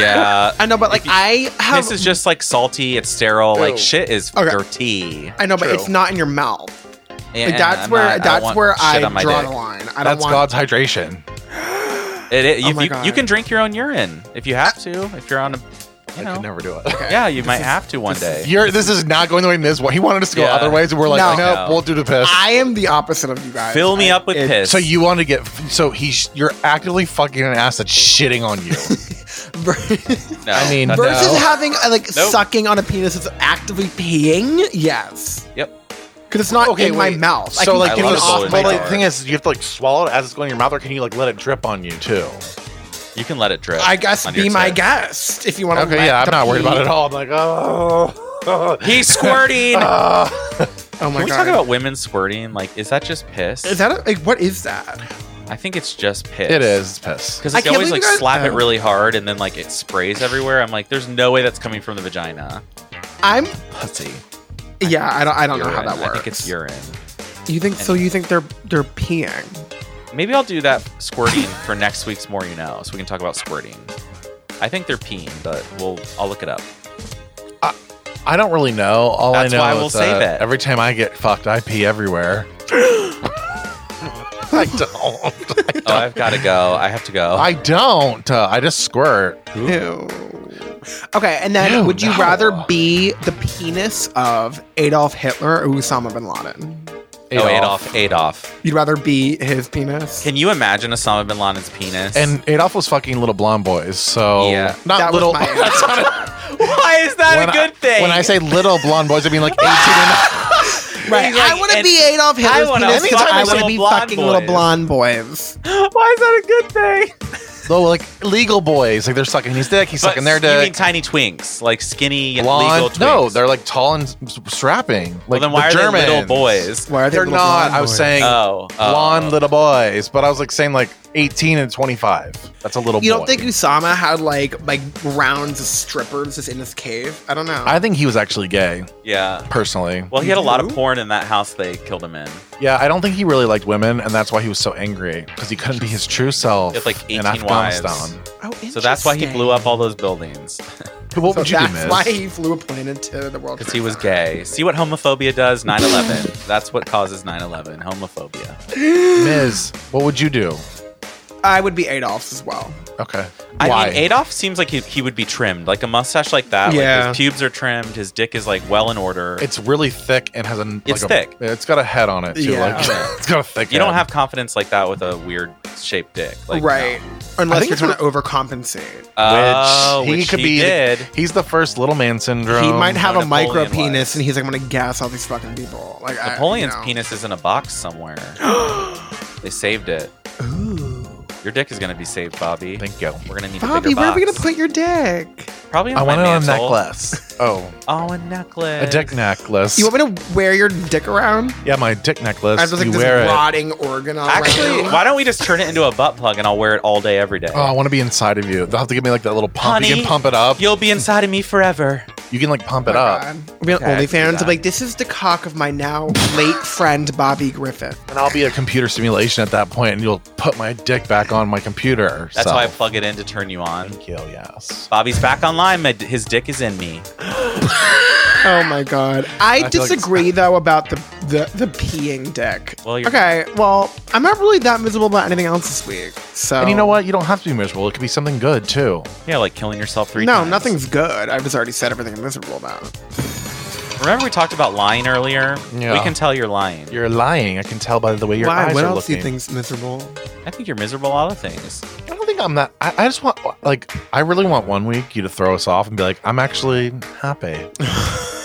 Speaker 5: Yeah.
Speaker 7: I know, but like I have.
Speaker 5: Piss is just like salty. It's sterile. Like shit is
Speaker 7: Okay.
Speaker 5: dirty.
Speaker 7: I know, but
Speaker 4: True.
Speaker 7: it's not in your mouth.
Speaker 5: Yeah,
Speaker 7: Like, that's
Speaker 5: I'm
Speaker 7: where
Speaker 5: not- I don't
Speaker 7: that's
Speaker 5: want
Speaker 7: where
Speaker 5: shit
Speaker 7: I
Speaker 5: on my
Speaker 7: draw
Speaker 5: dick.
Speaker 7: the line. I don't
Speaker 4: That's
Speaker 7: want.
Speaker 4: God's hydration.
Speaker 5: It, it-
Speaker 7: Oh
Speaker 5: you,
Speaker 7: my
Speaker 5: you-
Speaker 7: God.
Speaker 5: you can drink your own urine if you have to. If you're on a, you
Speaker 4: I
Speaker 5: know,
Speaker 4: could never do it.
Speaker 5: yeah, you might have to one day.
Speaker 4: You're, this is not going the way Miz. wa- He wanted us to go
Speaker 5: Yeah.
Speaker 4: other ways, and we're like,
Speaker 7: No.
Speaker 4: no,
Speaker 5: No.
Speaker 4: we'll do the piss.
Speaker 7: I am the opposite of you guys.
Speaker 5: Fill me
Speaker 7: I-
Speaker 5: up with
Speaker 7: it-
Speaker 5: piss.
Speaker 4: so you want to get? So he's you're actively fucking an ass that's shitting on you.
Speaker 5: No,
Speaker 4: I mean,
Speaker 5: that's-
Speaker 7: Versus
Speaker 4: No.
Speaker 7: having uh, like
Speaker 5: Nope.
Speaker 7: sucking on a penis that's actively peeing. Yes.
Speaker 5: Yep.
Speaker 7: Because because it's not in my
Speaker 4: wait.
Speaker 7: mouth. I
Speaker 4: So
Speaker 7: can
Speaker 4: like,
Speaker 7: feel
Speaker 4: you
Speaker 7: it off
Speaker 4: well,
Speaker 7: my
Speaker 4: the
Speaker 7: tongue.
Speaker 4: thing is, you have to like swallow it as it's going in your mouth, or can you like let it drip on you too?
Speaker 5: You can let it drip.
Speaker 7: I guess
Speaker 5: on your
Speaker 7: be my
Speaker 5: tip.
Speaker 7: guest if you want to.
Speaker 4: Okay, yeah, I'm not worried about it at all. I'm like, oh,
Speaker 5: He's squirting.
Speaker 4: Uh,
Speaker 7: Oh
Speaker 5: Can
Speaker 7: my
Speaker 5: we
Speaker 7: god.
Speaker 5: talk about women squirting? Like, is that just piss?
Speaker 7: is that a, like what is that?
Speaker 5: I think it's just piss.
Speaker 4: it is piss.
Speaker 5: Because
Speaker 7: I
Speaker 5: they
Speaker 7: can't
Speaker 5: always like
Speaker 7: believe you guys-
Speaker 5: slap it
Speaker 7: Oh.
Speaker 5: really hard and then like it sprays everywhere. I'm like, there's no way that's coming from the vagina.
Speaker 7: I'm
Speaker 5: Pussy.
Speaker 7: yeah. I don't. I don't know how
Speaker 5: Urine.
Speaker 7: that works.
Speaker 5: I think it's urine.
Speaker 7: You think so? You think they're they're peeing?
Speaker 5: Maybe I'll do that squirting for next week's more you know, so we can talk about squirting. I think they're peeing, but we'll I'll look it up.
Speaker 4: I don't really know. All
Speaker 5: That's
Speaker 4: I know
Speaker 5: why
Speaker 4: is
Speaker 5: we'll say that.
Speaker 4: every time I get fucked, I pee everywhere. I don't.
Speaker 5: Oh, I've got to go. I have to go.
Speaker 4: I don't. Uh, I just squirt.
Speaker 7: Ew. Okay, and then
Speaker 4: Ew,
Speaker 7: would you
Speaker 4: no.
Speaker 7: rather be the penis of Adolf Hitler or Osama bin Laden?
Speaker 5: oh, Adolf. Adolf.
Speaker 7: You'd rather be his penis.
Speaker 5: Can you imagine Osama bin Laden's penis?
Speaker 4: And Adolf was fucking little blonde boys, so
Speaker 5: Yeah.
Speaker 4: not
Speaker 7: That was
Speaker 4: little.
Speaker 7: my answer.
Speaker 4: that's not a-
Speaker 5: why is that
Speaker 4: when
Speaker 5: a
Speaker 4: I-
Speaker 5: good thing?
Speaker 4: When I say little blonde boys, I mean like 18 and
Speaker 7: right?
Speaker 5: He's like,
Speaker 7: I want to
Speaker 5: and
Speaker 7: be Adolf Hitler's
Speaker 5: wanna
Speaker 7: penis.
Speaker 5: fuck
Speaker 7: I want to
Speaker 5: little
Speaker 7: be
Speaker 5: blonde
Speaker 7: fucking little
Speaker 5: boys.
Speaker 7: blonde boys.
Speaker 5: why is that a good thing?
Speaker 4: though like legal boys, like they're sucking his dick, he's sucking their
Speaker 5: But You mean
Speaker 4: dick.
Speaker 5: tiny twinks, like skinny legal
Speaker 4: Blonde?
Speaker 5: twinks?
Speaker 4: No, they're like tall and s- s- strapping. Like
Speaker 5: well, then why
Speaker 4: the
Speaker 5: are
Speaker 4: Germans.
Speaker 5: they little boys?
Speaker 7: Why are they
Speaker 4: They're
Speaker 7: little
Speaker 4: not.
Speaker 7: blonde
Speaker 4: I was
Speaker 7: boys?
Speaker 4: saying
Speaker 5: Oh, oh.
Speaker 4: blonde little boys, but I was like saying like 18 and 25. That's a little.
Speaker 7: You
Speaker 4: boy.
Speaker 7: don't think Usama had like like rounds of strippers just in his cave? I don't know.
Speaker 4: I think he was actually gay,
Speaker 5: Yeah.
Speaker 4: personally.
Speaker 5: Well, he had a lot of
Speaker 7: Who?
Speaker 5: porn in that house they killed him in.
Speaker 4: Yeah, I don't think he really liked women, and that's why he was so angry because he couldn't be his true self.
Speaker 5: He had, like,
Speaker 4: in
Speaker 5: 18 wives.
Speaker 4: Afghanistan.
Speaker 7: oh,
Speaker 5: So that's why he
Speaker 7: interesting.
Speaker 5: blew up all those buildings
Speaker 4: What
Speaker 7: So
Speaker 4: would you do,
Speaker 7: that's
Speaker 4: Miz?
Speaker 7: why he flew a plane into the world.
Speaker 5: because
Speaker 7: Because
Speaker 5: he was gay. See what homophobia does? 9 11. That's what causes 9 11. Homophobia.
Speaker 4: Miz, what would you do?
Speaker 7: I would be Adolf's as well.
Speaker 4: Okay.
Speaker 5: I mean, Adolf seems like he, he would be trimmed, like a mustache like that.
Speaker 7: Yeah.
Speaker 5: Like his pubes are trimmed, his dick is like well in order.
Speaker 4: it's really thick and has a. Like
Speaker 5: It's
Speaker 4: a-
Speaker 5: thick.
Speaker 4: It's got a head on it too.
Speaker 7: Yeah.
Speaker 4: Like it's got a thick.
Speaker 5: you don't
Speaker 4: head.
Speaker 5: have confidence like that with a weird shaped dick. Like,
Speaker 7: right.
Speaker 4: I
Speaker 7: Unless
Speaker 4: think
Speaker 7: you're
Speaker 4: it's
Speaker 7: trying to overcompensate.
Speaker 5: no. Oh,
Speaker 4: he could be.
Speaker 5: did.
Speaker 4: He's the first little man syndrome.
Speaker 7: he might have
Speaker 5: how
Speaker 7: a micro
Speaker 5: Napoleon
Speaker 7: penis
Speaker 5: was.
Speaker 7: and he's like, I'm gonna gas all these fucking people. Like I-
Speaker 5: Napoleon's
Speaker 7: you know.
Speaker 5: penis is in a box somewhere. they saved it. Your dick is gonna be saved, Bobby.
Speaker 4: Thank you.
Speaker 5: We're gonna need a
Speaker 7: Bobby,
Speaker 5: bigger
Speaker 7: where are we gonna
Speaker 5: box.
Speaker 7: put your dick?
Speaker 5: Probably. In
Speaker 4: I
Speaker 5: my
Speaker 4: want a
Speaker 5: mantle.
Speaker 4: necklace. Oh,
Speaker 5: Oh, a necklace.
Speaker 4: a dick necklace.
Speaker 7: You want me to wear your dick around?
Speaker 4: yeah, my dick necklace.
Speaker 7: I was like
Speaker 4: you
Speaker 7: this
Speaker 4: wear it.
Speaker 7: rotting organ all
Speaker 5: Actually,
Speaker 7: around.
Speaker 5: why don't we just turn it into a butt plug and I'll wear it all day, every day.
Speaker 4: Oh, I want to be inside of you. They'll have to give me like that little pump.
Speaker 5: Honey,
Speaker 4: you can pump it up.
Speaker 5: You'll be inside of me forever.
Speaker 4: You can like pump
Speaker 7: Oh
Speaker 4: it
Speaker 7: my
Speaker 4: up.
Speaker 7: God. We'll be on
Speaker 5: Okay, I can do
Speaker 7: OnlyFans. I'm
Speaker 5: that.
Speaker 7: like, this is the cock of my now late friend Bobby Griffith.
Speaker 4: And I'll be a computer simulation at that point, and you'll put my dick back on my computer.
Speaker 5: That's
Speaker 4: so.
Speaker 5: how I plug it in to turn you on.
Speaker 4: Kill yes.
Speaker 5: Bobby's back online. My, his dick is in me.
Speaker 7: Oh my god. I,
Speaker 4: I feel like-
Speaker 7: disagree though about the, the the peeing dick.
Speaker 5: Well, you're-
Speaker 7: okay. Well, I'm not really that miserable about anything else this week. So
Speaker 4: And you know what? You don't have to be miserable. It could be something good too.
Speaker 5: Yeah, like killing yourself three
Speaker 7: No,
Speaker 5: times.
Speaker 7: nothing's good. I was already said everything I'm miserable about.
Speaker 5: Remember we talked about lying earlier?
Speaker 4: Yeah.
Speaker 5: We can tell you're lying.
Speaker 4: You're lying. I can tell by the way your
Speaker 7: Why?
Speaker 4: eyes
Speaker 7: What
Speaker 4: are
Speaker 7: else do
Speaker 4: looking.
Speaker 7: you think's miserable?
Speaker 5: I think you're miserable at a lot of things.
Speaker 4: I don't think I'm that. I, I just want like I really want one week you to throw us off and be like, I'm actually happy.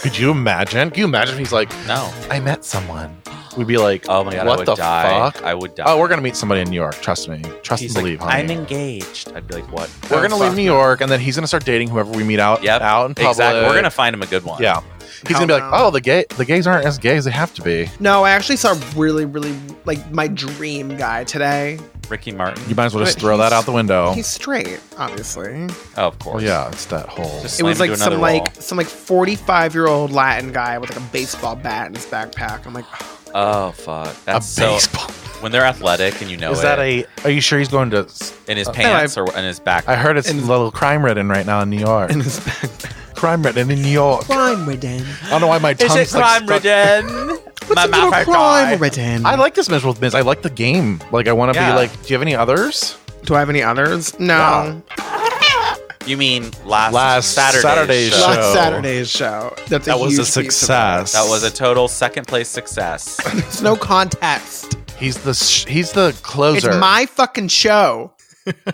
Speaker 4: could you imagine? Can you imagine if he's like,
Speaker 5: No.
Speaker 4: I met someone? We'd be like,
Speaker 5: Oh my god,
Speaker 4: what
Speaker 5: I would
Speaker 4: the
Speaker 5: die.
Speaker 4: fuck?
Speaker 5: I would die.
Speaker 4: Oh, we're gonna meet somebody in New York. Trust me. Trust
Speaker 5: He's
Speaker 4: and
Speaker 5: like,
Speaker 4: believe, honey.
Speaker 5: I'm engaged. I'd be like, what?
Speaker 4: we're gonna
Speaker 7: Oh,
Speaker 4: leave
Speaker 7: fuck
Speaker 4: New York, and then he's gonna start dating whoever we meet out
Speaker 5: Yep.
Speaker 4: out in public.
Speaker 5: Exactly. We're gonna find him a good one.
Speaker 4: Yeah. He's
Speaker 7: Hell
Speaker 4: gonna be like,
Speaker 7: no.
Speaker 4: oh, the gay, the gays aren't as gay as they have to be.
Speaker 7: No, I actually saw really, really like my dream guy today.
Speaker 5: Ricky Martin.
Speaker 4: You might as well just
Speaker 7: But
Speaker 4: throw that
Speaker 7: he's-
Speaker 4: out the window.
Speaker 7: He's straight, obviously.
Speaker 5: oh, of
Speaker 4: Well,
Speaker 5: course.
Speaker 4: yeah, it's that whole.
Speaker 5: Just
Speaker 7: It was
Speaker 5: slam
Speaker 7: like
Speaker 5: into another
Speaker 7: some
Speaker 5: wall.
Speaker 7: like some like 45 year old Latin guy with like a baseball bat in his backpack. I'm like, oh,
Speaker 5: Oh fuck.
Speaker 4: a
Speaker 5: That's so
Speaker 4: baseball.
Speaker 5: when they're athletic and you know
Speaker 4: Is
Speaker 5: it,
Speaker 4: that a? Are you sure he's going to?
Speaker 5: in his
Speaker 7: I-
Speaker 5: pants or in his back.
Speaker 4: I heard it's a little crime ridden right now in New York.
Speaker 7: in his backpack.
Speaker 4: crime ridden in New York. I
Speaker 7: Crime ridden.
Speaker 4: don't know why my tongue's like stuck-
Speaker 5: ridden?
Speaker 7: What's a little crime ridden?
Speaker 4: I like this miserable biz. I like the game. Like I want to
Speaker 5: Yeah.
Speaker 4: be like. Do you have any others?
Speaker 7: Do I have any others? No.
Speaker 4: Wow.
Speaker 5: You mean last
Speaker 4: Last
Speaker 5: Saturday's,
Speaker 4: Saturday's
Speaker 5: show.
Speaker 4: show.
Speaker 7: Last Saturday's show. That's
Speaker 4: That
Speaker 7: a
Speaker 4: was
Speaker 7: huge
Speaker 4: a
Speaker 7: piece of
Speaker 4: success.
Speaker 5: That was a total second place success.
Speaker 7: it. There's no contest.
Speaker 4: He's the sh- he's the closer.
Speaker 7: It's my fucking show.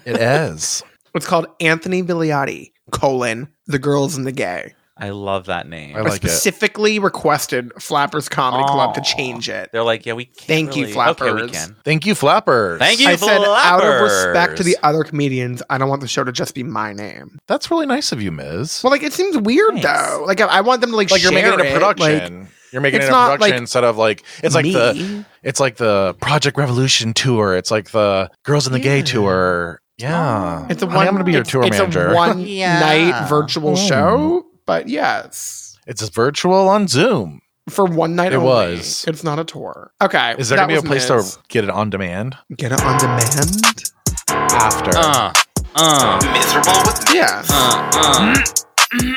Speaker 4: It is.
Speaker 7: It's called Anthony Bigliotti colon the girls and the gay.
Speaker 5: I love that name.
Speaker 7: I specifically requested Flappers Comedy Club to change it.
Speaker 5: They're like, yeah, we can't
Speaker 7: Thank you,
Speaker 5: really-
Speaker 7: Flappers.
Speaker 5: Okay, we can.
Speaker 4: Thank you, Flappers.
Speaker 5: Thank you,
Speaker 7: I said, out of respect
Speaker 5: Flappers.
Speaker 7: to the other comedians, I don't want the show to just be my name.
Speaker 4: That's really nice of you, Miz.
Speaker 7: Well, like it seems weird
Speaker 5: Thanks.
Speaker 7: though. Like I, I want them to like,
Speaker 4: like you're making
Speaker 7: share
Speaker 4: it a
Speaker 7: like,
Speaker 4: production. you're making
Speaker 7: it's
Speaker 4: it a
Speaker 7: not,
Speaker 4: production
Speaker 7: like,
Speaker 4: instead of like it's like the
Speaker 7: me.
Speaker 4: it's like the Project Revolution tour. It's like the Girls in the Gay tour. Yeah,
Speaker 7: It's a
Speaker 4: Honey,
Speaker 7: one.
Speaker 4: I'm gonna be your
Speaker 7: it's-
Speaker 4: tour
Speaker 7: it's
Speaker 4: manager.
Speaker 7: a one
Speaker 5: Yeah.
Speaker 7: night virtual
Speaker 4: Mm.
Speaker 7: show, but yes,
Speaker 4: It's just virtual on Zoom.
Speaker 7: for one night.
Speaker 4: It
Speaker 7: only.
Speaker 4: was.
Speaker 7: It's not a tour. Okay.
Speaker 4: Is there
Speaker 7: that
Speaker 4: gonna be a
Speaker 7: was
Speaker 4: place
Speaker 7: Miz.
Speaker 4: to get it on demand
Speaker 7: get it on demand?
Speaker 4: after?
Speaker 5: Uh, uh,
Speaker 3: Miserable with
Speaker 7: Yeah.
Speaker 5: uh, uh.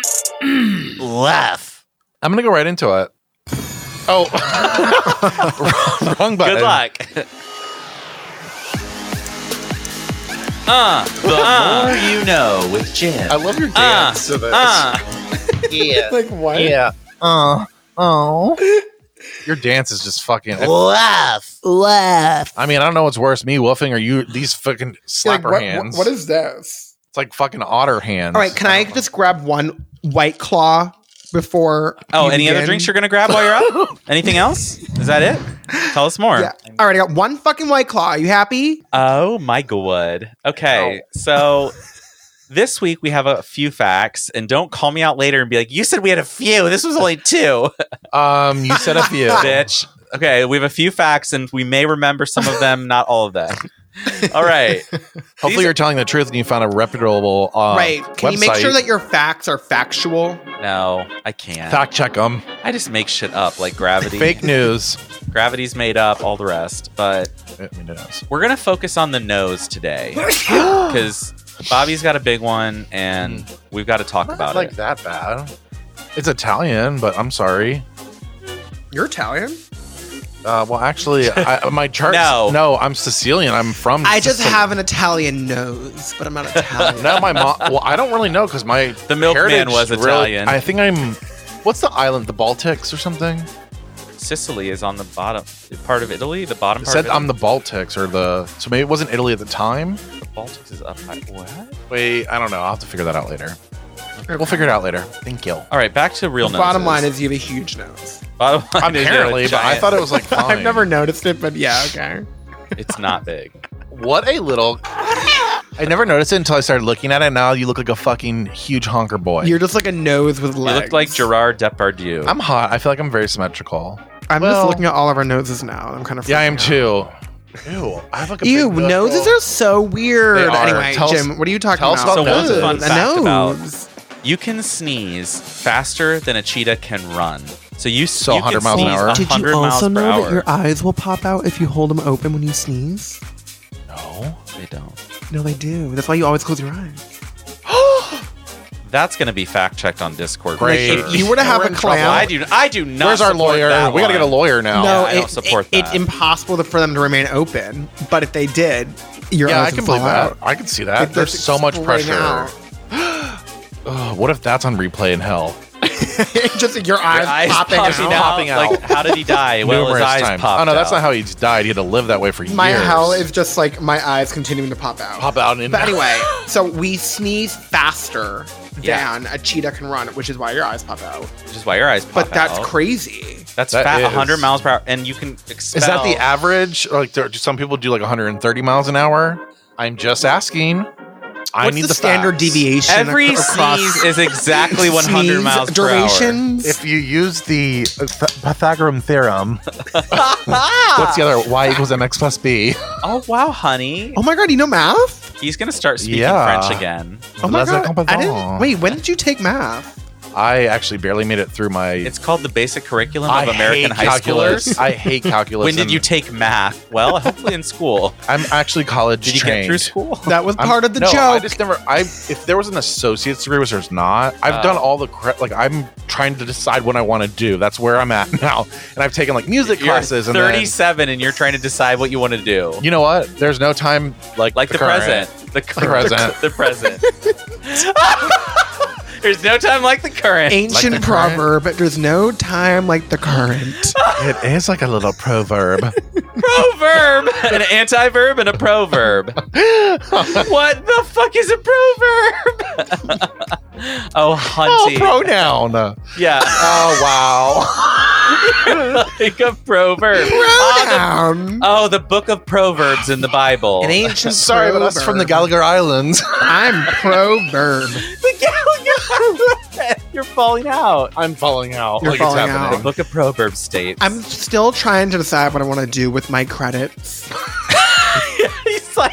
Speaker 5: Laugh.
Speaker 4: I'm gonna go right into it. Oh, wrong button.
Speaker 5: Good luck. uh, the more you know with Jim.
Speaker 4: I love your dance to this.
Speaker 5: Uh,
Speaker 7: like what?
Speaker 4: Yeah. Uh, oh. Your dance is just fucking.
Speaker 5: laugh.
Speaker 4: I mean, I don't know what's worse, me woofing or you, these fucking
Speaker 7: Like,
Speaker 4: slapper
Speaker 7: what-
Speaker 4: hands.
Speaker 7: what is this?
Speaker 4: it's like fucking otter hands.
Speaker 7: All right, can I just grab one white claw before?
Speaker 5: Oh,
Speaker 7: you
Speaker 5: any other
Speaker 7: begin?
Speaker 5: drinks you're gonna grab while you're up? Anything else? Is that it? Tell us more.
Speaker 7: Yeah. All right, I got one fucking white claw. Are you happy?
Speaker 5: Oh my god.
Speaker 4: Oh.
Speaker 5: Okay, so this week we have a few facts, and don't call me out later and be like, "You said we had a few. This was only two,
Speaker 4: Um, you said a few.
Speaker 5: bitch." Okay, we have a few facts, and we may remember some of them, not all of them. All right.
Speaker 4: Hopefully, you're telling the truth and you found a reputable uh,
Speaker 7: right. Can you make
Speaker 4: website.
Speaker 7: sure that your facts are factual?
Speaker 5: No, I can't.
Speaker 4: fact check them?
Speaker 5: I just make shit up like gravity.
Speaker 4: Fake news.
Speaker 5: Gravity's made up, all the rest. But
Speaker 4: I mean, it is.
Speaker 5: we're gonna focus on the nose today because Bobby's got a big one, and we've got to talk
Speaker 4: Mm. Not
Speaker 5: about
Speaker 4: like
Speaker 5: it.
Speaker 4: that bad. It's Italian, but I'm sorry.
Speaker 7: You're Italian.
Speaker 4: Uh, well, actually, I, my chart.
Speaker 5: No.
Speaker 4: no, I'm Sicilian. I'm from.
Speaker 7: I just
Speaker 4: Sicily.
Speaker 7: have an Italian nose, but I'm not Italian.
Speaker 4: No, my mom. Well, I don't really know because my
Speaker 5: The milkman
Speaker 4: heritage
Speaker 5: was
Speaker 4: really-
Speaker 5: Italian.
Speaker 4: I think I'm. What's the island? The Baltics or something?
Speaker 5: Sicily is on the bottom part of Italy. The bottom
Speaker 4: It
Speaker 5: part
Speaker 4: said
Speaker 5: of Italy.
Speaker 4: I'm the Baltics or the. So maybe it wasn't Italy at the time.
Speaker 5: the Baltics is up high. What?
Speaker 4: Wait, I don't know. I'll have to figure that out later. We'll figure it out later. Thank you.
Speaker 5: All right, back to real noses.
Speaker 7: Bottom line is you have a huge nose.
Speaker 5: bottom line is you have a
Speaker 4: Apparently, but I
Speaker 5: giant-
Speaker 4: thought it was like fine.
Speaker 7: I've never noticed it, but yeah, okay.
Speaker 5: it's not big.
Speaker 4: What a little. I never noticed it until I started looking at it. Now you look like a fucking huge honker boy.
Speaker 7: You're just like a nose with
Speaker 5: You
Speaker 7: legs.
Speaker 5: look like Gerard Depardieu.
Speaker 4: I'm hot. I feel like I'm very symmetrical.
Speaker 7: I'm
Speaker 4: well-
Speaker 7: just looking at all of our noses now. and I'm kind of
Speaker 4: Yeah, I am
Speaker 7: freaking out.
Speaker 4: too. Ew, I have like a
Speaker 7: Ew,
Speaker 4: big
Speaker 7: noses
Speaker 4: nostril.
Speaker 7: are so weird.
Speaker 4: They are.
Speaker 7: Anyway,
Speaker 4: Tell us-
Speaker 7: Jim, what are you talking
Speaker 4: tell us
Speaker 7: about?
Speaker 4: about So what's a noses.
Speaker 5: fun
Speaker 7: The
Speaker 5: fact about-
Speaker 7: nose.
Speaker 5: you can sneeze faster than a cheetah can run. So you
Speaker 4: So
Speaker 5: you can
Speaker 4: 100 miles an
Speaker 5: sneeze
Speaker 4: hour.
Speaker 5: 100 miles per hour.
Speaker 7: eyes will pop out if you hold them open when you sneeze?
Speaker 4: No.
Speaker 5: They don't.
Speaker 7: No, they do. That's why you always close your eyes.
Speaker 5: That's going to be fact checked on Discord. for
Speaker 4: Great.
Speaker 5: sure.
Speaker 7: If you were to have
Speaker 4: We're
Speaker 7: a
Speaker 4: in trouble.
Speaker 7: clown,
Speaker 5: I do. I do not.
Speaker 4: Where's our
Speaker 5: support
Speaker 4: lawyer?
Speaker 5: that
Speaker 4: We gotta get a
Speaker 5: one.
Speaker 4: lawyer now.
Speaker 7: no,
Speaker 5: I don't
Speaker 7: it-
Speaker 5: support
Speaker 7: it- It's
Speaker 5: that.
Speaker 7: impossible to- for them to remain open. But if they did, your
Speaker 4: Yeah,
Speaker 7: eyes
Speaker 4: I can
Speaker 7: would
Speaker 4: believe
Speaker 7: fall
Speaker 4: that.
Speaker 7: out.
Speaker 4: I can see
Speaker 7: Like,
Speaker 4: that.
Speaker 7: they're
Speaker 4: There's so much
Speaker 7: splaying
Speaker 4: pressure.
Speaker 7: out.
Speaker 4: Ugh, what if that's on replay in hell?
Speaker 7: just your eyes,
Speaker 5: Your eyes
Speaker 7: popping, out.
Speaker 4: Popping out.
Speaker 5: Like, how did he die? well, his
Speaker 4: Numerous
Speaker 5: eyes
Speaker 4: times.
Speaker 5: popped
Speaker 4: Oh no, that's
Speaker 5: out.
Speaker 4: not how he died. He had to live that way for years.
Speaker 7: My hell is just like my eyes continuing to pop out.
Speaker 4: pop out and
Speaker 7: But anyway, so we sneeze faster
Speaker 5: Yeah.
Speaker 7: than a cheetah can run, which is why your eyes pop out.
Speaker 5: Which is why your eyes pop
Speaker 7: But that's
Speaker 5: out.
Speaker 7: crazy.
Speaker 5: That's
Speaker 4: That
Speaker 5: fat,
Speaker 4: is.
Speaker 5: 100 miles per hour, and you can expel.
Speaker 4: Is that the average? Like, there, do some people do like 130 miles an hour? I'm just asking. I
Speaker 7: What's
Speaker 4: need
Speaker 7: the,
Speaker 4: the,
Speaker 7: standard
Speaker 4: facts.
Speaker 7: deviation
Speaker 5: Every
Speaker 7: ac- across
Speaker 5: sneeze is exactly 100
Speaker 7: sneeze
Speaker 5: miles per hour.
Speaker 7: durations?
Speaker 4: If you use the uh, Pyth- Pythagorean theorem, what's the other? Y equals mx plus b.
Speaker 5: Oh wow, honey,
Speaker 7: oh my god, you know math?
Speaker 5: he's gonna start speaking
Speaker 4: Yeah.
Speaker 5: French again.
Speaker 7: Oh my
Speaker 4: Laissez
Speaker 7: god, I didn't.
Speaker 4: compétent.
Speaker 7: Wait, when did you take math?
Speaker 4: I actually barely made it through my.
Speaker 5: It's called the basic curriculum
Speaker 4: I
Speaker 5: of American
Speaker 4: hate
Speaker 5: high
Speaker 4: calculus.
Speaker 5: schoolers.
Speaker 4: I hate calculus.
Speaker 5: When did
Speaker 4: and
Speaker 5: you take math? Well, hopefully in school.
Speaker 4: I'm actually college
Speaker 5: Did you
Speaker 4: trained.
Speaker 5: get through school?
Speaker 7: That was
Speaker 4: I'm-
Speaker 7: part of the
Speaker 4: no, I
Speaker 7: joke.
Speaker 4: just never. I if there was an associate's degree, which there's not. I've
Speaker 5: Oh.
Speaker 4: done all the cre- like. I'm trying to decide what I want to do. That's where I'm at now, and I've taken like music
Speaker 5: You're
Speaker 4: classes and then-
Speaker 5: 37, and you're trying to decide what you want to do.
Speaker 4: you know what? There's no time like
Speaker 5: like the,
Speaker 4: current.
Speaker 5: present. The, cur-
Speaker 4: present.
Speaker 5: The, present. There's no time like the current.
Speaker 7: Ancient
Speaker 4: like the current.
Speaker 7: proverb, there's no time like the current.
Speaker 4: It is like a little proverb.
Speaker 5: proverb, an antiverb, and a proverb. what the fuck is a proverb? Oh, hunty.
Speaker 4: pronoun.
Speaker 5: Yeah.
Speaker 4: Oh
Speaker 5: like a proverb. Oh the, oh, the book of proverbs in the Bible.
Speaker 7: An ancient
Speaker 4: Sorry, but that's from the Gallagher Islands.
Speaker 7: I'm proverb.
Speaker 5: You're falling out.
Speaker 4: I'm falling out.
Speaker 7: You're
Speaker 4: like
Speaker 7: falling
Speaker 4: it's
Speaker 5: The
Speaker 4: happening.
Speaker 5: book of proverbs states.
Speaker 7: I'm still trying to decide what I want to do with my credits.
Speaker 5: He's like,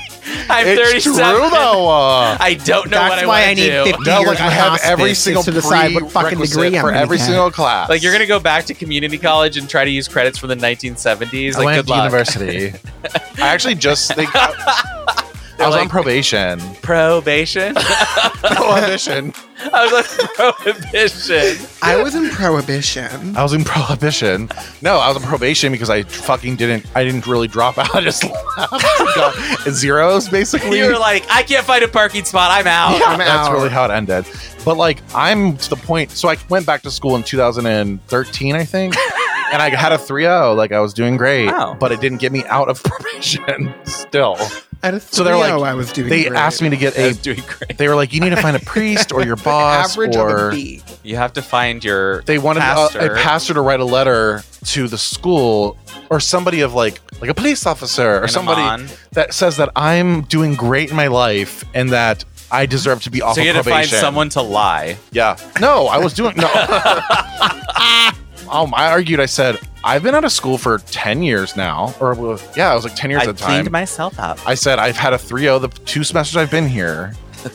Speaker 5: I'm
Speaker 4: It's
Speaker 5: 37.
Speaker 4: true though. Uh,
Speaker 5: I don't know what
Speaker 7: That's
Speaker 5: I
Speaker 7: why
Speaker 5: want
Speaker 7: I need
Speaker 5: to do.
Speaker 7: 50
Speaker 4: no, like
Speaker 7: years
Speaker 4: I have
Speaker 7: hospice
Speaker 4: every
Speaker 7: is
Speaker 4: single
Speaker 7: to decide what fucking degree I'm
Speaker 4: for
Speaker 7: gonna
Speaker 4: every
Speaker 7: get.
Speaker 4: single class.
Speaker 5: Like you're gonna go back to community college and try to use credits from the 1970s.
Speaker 4: I
Speaker 5: Like
Speaker 4: went
Speaker 5: good
Speaker 4: to
Speaker 5: luck.
Speaker 4: university. I actually just think I
Speaker 5: They're
Speaker 4: was on
Speaker 5: like,
Speaker 4: probation.
Speaker 5: Probation.
Speaker 4: Prohibition.
Speaker 5: I was like prohibition.
Speaker 7: I was in prohibition.
Speaker 4: I was in prohibition. No, I was on probation because I fucking didn't. I didn't really drop out. I just got zeros basically.
Speaker 5: You were like, I can't find a parking spot. I'm out.
Speaker 4: Yeah,
Speaker 7: I'm
Speaker 4: that's
Speaker 7: out.
Speaker 4: really how it ended. But like, I'm to the point. So I went back to school in 2013, I think, and I had a 3.0. Like I was doing great,
Speaker 5: Wow.
Speaker 4: but it didn't get me out of probation. Still,
Speaker 7: At a
Speaker 4: So they're like-
Speaker 7: 3.0, oh, I was doing.
Speaker 4: they
Speaker 7: great.
Speaker 4: asked me to get
Speaker 5: I
Speaker 4: a.
Speaker 5: was doing great.
Speaker 4: They were like, you need to find a priest or your
Speaker 7: Like
Speaker 4: boss,
Speaker 7: average
Speaker 4: or
Speaker 7: of a B.
Speaker 5: You have to find your.
Speaker 4: they wanted uh, a,
Speaker 5: Pastor.
Speaker 4: a pastor to write a letter to the school or somebody of like like a police officer or
Speaker 5: an
Speaker 4: somebody
Speaker 5: Amon.
Speaker 4: that says that I'm doing great in my life and that I deserve to be off
Speaker 5: So
Speaker 4: of
Speaker 5: you had to find
Speaker 4: probation.
Speaker 5: someone to lie.
Speaker 4: Yeah. No, I was doing no. um, I argued. I said I've been out of school for ten years now, or well, yeah, I was like ten years
Speaker 5: I
Speaker 4: at the time.
Speaker 5: cleaned myself up.
Speaker 4: I said I've had a 3.0 the two semesters I've been here.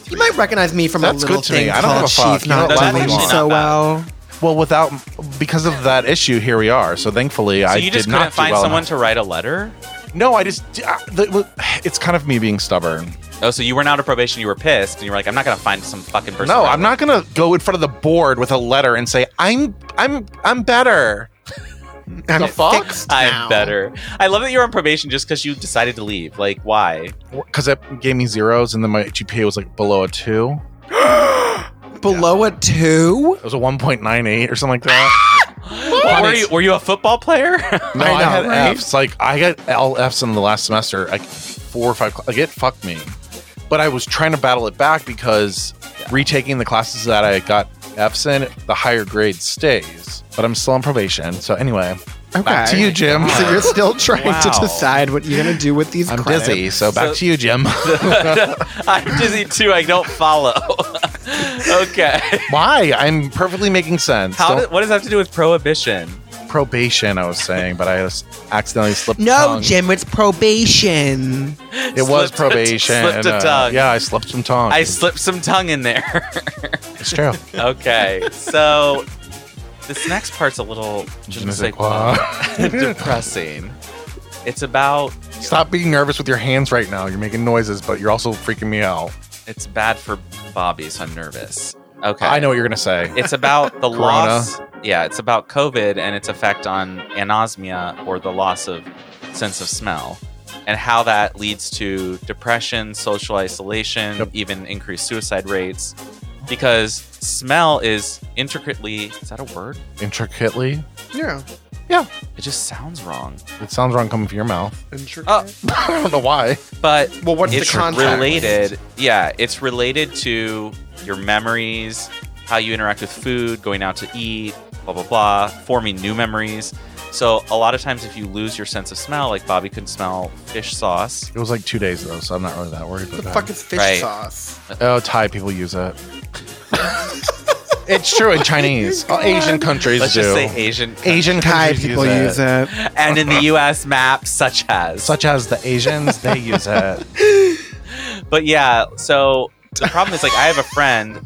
Speaker 7: You might recognize me from a
Speaker 4: That's
Speaker 7: little
Speaker 4: good to me.
Speaker 7: thing
Speaker 4: I don't
Speaker 7: called
Speaker 4: give a fuck.
Speaker 7: She's
Speaker 4: You know
Speaker 7: Not
Speaker 4: what?
Speaker 5: That's
Speaker 7: Loving Me
Speaker 5: actually
Speaker 7: So
Speaker 5: not bad.
Speaker 7: Well.
Speaker 4: Well, without because of that issue, here we are. So thankfully,
Speaker 5: So
Speaker 4: I
Speaker 5: you just
Speaker 4: did
Speaker 5: couldn't
Speaker 4: not do
Speaker 5: find
Speaker 4: well
Speaker 5: someone
Speaker 4: enough.
Speaker 5: to write a letter.
Speaker 4: No, I just I, the, it's kind of me being stubborn.
Speaker 5: Oh, so you weren't out of probation. You were pissed, and you were like, I'm not gonna find some fucking person.
Speaker 4: No,
Speaker 5: to write
Speaker 4: I'm
Speaker 5: a letter.
Speaker 4: not gonna go in front of the board with a letter and say I'm I'm I'm better.
Speaker 7: I'm
Speaker 4: The fuck?
Speaker 7: fixed now.
Speaker 5: I'm better. I love that you're on probation just because you decided to leave. Like, why?
Speaker 4: because it gave me zeros and then my GPA was like below a two.
Speaker 7: Below a two.
Speaker 4: It was a 1.98 or something like that.
Speaker 5: Were you, were you a football player?
Speaker 4: no,
Speaker 7: I
Speaker 4: I,
Speaker 7: know,
Speaker 4: had
Speaker 7: right?
Speaker 4: Fs. Like I got all Fs in the last semester, like four or five. cl- Like it fucked me. But I was trying to battle it back because retaking the classes that I got Fs in, the higher grade stays. But I'm still on probation. So anyway,
Speaker 7: Okay.
Speaker 4: back to you, Jim.
Speaker 7: So you're still trying
Speaker 5: Wow.
Speaker 7: to decide what you're gonna do with these.
Speaker 4: I'm
Speaker 7: credits.
Speaker 4: dizzy. So back
Speaker 5: So-
Speaker 4: to you, Jim.
Speaker 5: I'm dizzy too. I don't follow. okay.
Speaker 4: Why? I'm perfectly making sense.
Speaker 5: How?
Speaker 4: Don't-
Speaker 5: Did, what does that have to do with prohibition?
Speaker 4: probation, I was saying, but I just accidentally slipped.
Speaker 7: No,
Speaker 4: tongue.
Speaker 7: Jim, it's probation.
Speaker 4: It was
Speaker 5: Slipped a-
Speaker 4: probation.
Speaker 5: slipped a
Speaker 4: uh,
Speaker 5: tongue.
Speaker 4: yeah, I slipped some tongue.
Speaker 5: I slipped some tongue in there.
Speaker 4: it's true.
Speaker 5: okay. So this next part's a little je ne sais quoi, depressing. It's about
Speaker 4: Stop being nervous with your hands right now. You're making noises, but you're also freaking me out.
Speaker 5: it's bad for Bobby, so I'm nervous. Okay.
Speaker 4: I know what you're gonna say.
Speaker 5: It's about the
Speaker 4: Corona.
Speaker 5: loss. Yeah, it's about COVID and its effect on anosmia or the loss of sense of smell and how that leads to depression, social isolation,
Speaker 4: Yep.
Speaker 5: even increased suicide rates because smell is intricately is that a word?
Speaker 4: Intricately,
Speaker 7: Yeah.
Speaker 5: It just sounds wrong.
Speaker 4: it sounds wrong coming from your mouth.
Speaker 5: Oh,
Speaker 4: I don't know why.
Speaker 5: but
Speaker 7: well, what's
Speaker 5: it's
Speaker 7: the context?
Speaker 5: related. Yeah, it's related to your memories, how you interact with food, going out to eat, blah blah blah, forming new memories. So a lot of times, if you lose your sense of smell, like Bobby couldn't smell fish sauce.
Speaker 4: It was like two days though, so I'm not really that worried.
Speaker 7: What
Speaker 4: But
Speaker 7: the fuck is fish
Speaker 5: Right.
Speaker 7: sauce?
Speaker 4: oh, Thai people use it. it's true in Chinese. All Asian countries
Speaker 5: Let's
Speaker 4: do.
Speaker 5: just say Asian,
Speaker 4: Asian
Speaker 7: Thai
Speaker 4: countries
Speaker 7: people use it.
Speaker 5: and in the U.S. map, such as.
Speaker 4: Such as the Asians, they use it.
Speaker 5: But yeah, so the problem is like I have a friend.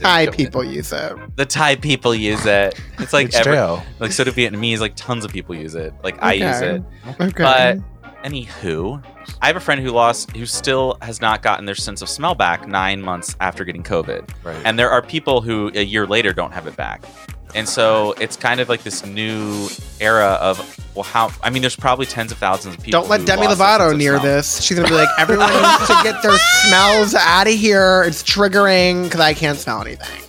Speaker 7: Thai people use it.
Speaker 5: The Thai people use it. It's like
Speaker 4: it's
Speaker 5: every
Speaker 4: true.
Speaker 5: like so do Vietnamese. Like tons of people use it. Like I use
Speaker 7: Okay.
Speaker 5: it.
Speaker 7: Okay.
Speaker 5: But anywho, I have a friend who lost, who still has not gotten their sense of smell back nine months after getting COVID.
Speaker 4: Right.
Speaker 5: And there are people who a year later don't have it back. And so it's kind of like this new era of, well, how, I mean, there's probably tens of thousands of people.
Speaker 7: Don't let
Speaker 5: who
Speaker 7: Demi
Speaker 5: lost their sense
Speaker 7: Lovato
Speaker 5: of
Speaker 7: near
Speaker 5: smell.
Speaker 7: this. She's gonna be like, everyone needs to get their smells out of here. It's triggering because I can't smell anything.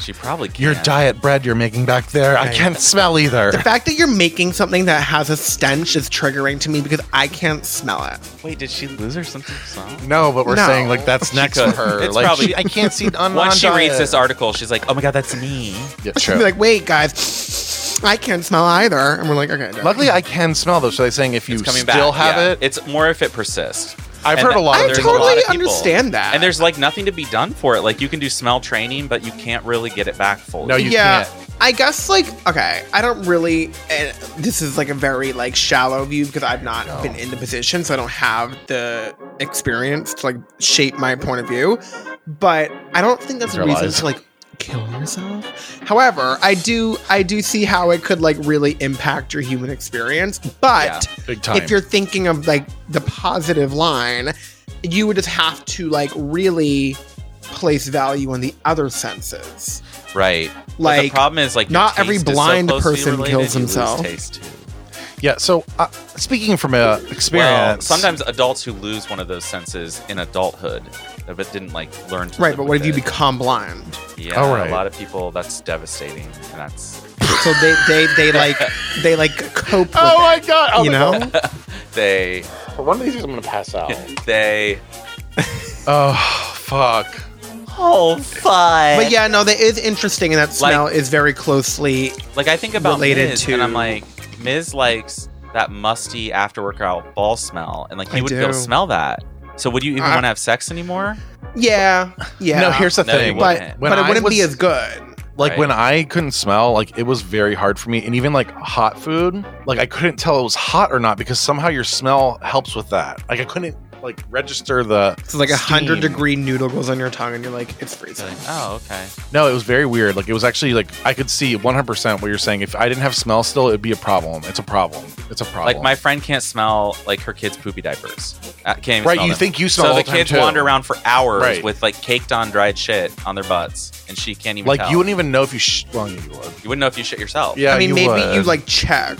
Speaker 5: She probably can.
Speaker 4: Your diet bread you're making back there, I can't smell either.
Speaker 7: The fact that you're making something that has a stench is triggering to me because I can't smell it.
Speaker 5: Wait, did she lose her sense of smell?
Speaker 4: No, but we're
Speaker 7: No.
Speaker 4: saying like that's next for
Speaker 5: could.
Speaker 4: her.
Speaker 5: It's
Speaker 4: like
Speaker 5: probably-
Speaker 4: she- I can't see. I'm
Speaker 5: Once
Speaker 4: on
Speaker 5: she
Speaker 4: diet.
Speaker 5: reads this article, she's like, "Oh my god, that's me."
Speaker 4: Yeah,
Speaker 7: She'd
Speaker 4: true.
Speaker 7: be like, wait, guys, I can't smell either. And we're like, okay. no.
Speaker 4: Luckily, I can smell though. So they're saying if you
Speaker 5: It's coming
Speaker 4: still
Speaker 5: back.
Speaker 4: have
Speaker 5: yeah.
Speaker 4: it,
Speaker 5: It's more if it persists.
Speaker 4: I've
Speaker 5: And
Speaker 4: heard a lot.
Speaker 7: I
Speaker 4: of
Speaker 5: there's
Speaker 4: people-
Speaker 5: a lot
Speaker 7: totally
Speaker 5: of people.
Speaker 7: understand that.
Speaker 5: And there's like nothing to be done for it. Like you can do smell training, but you can't really get it back fully.
Speaker 4: No, you
Speaker 7: yeah,
Speaker 4: can't.
Speaker 7: I guess like okay, I don't really. And this is like a very like shallow view because I've not been in the position, so I don't have the experience to like shape my point of view. But I don't think that's a
Speaker 4: Your
Speaker 7: reason
Speaker 4: lies.
Speaker 7: to like kill yourself. However, I do I do see how it could like really impact your human experience. But
Speaker 4: Big time.
Speaker 7: if you're thinking of like the positive line, you would just have to like really place value on the other senses.
Speaker 5: right. But the
Speaker 7: Like,
Speaker 5: problem is like your
Speaker 7: not every
Speaker 5: taste is so
Speaker 7: blind
Speaker 5: closely
Speaker 7: person
Speaker 5: related,
Speaker 7: kills
Speaker 5: you lose
Speaker 7: himself.
Speaker 5: taste, too.
Speaker 4: yeah. So uh, speaking from uh,
Speaker 5: Well,
Speaker 4: experience,
Speaker 5: sometimes adults who lose one of those senses in adulthood, uh, but didn't like learn. To
Speaker 7: Right,
Speaker 5: live
Speaker 7: but what
Speaker 5: with
Speaker 7: if you
Speaker 5: it.
Speaker 7: become blind?
Speaker 5: Yeah,
Speaker 4: All right.
Speaker 5: a lot of people. That's devastating, and that's
Speaker 7: So they they they like they like cope. With
Speaker 4: Oh my
Speaker 7: it,
Speaker 4: god! Oh
Speaker 7: you
Speaker 4: my
Speaker 7: know,
Speaker 4: God.
Speaker 5: they
Speaker 4: One of these days I'm gonna pass out.
Speaker 5: they.
Speaker 4: oh fuck!
Speaker 5: Oh fuck!
Speaker 7: but yeah, no, that is interesting, and that
Speaker 5: Like-
Speaker 7: smell is very closely.
Speaker 5: Like I think about
Speaker 7: Related
Speaker 5: Miz,
Speaker 7: to-
Speaker 5: and I'm like, Miz likes that musty after workout ball smell, and like he
Speaker 7: I
Speaker 5: would go
Speaker 7: do.
Speaker 5: smell that. So would you even
Speaker 7: I-
Speaker 5: want to have sex anymore?
Speaker 7: Yeah, yeah.
Speaker 4: No, here's the
Speaker 5: No, you
Speaker 4: thing.
Speaker 5: wouldn't.
Speaker 7: but
Speaker 4: when
Speaker 7: but it
Speaker 4: I
Speaker 7: wouldn't be
Speaker 4: was-
Speaker 7: as good.
Speaker 4: like
Speaker 5: Right.
Speaker 4: when I couldn't smell, like it was very hard for me, and even like hot food, like I couldn't tell it was hot or not because somehow your smell helps with that. Like I couldn't like register the.
Speaker 7: It's like a hundred
Speaker 4: steam.
Speaker 7: degree noodle goes on your tongue, and you're like, it's freezing.
Speaker 5: Like, oh, okay.
Speaker 4: No, it was very weird. Like it was actually like I could see 100 percent what you're saying. If I didn't have smell still, it'd be a problem. It's a problem. It's a problem.
Speaker 5: Like my friend can't smell like her kids' poopy diapers. Uh, can't even
Speaker 4: Right,
Speaker 5: smell
Speaker 4: you
Speaker 5: them.
Speaker 4: think you smell
Speaker 5: So
Speaker 4: all
Speaker 5: the
Speaker 4: the time,
Speaker 5: kids
Speaker 4: too.
Speaker 5: wander around for hours
Speaker 4: Right.
Speaker 5: with like caked on dried shit on their butts, and she can't even.
Speaker 4: like
Speaker 5: tell.
Speaker 4: you wouldn't even know if you. Sh- well, you would.
Speaker 5: You wouldn't know if you shit yourself.
Speaker 4: Yeah,
Speaker 7: I mean,
Speaker 4: you
Speaker 7: maybe
Speaker 4: would.
Speaker 7: you like check.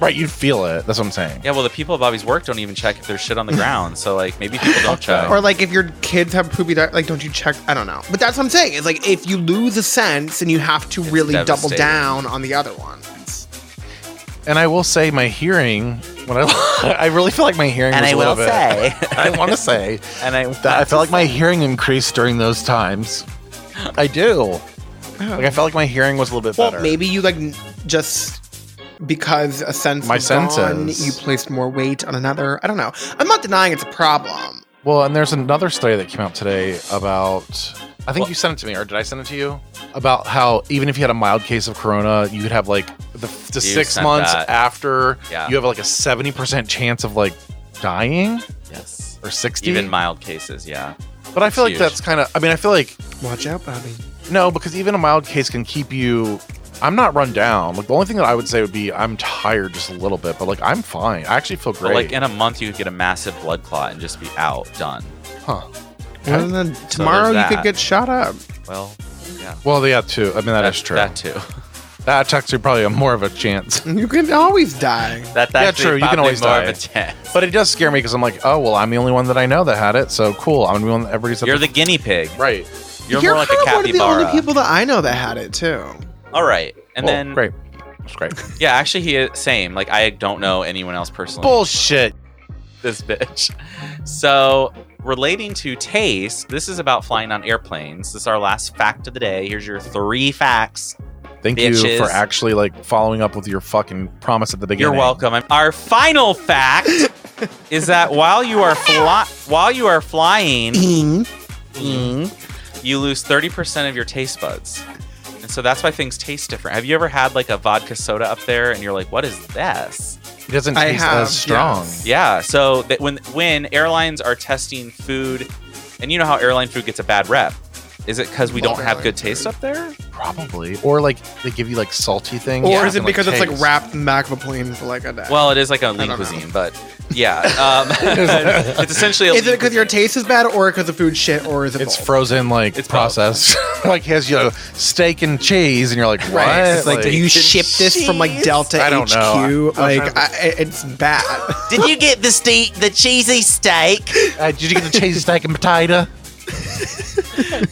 Speaker 4: Right, you'd feel it. That's what I'm saying.
Speaker 5: Yeah, well, the people at Bobby's work don't even check if there's shit on the ground. So, like, maybe people don't check.
Speaker 7: Or like if your kids have poopy diet, like don't you check? I don't know. But that's what I'm saying. It's like if you lose a sense, and you have to really double
Speaker 5: devastating.
Speaker 7: down on the other ones.
Speaker 4: And I will say, my hearing when I I really feel like my hearing. was a little bit- I want to say
Speaker 5: and I,
Speaker 4: that I felt like my hearing increased during those times. I do. Like I felt like my hearing was a little bit
Speaker 7: Well,
Speaker 4: better.
Speaker 7: maybe you like n- just because a sense
Speaker 4: My
Speaker 7: was gone,
Speaker 4: senses.
Speaker 7: you placed more weight on another. I don't know. I'm not denying it's a problem.
Speaker 4: Well, and there's another study that came out today about. I think you sent it to me, or did I send it to you? About how even if you had a mild case of corona, you could have like the, the six
Speaker 5: sent
Speaker 4: months
Speaker 5: that.
Speaker 4: after
Speaker 5: Yeah.
Speaker 4: you have like a seventy percent chance of like dying
Speaker 5: Yes.
Speaker 4: or sixty.
Speaker 5: Even mild cases, yeah.
Speaker 4: but I feel like
Speaker 5: huge.
Speaker 4: that's kind of. I mean, I feel like
Speaker 7: Watch out, Bobby.
Speaker 4: No, because even a mild case can keep you. I'm not run down. Like the only thing that I would say would be I'm tired just a little bit, but like I'm fine. I actually feel
Speaker 5: But,
Speaker 4: great.
Speaker 5: like, in a month, you could get a massive blood clot and just be out, done.
Speaker 4: huh.
Speaker 7: Well, then tomorrow you
Speaker 5: there's
Speaker 7: could
Speaker 5: that.
Speaker 7: get shot up.
Speaker 5: Well, yeah.
Speaker 4: Well, yeah, too. I mean,
Speaker 5: that-
Speaker 4: that is true.
Speaker 5: That, too.
Speaker 4: That's actually probably a more of a chance.
Speaker 7: You can always die.
Speaker 5: That, that's
Speaker 4: Yeah,
Speaker 5: actually
Speaker 4: true, you can
Speaker 5: probably
Speaker 4: always
Speaker 5: more
Speaker 4: die.
Speaker 5: of a chance.
Speaker 4: But it does scare me because I'm like, oh well, I'm the only one that I know that had it, so cool. I'm the only one that everybody's
Speaker 5: You're the guinea pig.
Speaker 4: right.
Speaker 5: You're, more like a
Speaker 7: kind of one of the only
Speaker 5: capybara.
Speaker 7: people that I know that had it too.
Speaker 5: All right. And
Speaker 4: Well,
Speaker 5: then,
Speaker 4: great, it's great.
Speaker 5: yeah, actually, he is same. Like, I don't know anyone else personally.
Speaker 4: Bullshit.
Speaker 5: this bitch. So, relating to taste, this is about flying on airplanes. This is our last fact of the day. Here's your three facts.
Speaker 4: Thank you
Speaker 5: Bitches.
Speaker 4: for actually like following up with your fucking promise at the beginning.
Speaker 5: You're welcome. I'm- Our final fact is that while you are fly- while you are flying, you lose 30% of your taste buds. And so that's why things taste different. Have you ever had like a vodka soda up there and you're like, "What is this?"
Speaker 4: It doesn't
Speaker 7: I
Speaker 4: taste
Speaker 7: have,
Speaker 4: as strong.
Speaker 7: yes.
Speaker 5: Yeah. So that when when airlines are testing food, and you know how airline food gets a bad rep, is it because we
Speaker 7: Love
Speaker 5: don't have
Speaker 7: airline
Speaker 5: good taste up there?
Speaker 4: Probably, or like they give you like salty things.
Speaker 7: Or
Speaker 4: you
Speaker 7: is it
Speaker 4: can,
Speaker 7: because it's like
Speaker 4: taste.
Speaker 7: wrapped in the back of a plane for like a day?
Speaker 5: Well, it is like a
Speaker 7: don't
Speaker 5: lean
Speaker 7: know.
Speaker 5: cuisine, but yeah, um, it's essentially. A
Speaker 7: is it
Speaker 5: lean
Speaker 7: because your
Speaker 5: cuisine.
Speaker 7: taste is bad, or because the food shit, or is it?
Speaker 4: it's
Speaker 7: both?
Speaker 4: frozen like
Speaker 5: It's
Speaker 4: processed like has your steak and cheese and you're like what
Speaker 7: Right. It's like,
Speaker 4: Like,
Speaker 7: did you ship this from like Delta
Speaker 4: I don't
Speaker 7: HQ?
Speaker 4: know. I- I was
Speaker 7: Like, I, it's bad.
Speaker 5: Did you get the ste- the cheesy steak?
Speaker 4: uh, did you get the cheesy steak and potato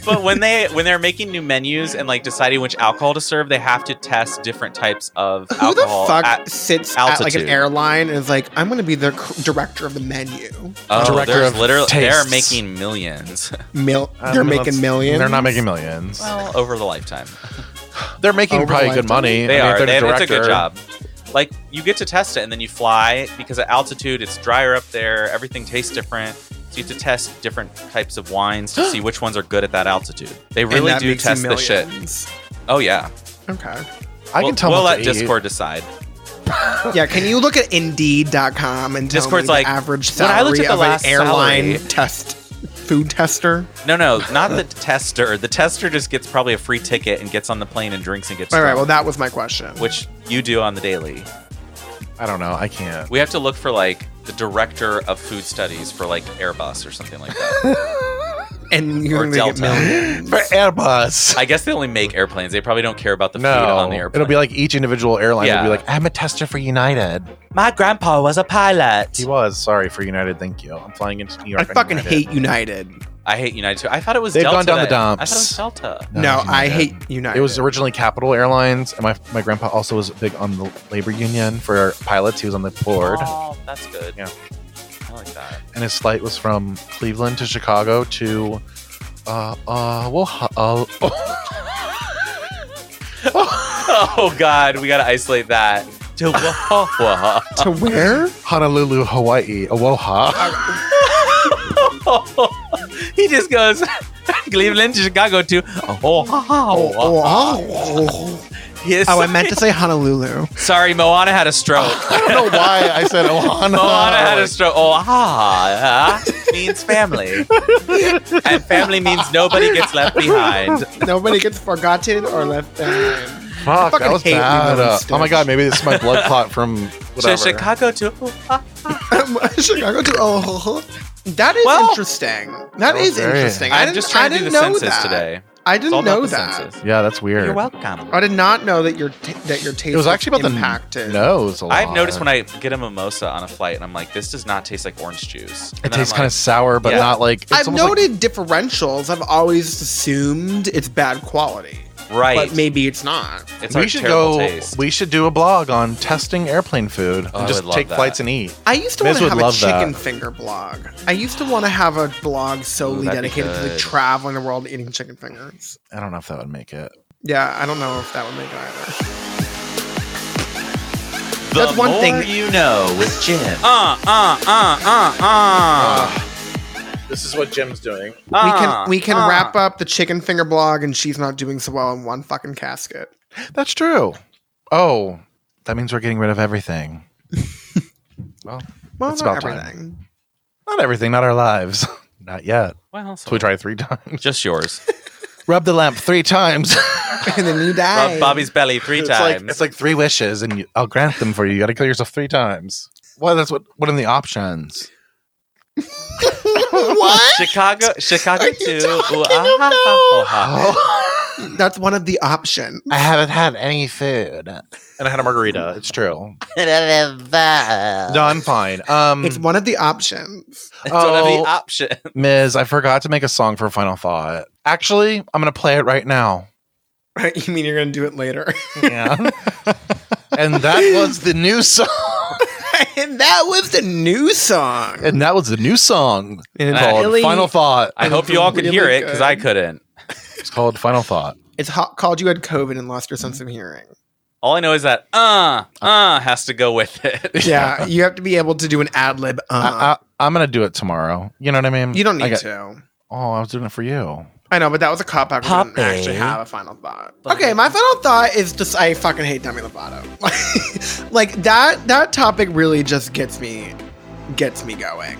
Speaker 5: but when they when they're making new menus and like deciding which alcohol to serve, they have to test different types of
Speaker 7: Who the
Speaker 5: alcohol.
Speaker 7: fuck
Speaker 5: at-
Speaker 7: sits at like
Speaker 5: altitude.
Speaker 7: an airline and is like, I'm going to be the c- director of the menu?
Speaker 5: oh,
Speaker 4: Director
Speaker 5: there's
Speaker 4: of
Speaker 5: literally they're
Speaker 4: tastes.
Speaker 5: making millions
Speaker 7: Mil-
Speaker 4: I
Speaker 7: they're
Speaker 4: mean,
Speaker 7: making
Speaker 4: Um, that's-
Speaker 7: millions.
Speaker 4: They're not making millions.
Speaker 5: well, over the lifetime.
Speaker 4: They're making
Speaker 7: Over
Speaker 4: probably
Speaker 7: my
Speaker 4: good
Speaker 7: time.
Speaker 4: money.
Speaker 5: They
Speaker 4: I mean, if
Speaker 5: are.
Speaker 4: they're
Speaker 5: They,
Speaker 4: the
Speaker 5: it's a good
Speaker 4: director-
Speaker 5: job. Like you get to test it and then you fly because at altitude it's drier up there. Everything tastes different. So you have to test different types of wines to see which ones are good at that altitude. They
Speaker 7: And
Speaker 5: really
Speaker 7: that
Speaker 5: do
Speaker 7: makes you
Speaker 5: test the shit.
Speaker 7: millions.
Speaker 5: Oh yeah.
Speaker 7: Okay.
Speaker 4: I
Speaker 5: we'll,
Speaker 4: can tell
Speaker 5: We'll
Speaker 4: what
Speaker 5: let
Speaker 4: to eat.
Speaker 5: Discord decide.
Speaker 7: Yeah, can you look at Indeed.com and tell
Speaker 5: Discord's
Speaker 7: me the
Speaker 5: like,
Speaker 7: average
Speaker 5: when
Speaker 7: salary
Speaker 5: I looked at the
Speaker 7: of an
Speaker 5: last
Speaker 7: airline
Speaker 5: salary-
Speaker 7: test food tester?
Speaker 5: No, no, not the tester. The tester just gets probably a free ticket and gets on the plane and drinks and gets
Speaker 7: All right,
Speaker 5: drunk,
Speaker 7: well, that was my question.
Speaker 5: which you do on the daily.
Speaker 4: I don't know. I can't.
Speaker 5: We have to look for like the director of food studies for like Airbus or something like that.
Speaker 7: and
Speaker 5: or
Speaker 7: you're going to get
Speaker 5: Delta.
Speaker 7: millions.
Speaker 4: For Airbus.
Speaker 5: I guess they only make airplanes. They probably don't care about the food on
Speaker 4: no,
Speaker 5: the airplane.
Speaker 4: it'll be like each individual airline will
Speaker 5: Yeah.
Speaker 4: be like, "I'm a tester for United."
Speaker 5: my grandpa was a pilot.
Speaker 4: He was sorry for United. Thank you. I'm flying into New York.
Speaker 7: I
Speaker 4: on
Speaker 7: fucking
Speaker 4: United.
Speaker 7: hate United.
Speaker 5: I hate United too. I thought it was
Speaker 4: They've
Speaker 5: Delta.
Speaker 4: gone down the
Speaker 5: that- I thought
Speaker 4: dumps.
Speaker 5: it was Delta.
Speaker 7: No,
Speaker 4: it was
Speaker 7: I
Speaker 4: United.
Speaker 7: hate United.
Speaker 4: It was originally Capital Airlines, and my, my grandpa also was big on the labor union for pilots. He was on the board,
Speaker 5: Oh, that's good.
Speaker 4: Yeah.
Speaker 5: I like that.
Speaker 4: and his flight was from Cleveland to Chicago to uh uh well uh,
Speaker 5: Oh God, we gotta isolate that. To wah, wah.
Speaker 7: to where?
Speaker 4: Honolulu, Hawaii, Aloha.
Speaker 5: he just goes Cleveland to Chicago to oh,
Speaker 7: Oh, oh, oh.
Speaker 5: Yes.
Speaker 7: Oh, I meant to say Honolulu.
Speaker 5: Sorry, Moana had a stroke.
Speaker 4: I don't know why I said Ohana.
Speaker 5: Moana had a stroke. Oh, ha, ha, means family, and family means nobody gets left behind.
Speaker 7: Nobody gets forgotten or left behind.
Speaker 4: Fuck,
Speaker 7: fucking
Speaker 4: that was
Speaker 7: hate Lilo
Speaker 4: bad.
Speaker 7: and
Speaker 4: Uh, oh
Speaker 7: Stitch.
Speaker 4: my god, maybe this is my blood clot from
Speaker 5: To
Speaker 4: whatever.
Speaker 5: Chicago to oh, ha,
Speaker 7: Chicago to oh. That is
Speaker 5: Well-
Speaker 7: interesting. That
Speaker 4: Oh,
Speaker 7: is
Speaker 4: very.
Speaker 7: interesting. I
Speaker 5: I'm
Speaker 7: didn't,
Speaker 5: just trying
Speaker 7: I
Speaker 5: to do
Speaker 7: didn't
Speaker 5: the
Speaker 7: know
Speaker 5: census
Speaker 7: that.
Speaker 5: today.
Speaker 7: I
Speaker 5: It's all
Speaker 7: didn't
Speaker 5: about
Speaker 7: know
Speaker 5: the
Speaker 7: that.
Speaker 5: census.
Speaker 4: Yeah, that's weird.
Speaker 5: You're welcome.
Speaker 7: I did not know that your t- that your taste
Speaker 4: It was actually about
Speaker 7: impacted.
Speaker 4: the nose a lot.
Speaker 5: I've noticed when I get a mimosa on a flight, and I'm like, this does not taste like orange juice.
Speaker 4: it tastes kind of sour, but
Speaker 5: Yeah.
Speaker 4: not like. it's
Speaker 7: I've
Speaker 4: almost like-
Speaker 7: noted differentials. I've always assumed it's bad quality,
Speaker 5: of right.
Speaker 7: but maybe it's not.
Speaker 5: it's
Speaker 4: we
Speaker 5: our
Speaker 4: should
Speaker 5: terrible
Speaker 4: go.
Speaker 5: Taste.
Speaker 4: We should do a blog on testing airplane food
Speaker 5: Oh, I
Speaker 4: and
Speaker 5: would
Speaker 4: just
Speaker 5: love
Speaker 4: take
Speaker 5: that.
Speaker 4: flights and eat.
Speaker 7: I used to
Speaker 4: Miz
Speaker 7: want to
Speaker 4: would
Speaker 7: have a
Speaker 4: love that.
Speaker 7: chicken finger blog. I used to want to have a blog solely
Speaker 5: Ooh, that'd be
Speaker 7: dedicated to like
Speaker 5: good.
Speaker 7: traveling the world eating chicken fingers.
Speaker 4: I don't know if that would make it.
Speaker 7: Yeah, I don't know if that would make it either.
Speaker 5: The
Speaker 7: That's one
Speaker 5: more
Speaker 7: thing-
Speaker 5: you know with Jim. Uh, uh, uh, uh, uh.
Speaker 4: This is what Jim's doing.
Speaker 7: we can we
Speaker 5: Uh.
Speaker 7: can wrap up the chicken finger blog and she's not doing so well in one fucking casket.
Speaker 4: That's true. Oh, that means we're getting rid of everything. well,
Speaker 7: Well,
Speaker 4: It's
Speaker 7: not
Speaker 4: about time.
Speaker 7: everything.
Speaker 4: not everything, not our lives. Not yet.
Speaker 5: Well,
Speaker 4: So we tried three times.
Speaker 5: just yours.
Speaker 4: Rub the lamp three times.
Speaker 7: and then you die.
Speaker 5: Rub Bobby's belly three
Speaker 4: it's
Speaker 5: times.
Speaker 4: like it's like three wishes, and you, I'll grant them for you. You got to kill yourself three times. Well, that's what. What are the options?
Speaker 7: what?
Speaker 5: Chicago, Chicago
Speaker 7: Are you
Speaker 5: too.
Speaker 7: talking
Speaker 5: Ooh, ah, ha, ha, ho, ha.
Speaker 4: Oh,
Speaker 7: That's one of the options.
Speaker 4: I haven't had any food, and
Speaker 7: Oh.
Speaker 4: I had a margarita. It's true. no, I'm fine. Um,
Speaker 7: It's one of the options.
Speaker 5: It's one of
Speaker 4: Oh.
Speaker 5: the options.
Speaker 4: Ms. I forgot to make a song for Final Thought. Actually, I'm gonna play it right now.
Speaker 7: you mean you're gonna do it later?
Speaker 4: Yeah. and that was the new song.
Speaker 7: and that was the new song.
Speaker 4: And that was the new song
Speaker 7: And
Speaker 4: called
Speaker 7: really-
Speaker 4: Final Thought.
Speaker 5: I hope you all could hear it because I couldn't.
Speaker 4: It's called Final Thought.
Speaker 7: It's ho- called you had COVID and lost your sense of hearing.
Speaker 5: All I know is that uh, uh has to go with it.
Speaker 7: Yeah, you have to be able to do an ad lib. Uh,
Speaker 4: I, I, I'm gonna do it tomorrow. You know what I mean?
Speaker 7: you don't
Speaker 4: I
Speaker 7: need
Speaker 4: got-
Speaker 7: to.
Speaker 4: Oh, I was doing it for you.
Speaker 7: I know, but that was a cop out. 'cause I didn't
Speaker 5: Poppy.
Speaker 7: actually have a final thought. Okay, my final thought is just I fucking hate Demi Lovato. like that that topic really just gets me gets me going.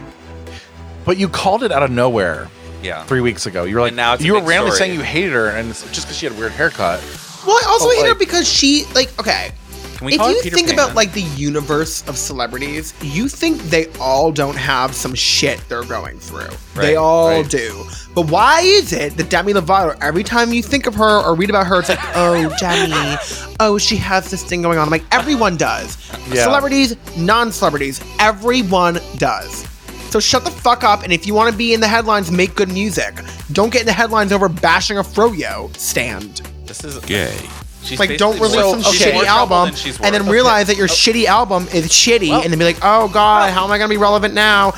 Speaker 4: But you called it out of nowhere
Speaker 5: yeah.
Speaker 4: three weeks ago. You were like,
Speaker 5: And now it's a
Speaker 4: you were
Speaker 5: big
Speaker 4: randomly
Speaker 5: story.
Speaker 4: saying you hated her, and it's just because she had a weird haircut.
Speaker 7: Well, I also
Speaker 4: Oh,
Speaker 7: hate her
Speaker 4: like-
Speaker 7: because she like okay.
Speaker 5: Can we
Speaker 7: If
Speaker 5: call
Speaker 7: you
Speaker 5: it Peter
Speaker 7: think
Speaker 5: Pan?
Speaker 7: about like the universe of celebrities, you think they all don't have some shit they're going through.
Speaker 5: Right,
Speaker 7: they all
Speaker 5: right.
Speaker 7: do. But why is it that Demi Lovato, every time you think of her or read about her, it's like, oh, Demi, oh, she has this thing going on. I'm like, everyone does.
Speaker 4: Yeah.
Speaker 7: Celebrities, non celebrities, everyone does. So shut the fuck up. And if you want to be in the headlines, make good music. Don't get in the headlines over bashing a froyo stand.
Speaker 5: This is
Speaker 11: gay.
Speaker 5: She's
Speaker 7: like, don't
Speaker 5: basically
Speaker 7: release
Speaker 5: more-
Speaker 7: some
Speaker 5: she's
Speaker 7: shitty
Speaker 5: more trouble
Speaker 7: album
Speaker 5: than she's
Speaker 7: and then
Speaker 5: worth.
Speaker 7: realize that your shitty album is shitty and then be like, oh God, how am I going to be relevant now?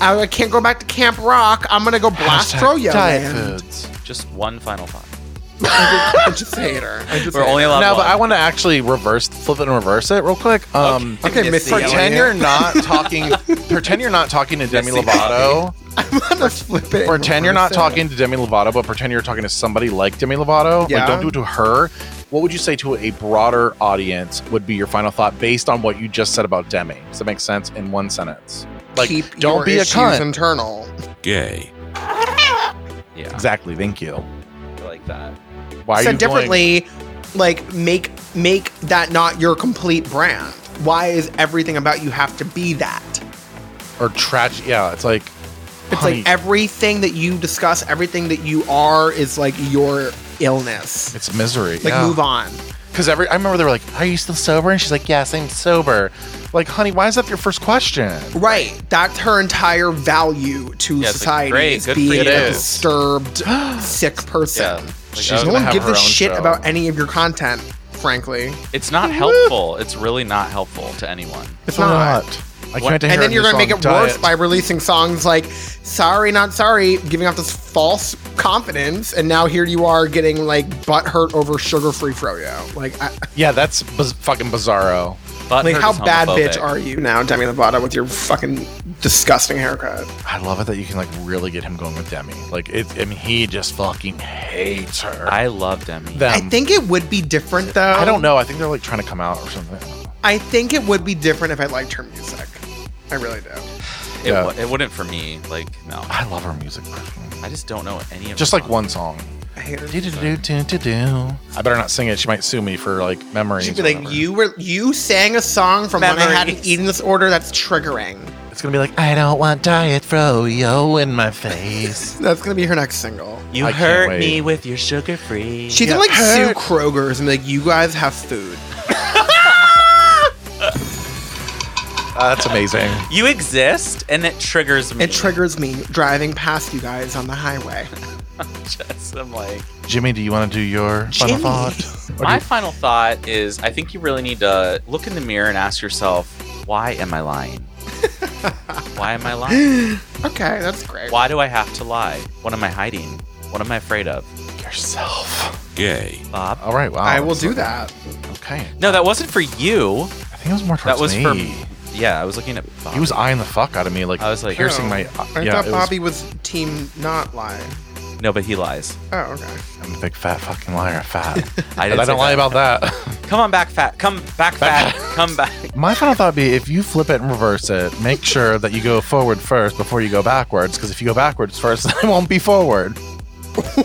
Speaker 7: I I can't go back to Camp Rock. I'm going to go blast froyo. man.
Speaker 5: foods. Just one final thought.
Speaker 7: I'm just a hater. I just
Speaker 5: We're
Speaker 7: hate
Speaker 5: only
Speaker 7: her.
Speaker 5: allowed
Speaker 4: No,
Speaker 5: one.
Speaker 4: but I want to actually reverse, flip it and reverse it real quick. Um,
Speaker 7: Okay, okay Missy.
Speaker 4: pretend
Speaker 7: Elliott.
Speaker 4: you're not talking. pretend you're not talking to Demi
Speaker 5: Missy
Speaker 4: Lovato.
Speaker 7: I'm gonna flip it. and
Speaker 4: Pretend you're not
Speaker 7: reverse it.
Speaker 4: talking to Demi Lovato, but pretend you're talking to somebody like Demi Lovato.
Speaker 7: Yeah.
Speaker 4: Like, don't do it to her. What would you say to a broader audience? Would be your final thought based on what you just said about Demi? Does that make sense in one sentence? Like,
Speaker 7: Keep
Speaker 4: don't
Speaker 7: your
Speaker 4: be a
Speaker 7: issues
Speaker 4: cunt.
Speaker 7: Internal.
Speaker 11: Gay.
Speaker 5: Yeah,
Speaker 4: Exactly. Thank you.
Speaker 5: I like that.
Speaker 4: Why are
Speaker 7: Said
Speaker 4: you Going,
Speaker 7: differently, like make make that not your complete brand. Why is everything about you have to be that?
Speaker 4: or tragic? Yeah, it's like
Speaker 7: It's
Speaker 4: honey,
Speaker 7: like everything that you discuss, everything that you are is like your illness.
Speaker 4: it's misery.
Speaker 7: Like move on.
Speaker 4: Because every I remember they were like, "Are you still sober?" And she's like, "Yes, I'm sober." Like, honey, why is that your first question?
Speaker 7: Right. That's her entire value to
Speaker 5: Yeah, it's like,
Speaker 7: society
Speaker 5: great,
Speaker 7: is
Speaker 5: good for
Speaker 7: being
Speaker 5: you.
Speaker 7: a disturbed, sick
Speaker 5: Yeah,
Speaker 7: person.
Speaker 5: Like,
Speaker 4: She's
Speaker 5: oh,
Speaker 7: No
Speaker 4: gonna
Speaker 7: one
Speaker 4: have
Speaker 7: gives
Speaker 4: her
Speaker 7: a
Speaker 4: own
Speaker 7: shit
Speaker 4: show.
Speaker 7: about any of your content, frankly.
Speaker 5: it's not helpful. It's really not helpful to anyone.
Speaker 7: It's not.
Speaker 4: I
Speaker 5: What?
Speaker 4: can't.
Speaker 7: And then you're
Speaker 4: going
Speaker 7: gonna
Speaker 4: to
Speaker 7: make it worse by releasing songs like "Sorry, Not Sorry," giving off this false confidence, and now here you are getting like butt hurt over sugar-free froyo. Like, I,
Speaker 4: Yeah, that's biz- fucking bizarro.
Speaker 5: But
Speaker 7: like how bad bitch are you now, Demi Lovato, with your fucking disgusting haircut?
Speaker 4: I love it that you can like really get him going with Demi. Like, it, I mean, he just fucking hates her.
Speaker 5: I love Demi.
Speaker 4: Them.
Speaker 7: I think it would be different though.
Speaker 4: I don't know. I think they're like trying to come out or something.
Speaker 7: I think it would be different if I liked her music. I really do.
Speaker 5: it,
Speaker 4: Yeah.
Speaker 5: wa- it wouldn't for me. Like no,
Speaker 4: I love her music. personally.
Speaker 5: I just don't know any of.
Speaker 4: Just
Speaker 5: her
Speaker 4: like
Speaker 5: songs.
Speaker 4: one song.
Speaker 7: I hate her.
Speaker 4: Do-do-do-do-do-do. I better not sing it. She might sue me for like memories.
Speaker 7: She'd be
Speaker 4: or
Speaker 7: like,
Speaker 4: whatever.
Speaker 7: "You were you sang a song from when I had an
Speaker 5: Memories.
Speaker 7: eating disorder. That's triggering."
Speaker 4: It's gonna be like, I don't want diet froyo in my face.
Speaker 7: That's gonna be her next single.
Speaker 5: You
Speaker 4: I can't
Speaker 5: hurt
Speaker 4: wait.
Speaker 5: me with your sugar free.
Speaker 7: She's
Speaker 4: Yeah.
Speaker 7: gonna like sue
Speaker 4: Hurt.
Speaker 7: Kroger's and be like, "You guys have food."
Speaker 4: Ah, that's amazing.
Speaker 5: You exist, and it triggers me.
Speaker 7: It triggers me driving past you guys on the highway.
Speaker 5: Just, I'm like.
Speaker 4: Jimmy, do you want to do your final
Speaker 7: Jimmy.
Speaker 4: thought? Or do
Speaker 5: My
Speaker 4: you-
Speaker 5: final thought is I think you really need to look in the mirror and ask yourself, why am I lying? why am I lying?
Speaker 7: Okay, that's great.
Speaker 5: Why do I have to lie? What am I hiding? What am I afraid of?
Speaker 4: yourself.
Speaker 11: Gay.
Speaker 5: Bob?
Speaker 4: All right. Wow.
Speaker 7: I will do that.
Speaker 4: Okay.
Speaker 5: No, that wasn't for you.
Speaker 4: I think it was more towards
Speaker 5: That was
Speaker 4: me.
Speaker 5: for Yeah, I was looking at Bob.
Speaker 4: He was eyeing the fuck out of me, like
Speaker 5: I was like,
Speaker 4: piercing
Speaker 7: Oh.
Speaker 4: my.
Speaker 7: I
Speaker 4: yeah,
Speaker 7: thought
Speaker 4: it
Speaker 7: Bobby was team not lying.
Speaker 5: No, but he lies.
Speaker 7: Oh, okay.
Speaker 4: was, I'm a big fat fucking liar. Fat.
Speaker 5: I,
Speaker 4: I,
Speaker 5: didn't
Speaker 4: I don't
Speaker 5: say
Speaker 4: lie
Speaker 5: that.
Speaker 4: about that.
Speaker 5: Come on back, fat. Come back, fat. Come back.
Speaker 4: My final thought would be if you flip it and reverse it, make sure that you go forward first before you go backwards, because if you go backwards first, it won't be forward.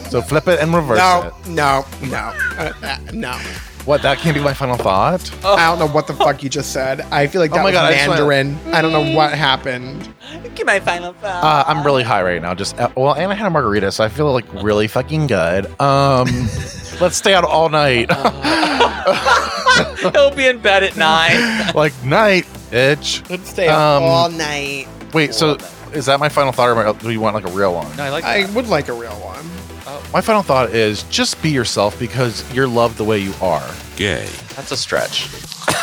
Speaker 4: So flip it and reverse
Speaker 7: No, no, no, uh, uh, no.
Speaker 4: it. What? That can't be my final thought.
Speaker 7: I don't know what the fuck you just said. I feel like
Speaker 4: Oh
Speaker 7: that
Speaker 4: my
Speaker 7: was
Speaker 4: God, I just went-
Speaker 7: Mandarin. I don't know what happened.
Speaker 5: Give my final thought.
Speaker 4: Uh, I'm really high right now. Just uh, well, and I had a margarita, so I feel like really fucking good. Um, let's stay out all night.
Speaker 5: He'll be in bed at nine.
Speaker 4: like night, bitch.
Speaker 7: Let's stay
Speaker 4: up Um, all
Speaker 7: night.
Speaker 4: Wait, so is that my final thought, or my- do you want like a real one?
Speaker 5: no, I like
Speaker 7: I
Speaker 5: that.
Speaker 7: would like a real one.
Speaker 4: My final thought is just be yourself because you're loved the way you are.
Speaker 11: Gay.
Speaker 5: That's a stretch.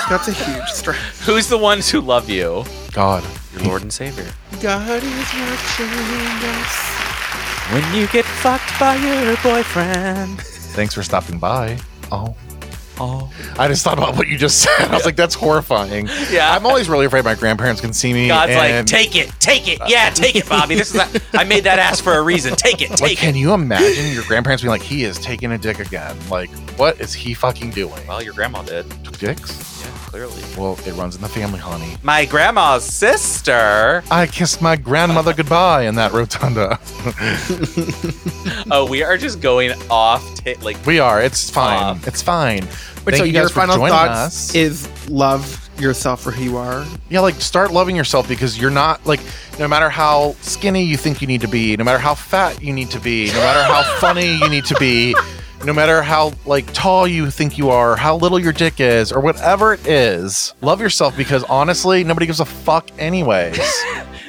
Speaker 7: That's a huge stretch.
Speaker 5: Who's the ones who love you?
Speaker 4: God,
Speaker 5: Your Lord and Savior.
Speaker 7: God is watching us.
Speaker 5: When you get fucked by your boyfriend.
Speaker 4: thanks for stopping by. Oh,
Speaker 5: Oh.
Speaker 4: I just thought about what you just said. I was like, that's horrifying.
Speaker 5: Yeah.
Speaker 4: I'm always really afraid my grandparents can see me.
Speaker 5: God's like,
Speaker 4: and-
Speaker 5: take it, take it, yeah, take it, Bobby. This is not, I made that ass for a reason. Take it,
Speaker 4: Like,
Speaker 5: take it.
Speaker 4: can you imagine your grandparents being like, he is taking a dick again? Like, what is he fucking doing?
Speaker 5: Well, your grandma did.
Speaker 4: Dicks?
Speaker 5: Yeah, clearly.
Speaker 4: Well, it runs in the family, honey.
Speaker 5: My grandma's sister.
Speaker 4: I kissed my grandmother goodbye in that rotunda.
Speaker 5: Oh, we are just going off. Ta- like,
Speaker 4: We are. It's fine.
Speaker 5: Aw.
Speaker 4: It's fine.
Speaker 7: Wait,
Speaker 4: Thank
Speaker 7: so
Speaker 4: you
Speaker 7: your
Speaker 4: guys for
Speaker 7: final
Speaker 4: joining
Speaker 7: thoughts
Speaker 4: us.
Speaker 7: is love yourself for who you are.
Speaker 4: Yeah, like start loving yourself because you're not like no matter how skinny you think you need to be, no matter how fat you need to be, no matter how funny you need to be, no matter how like tall you think you are, how little your dick is, or whatever it is, love yourself because honestly, nobody gives a fuck anyways.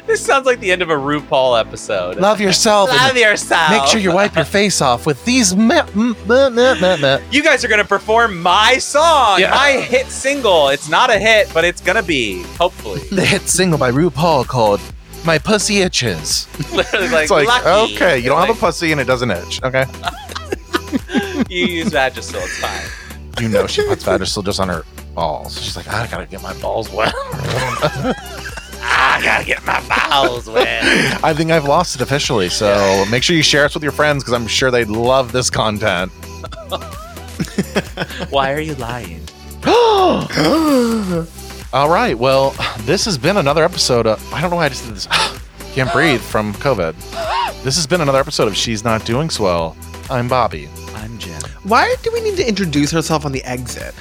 Speaker 5: This sounds like the end of a RuPaul episode.
Speaker 4: Love yourself. and
Speaker 5: Love yourself.
Speaker 4: Make sure you wipe your face off with these. Me- m- m- m- m- m-
Speaker 5: You guys are gonna perform my song,
Speaker 4: Yeah.
Speaker 5: my hit single. It's not a hit, but it's gonna be, hopefully.
Speaker 4: the hit single by RuPaul called "My Pussy Itches."
Speaker 5: Literally, like,
Speaker 4: It's like,
Speaker 5: lucky.
Speaker 4: okay, you don't have a
Speaker 5: Like,
Speaker 4: pussy and it doesn't itch. Okay,
Speaker 5: You use Vagisil, it's fine.
Speaker 4: you know she puts Vagisil just on her balls. She's like, "Ah, I gotta get my balls wet.
Speaker 5: I gotta get my bowels wet.
Speaker 4: I think I've lost it officially. So make sure you share us with your friends because I'm sure they love this content.
Speaker 5: Why are you lying?
Speaker 4: All right. Well, this has been another episode of. I don't know why I just did this. Can't breathe from COVID. This has been another episode of She's Not Doing Swell. I'm Bobby.
Speaker 5: I'm Jen.
Speaker 7: Why do we need to introduce herself on the exit?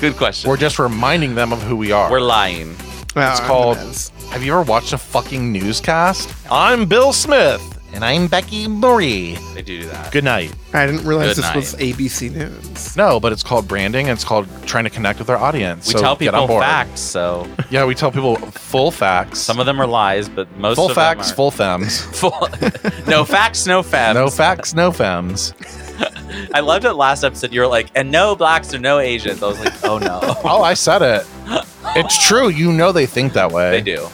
Speaker 5: Good question.
Speaker 4: We're just reminding them of who we are.
Speaker 5: We're lying.
Speaker 7: Well,
Speaker 4: called-
Speaker 7: is.
Speaker 4: Have you ever watched a fucking newscast? I'm Bill Smith. And I'm Becky Murray.
Speaker 5: They do do that.
Speaker 4: Good night.
Speaker 7: I didn't realize
Speaker 5: Good
Speaker 7: this was ABC News.
Speaker 4: No, but it's called branding and it's called trying to connect with our audience.
Speaker 5: We
Speaker 4: so
Speaker 5: tell
Speaker 4: get on
Speaker 5: people
Speaker 4: board.
Speaker 5: facts, so
Speaker 4: Yeah, we tell people full facts.
Speaker 5: some of them are lies, but most
Speaker 4: full
Speaker 5: of
Speaker 4: facts,
Speaker 5: them
Speaker 4: full fems.
Speaker 5: are full. no facts, no fabs.
Speaker 4: no facts, no fems.
Speaker 5: I loved it last episode. You were like, and no blacks or no Asians. I was like, oh no,
Speaker 4: Oh, I said it. It's true. You know they think that way.
Speaker 5: they do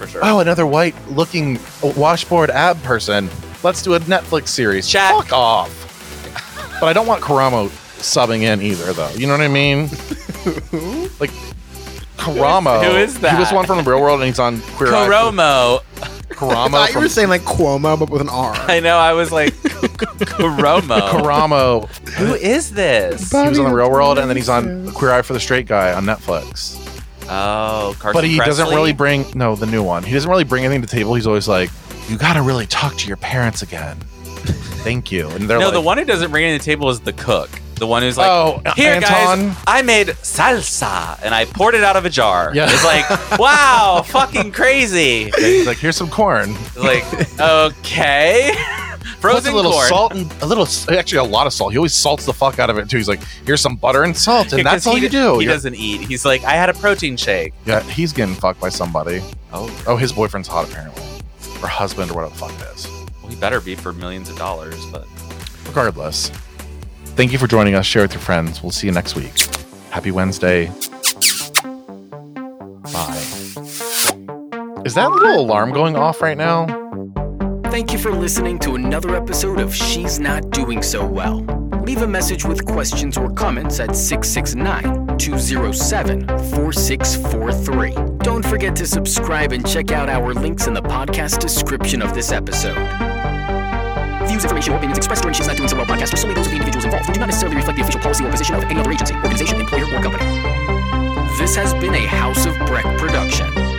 Speaker 5: for sure.
Speaker 4: Oh, another white looking washboard ab person. Let's do a Netflix series.
Speaker 5: Jack.
Speaker 4: Fuck off. but I don't want Karamo subbing in either, though. You know what I mean? like, Karamo.
Speaker 5: Who is that?
Speaker 4: He was one from the real world and he's on Queer Eye for-
Speaker 5: Coromo.
Speaker 7: I
Speaker 4: Karamo
Speaker 7: thought you
Speaker 4: from
Speaker 7: were saying like Cuomo, but with an R.
Speaker 5: I know. I was like, Coromo.
Speaker 4: Karamo.
Speaker 5: Who is this?
Speaker 4: He was on the real world and then he's on Queer Eye for the Straight Guy on Netflix.
Speaker 5: Oh, Carson
Speaker 4: but he doesn't
Speaker 5: Kressley?
Speaker 4: really bring no the new one. He doesn't really bring anything to the table. He's always like, "You got to really talk to your parents again." Thank you. And they're
Speaker 5: No,
Speaker 4: like,
Speaker 5: the one who doesn't bring it to the table is the cook. The one who's like,
Speaker 4: "Oh,
Speaker 5: Here,
Speaker 4: Anton."
Speaker 5: guys, I made salsa and I poured it out of a jar.
Speaker 4: Yeah.
Speaker 5: It's like, wow, fucking crazy.
Speaker 4: And he's like, "Here's some corn.
Speaker 5: It's like, okay.
Speaker 4: Put a
Speaker 5: Frozen
Speaker 4: little
Speaker 5: corn.
Speaker 4: salt and a little actually a lot of salt. He always salts the fuck out of it too. He's like, "Here's some butter and salt, and
Speaker 5: Yeah, 'cause
Speaker 4: that's all
Speaker 5: he
Speaker 4: you
Speaker 5: d-
Speaker 4: do."
Speaker 5: He
Speaker 4: You're-
Speaker 5: doesn't eat. He's like, I had a protein shake.
Speaker 4: yeah, he's getting fucked by somebody.
Speaker 5: Oh,
Speaker 4: Oh, his boyfriend's hot apparently, or husband, or whatever the fuck it is.
Speaker 5: well, he better be for millions of dollars, but.
Speaker 4: Regardless, thank you for joining us. Share with your friends. We'll see you next week. Happy Wednesday. Bye. Is that little alarm going off right now?
Speaker 11: Thank you for listening to another episode of She's Not Doing So Well. Leave a message with questions or comments at 669 207 4643. Don't forget to subscribe and check out our links in the podcast description of this episode. Views, information, or opinions expressed during She's Not Doing So Well podcast are solely those of the individuals involved and do not necessarily reflect the official policy or position of any other agency, organization, employer, or company. This has been a House of Breck production.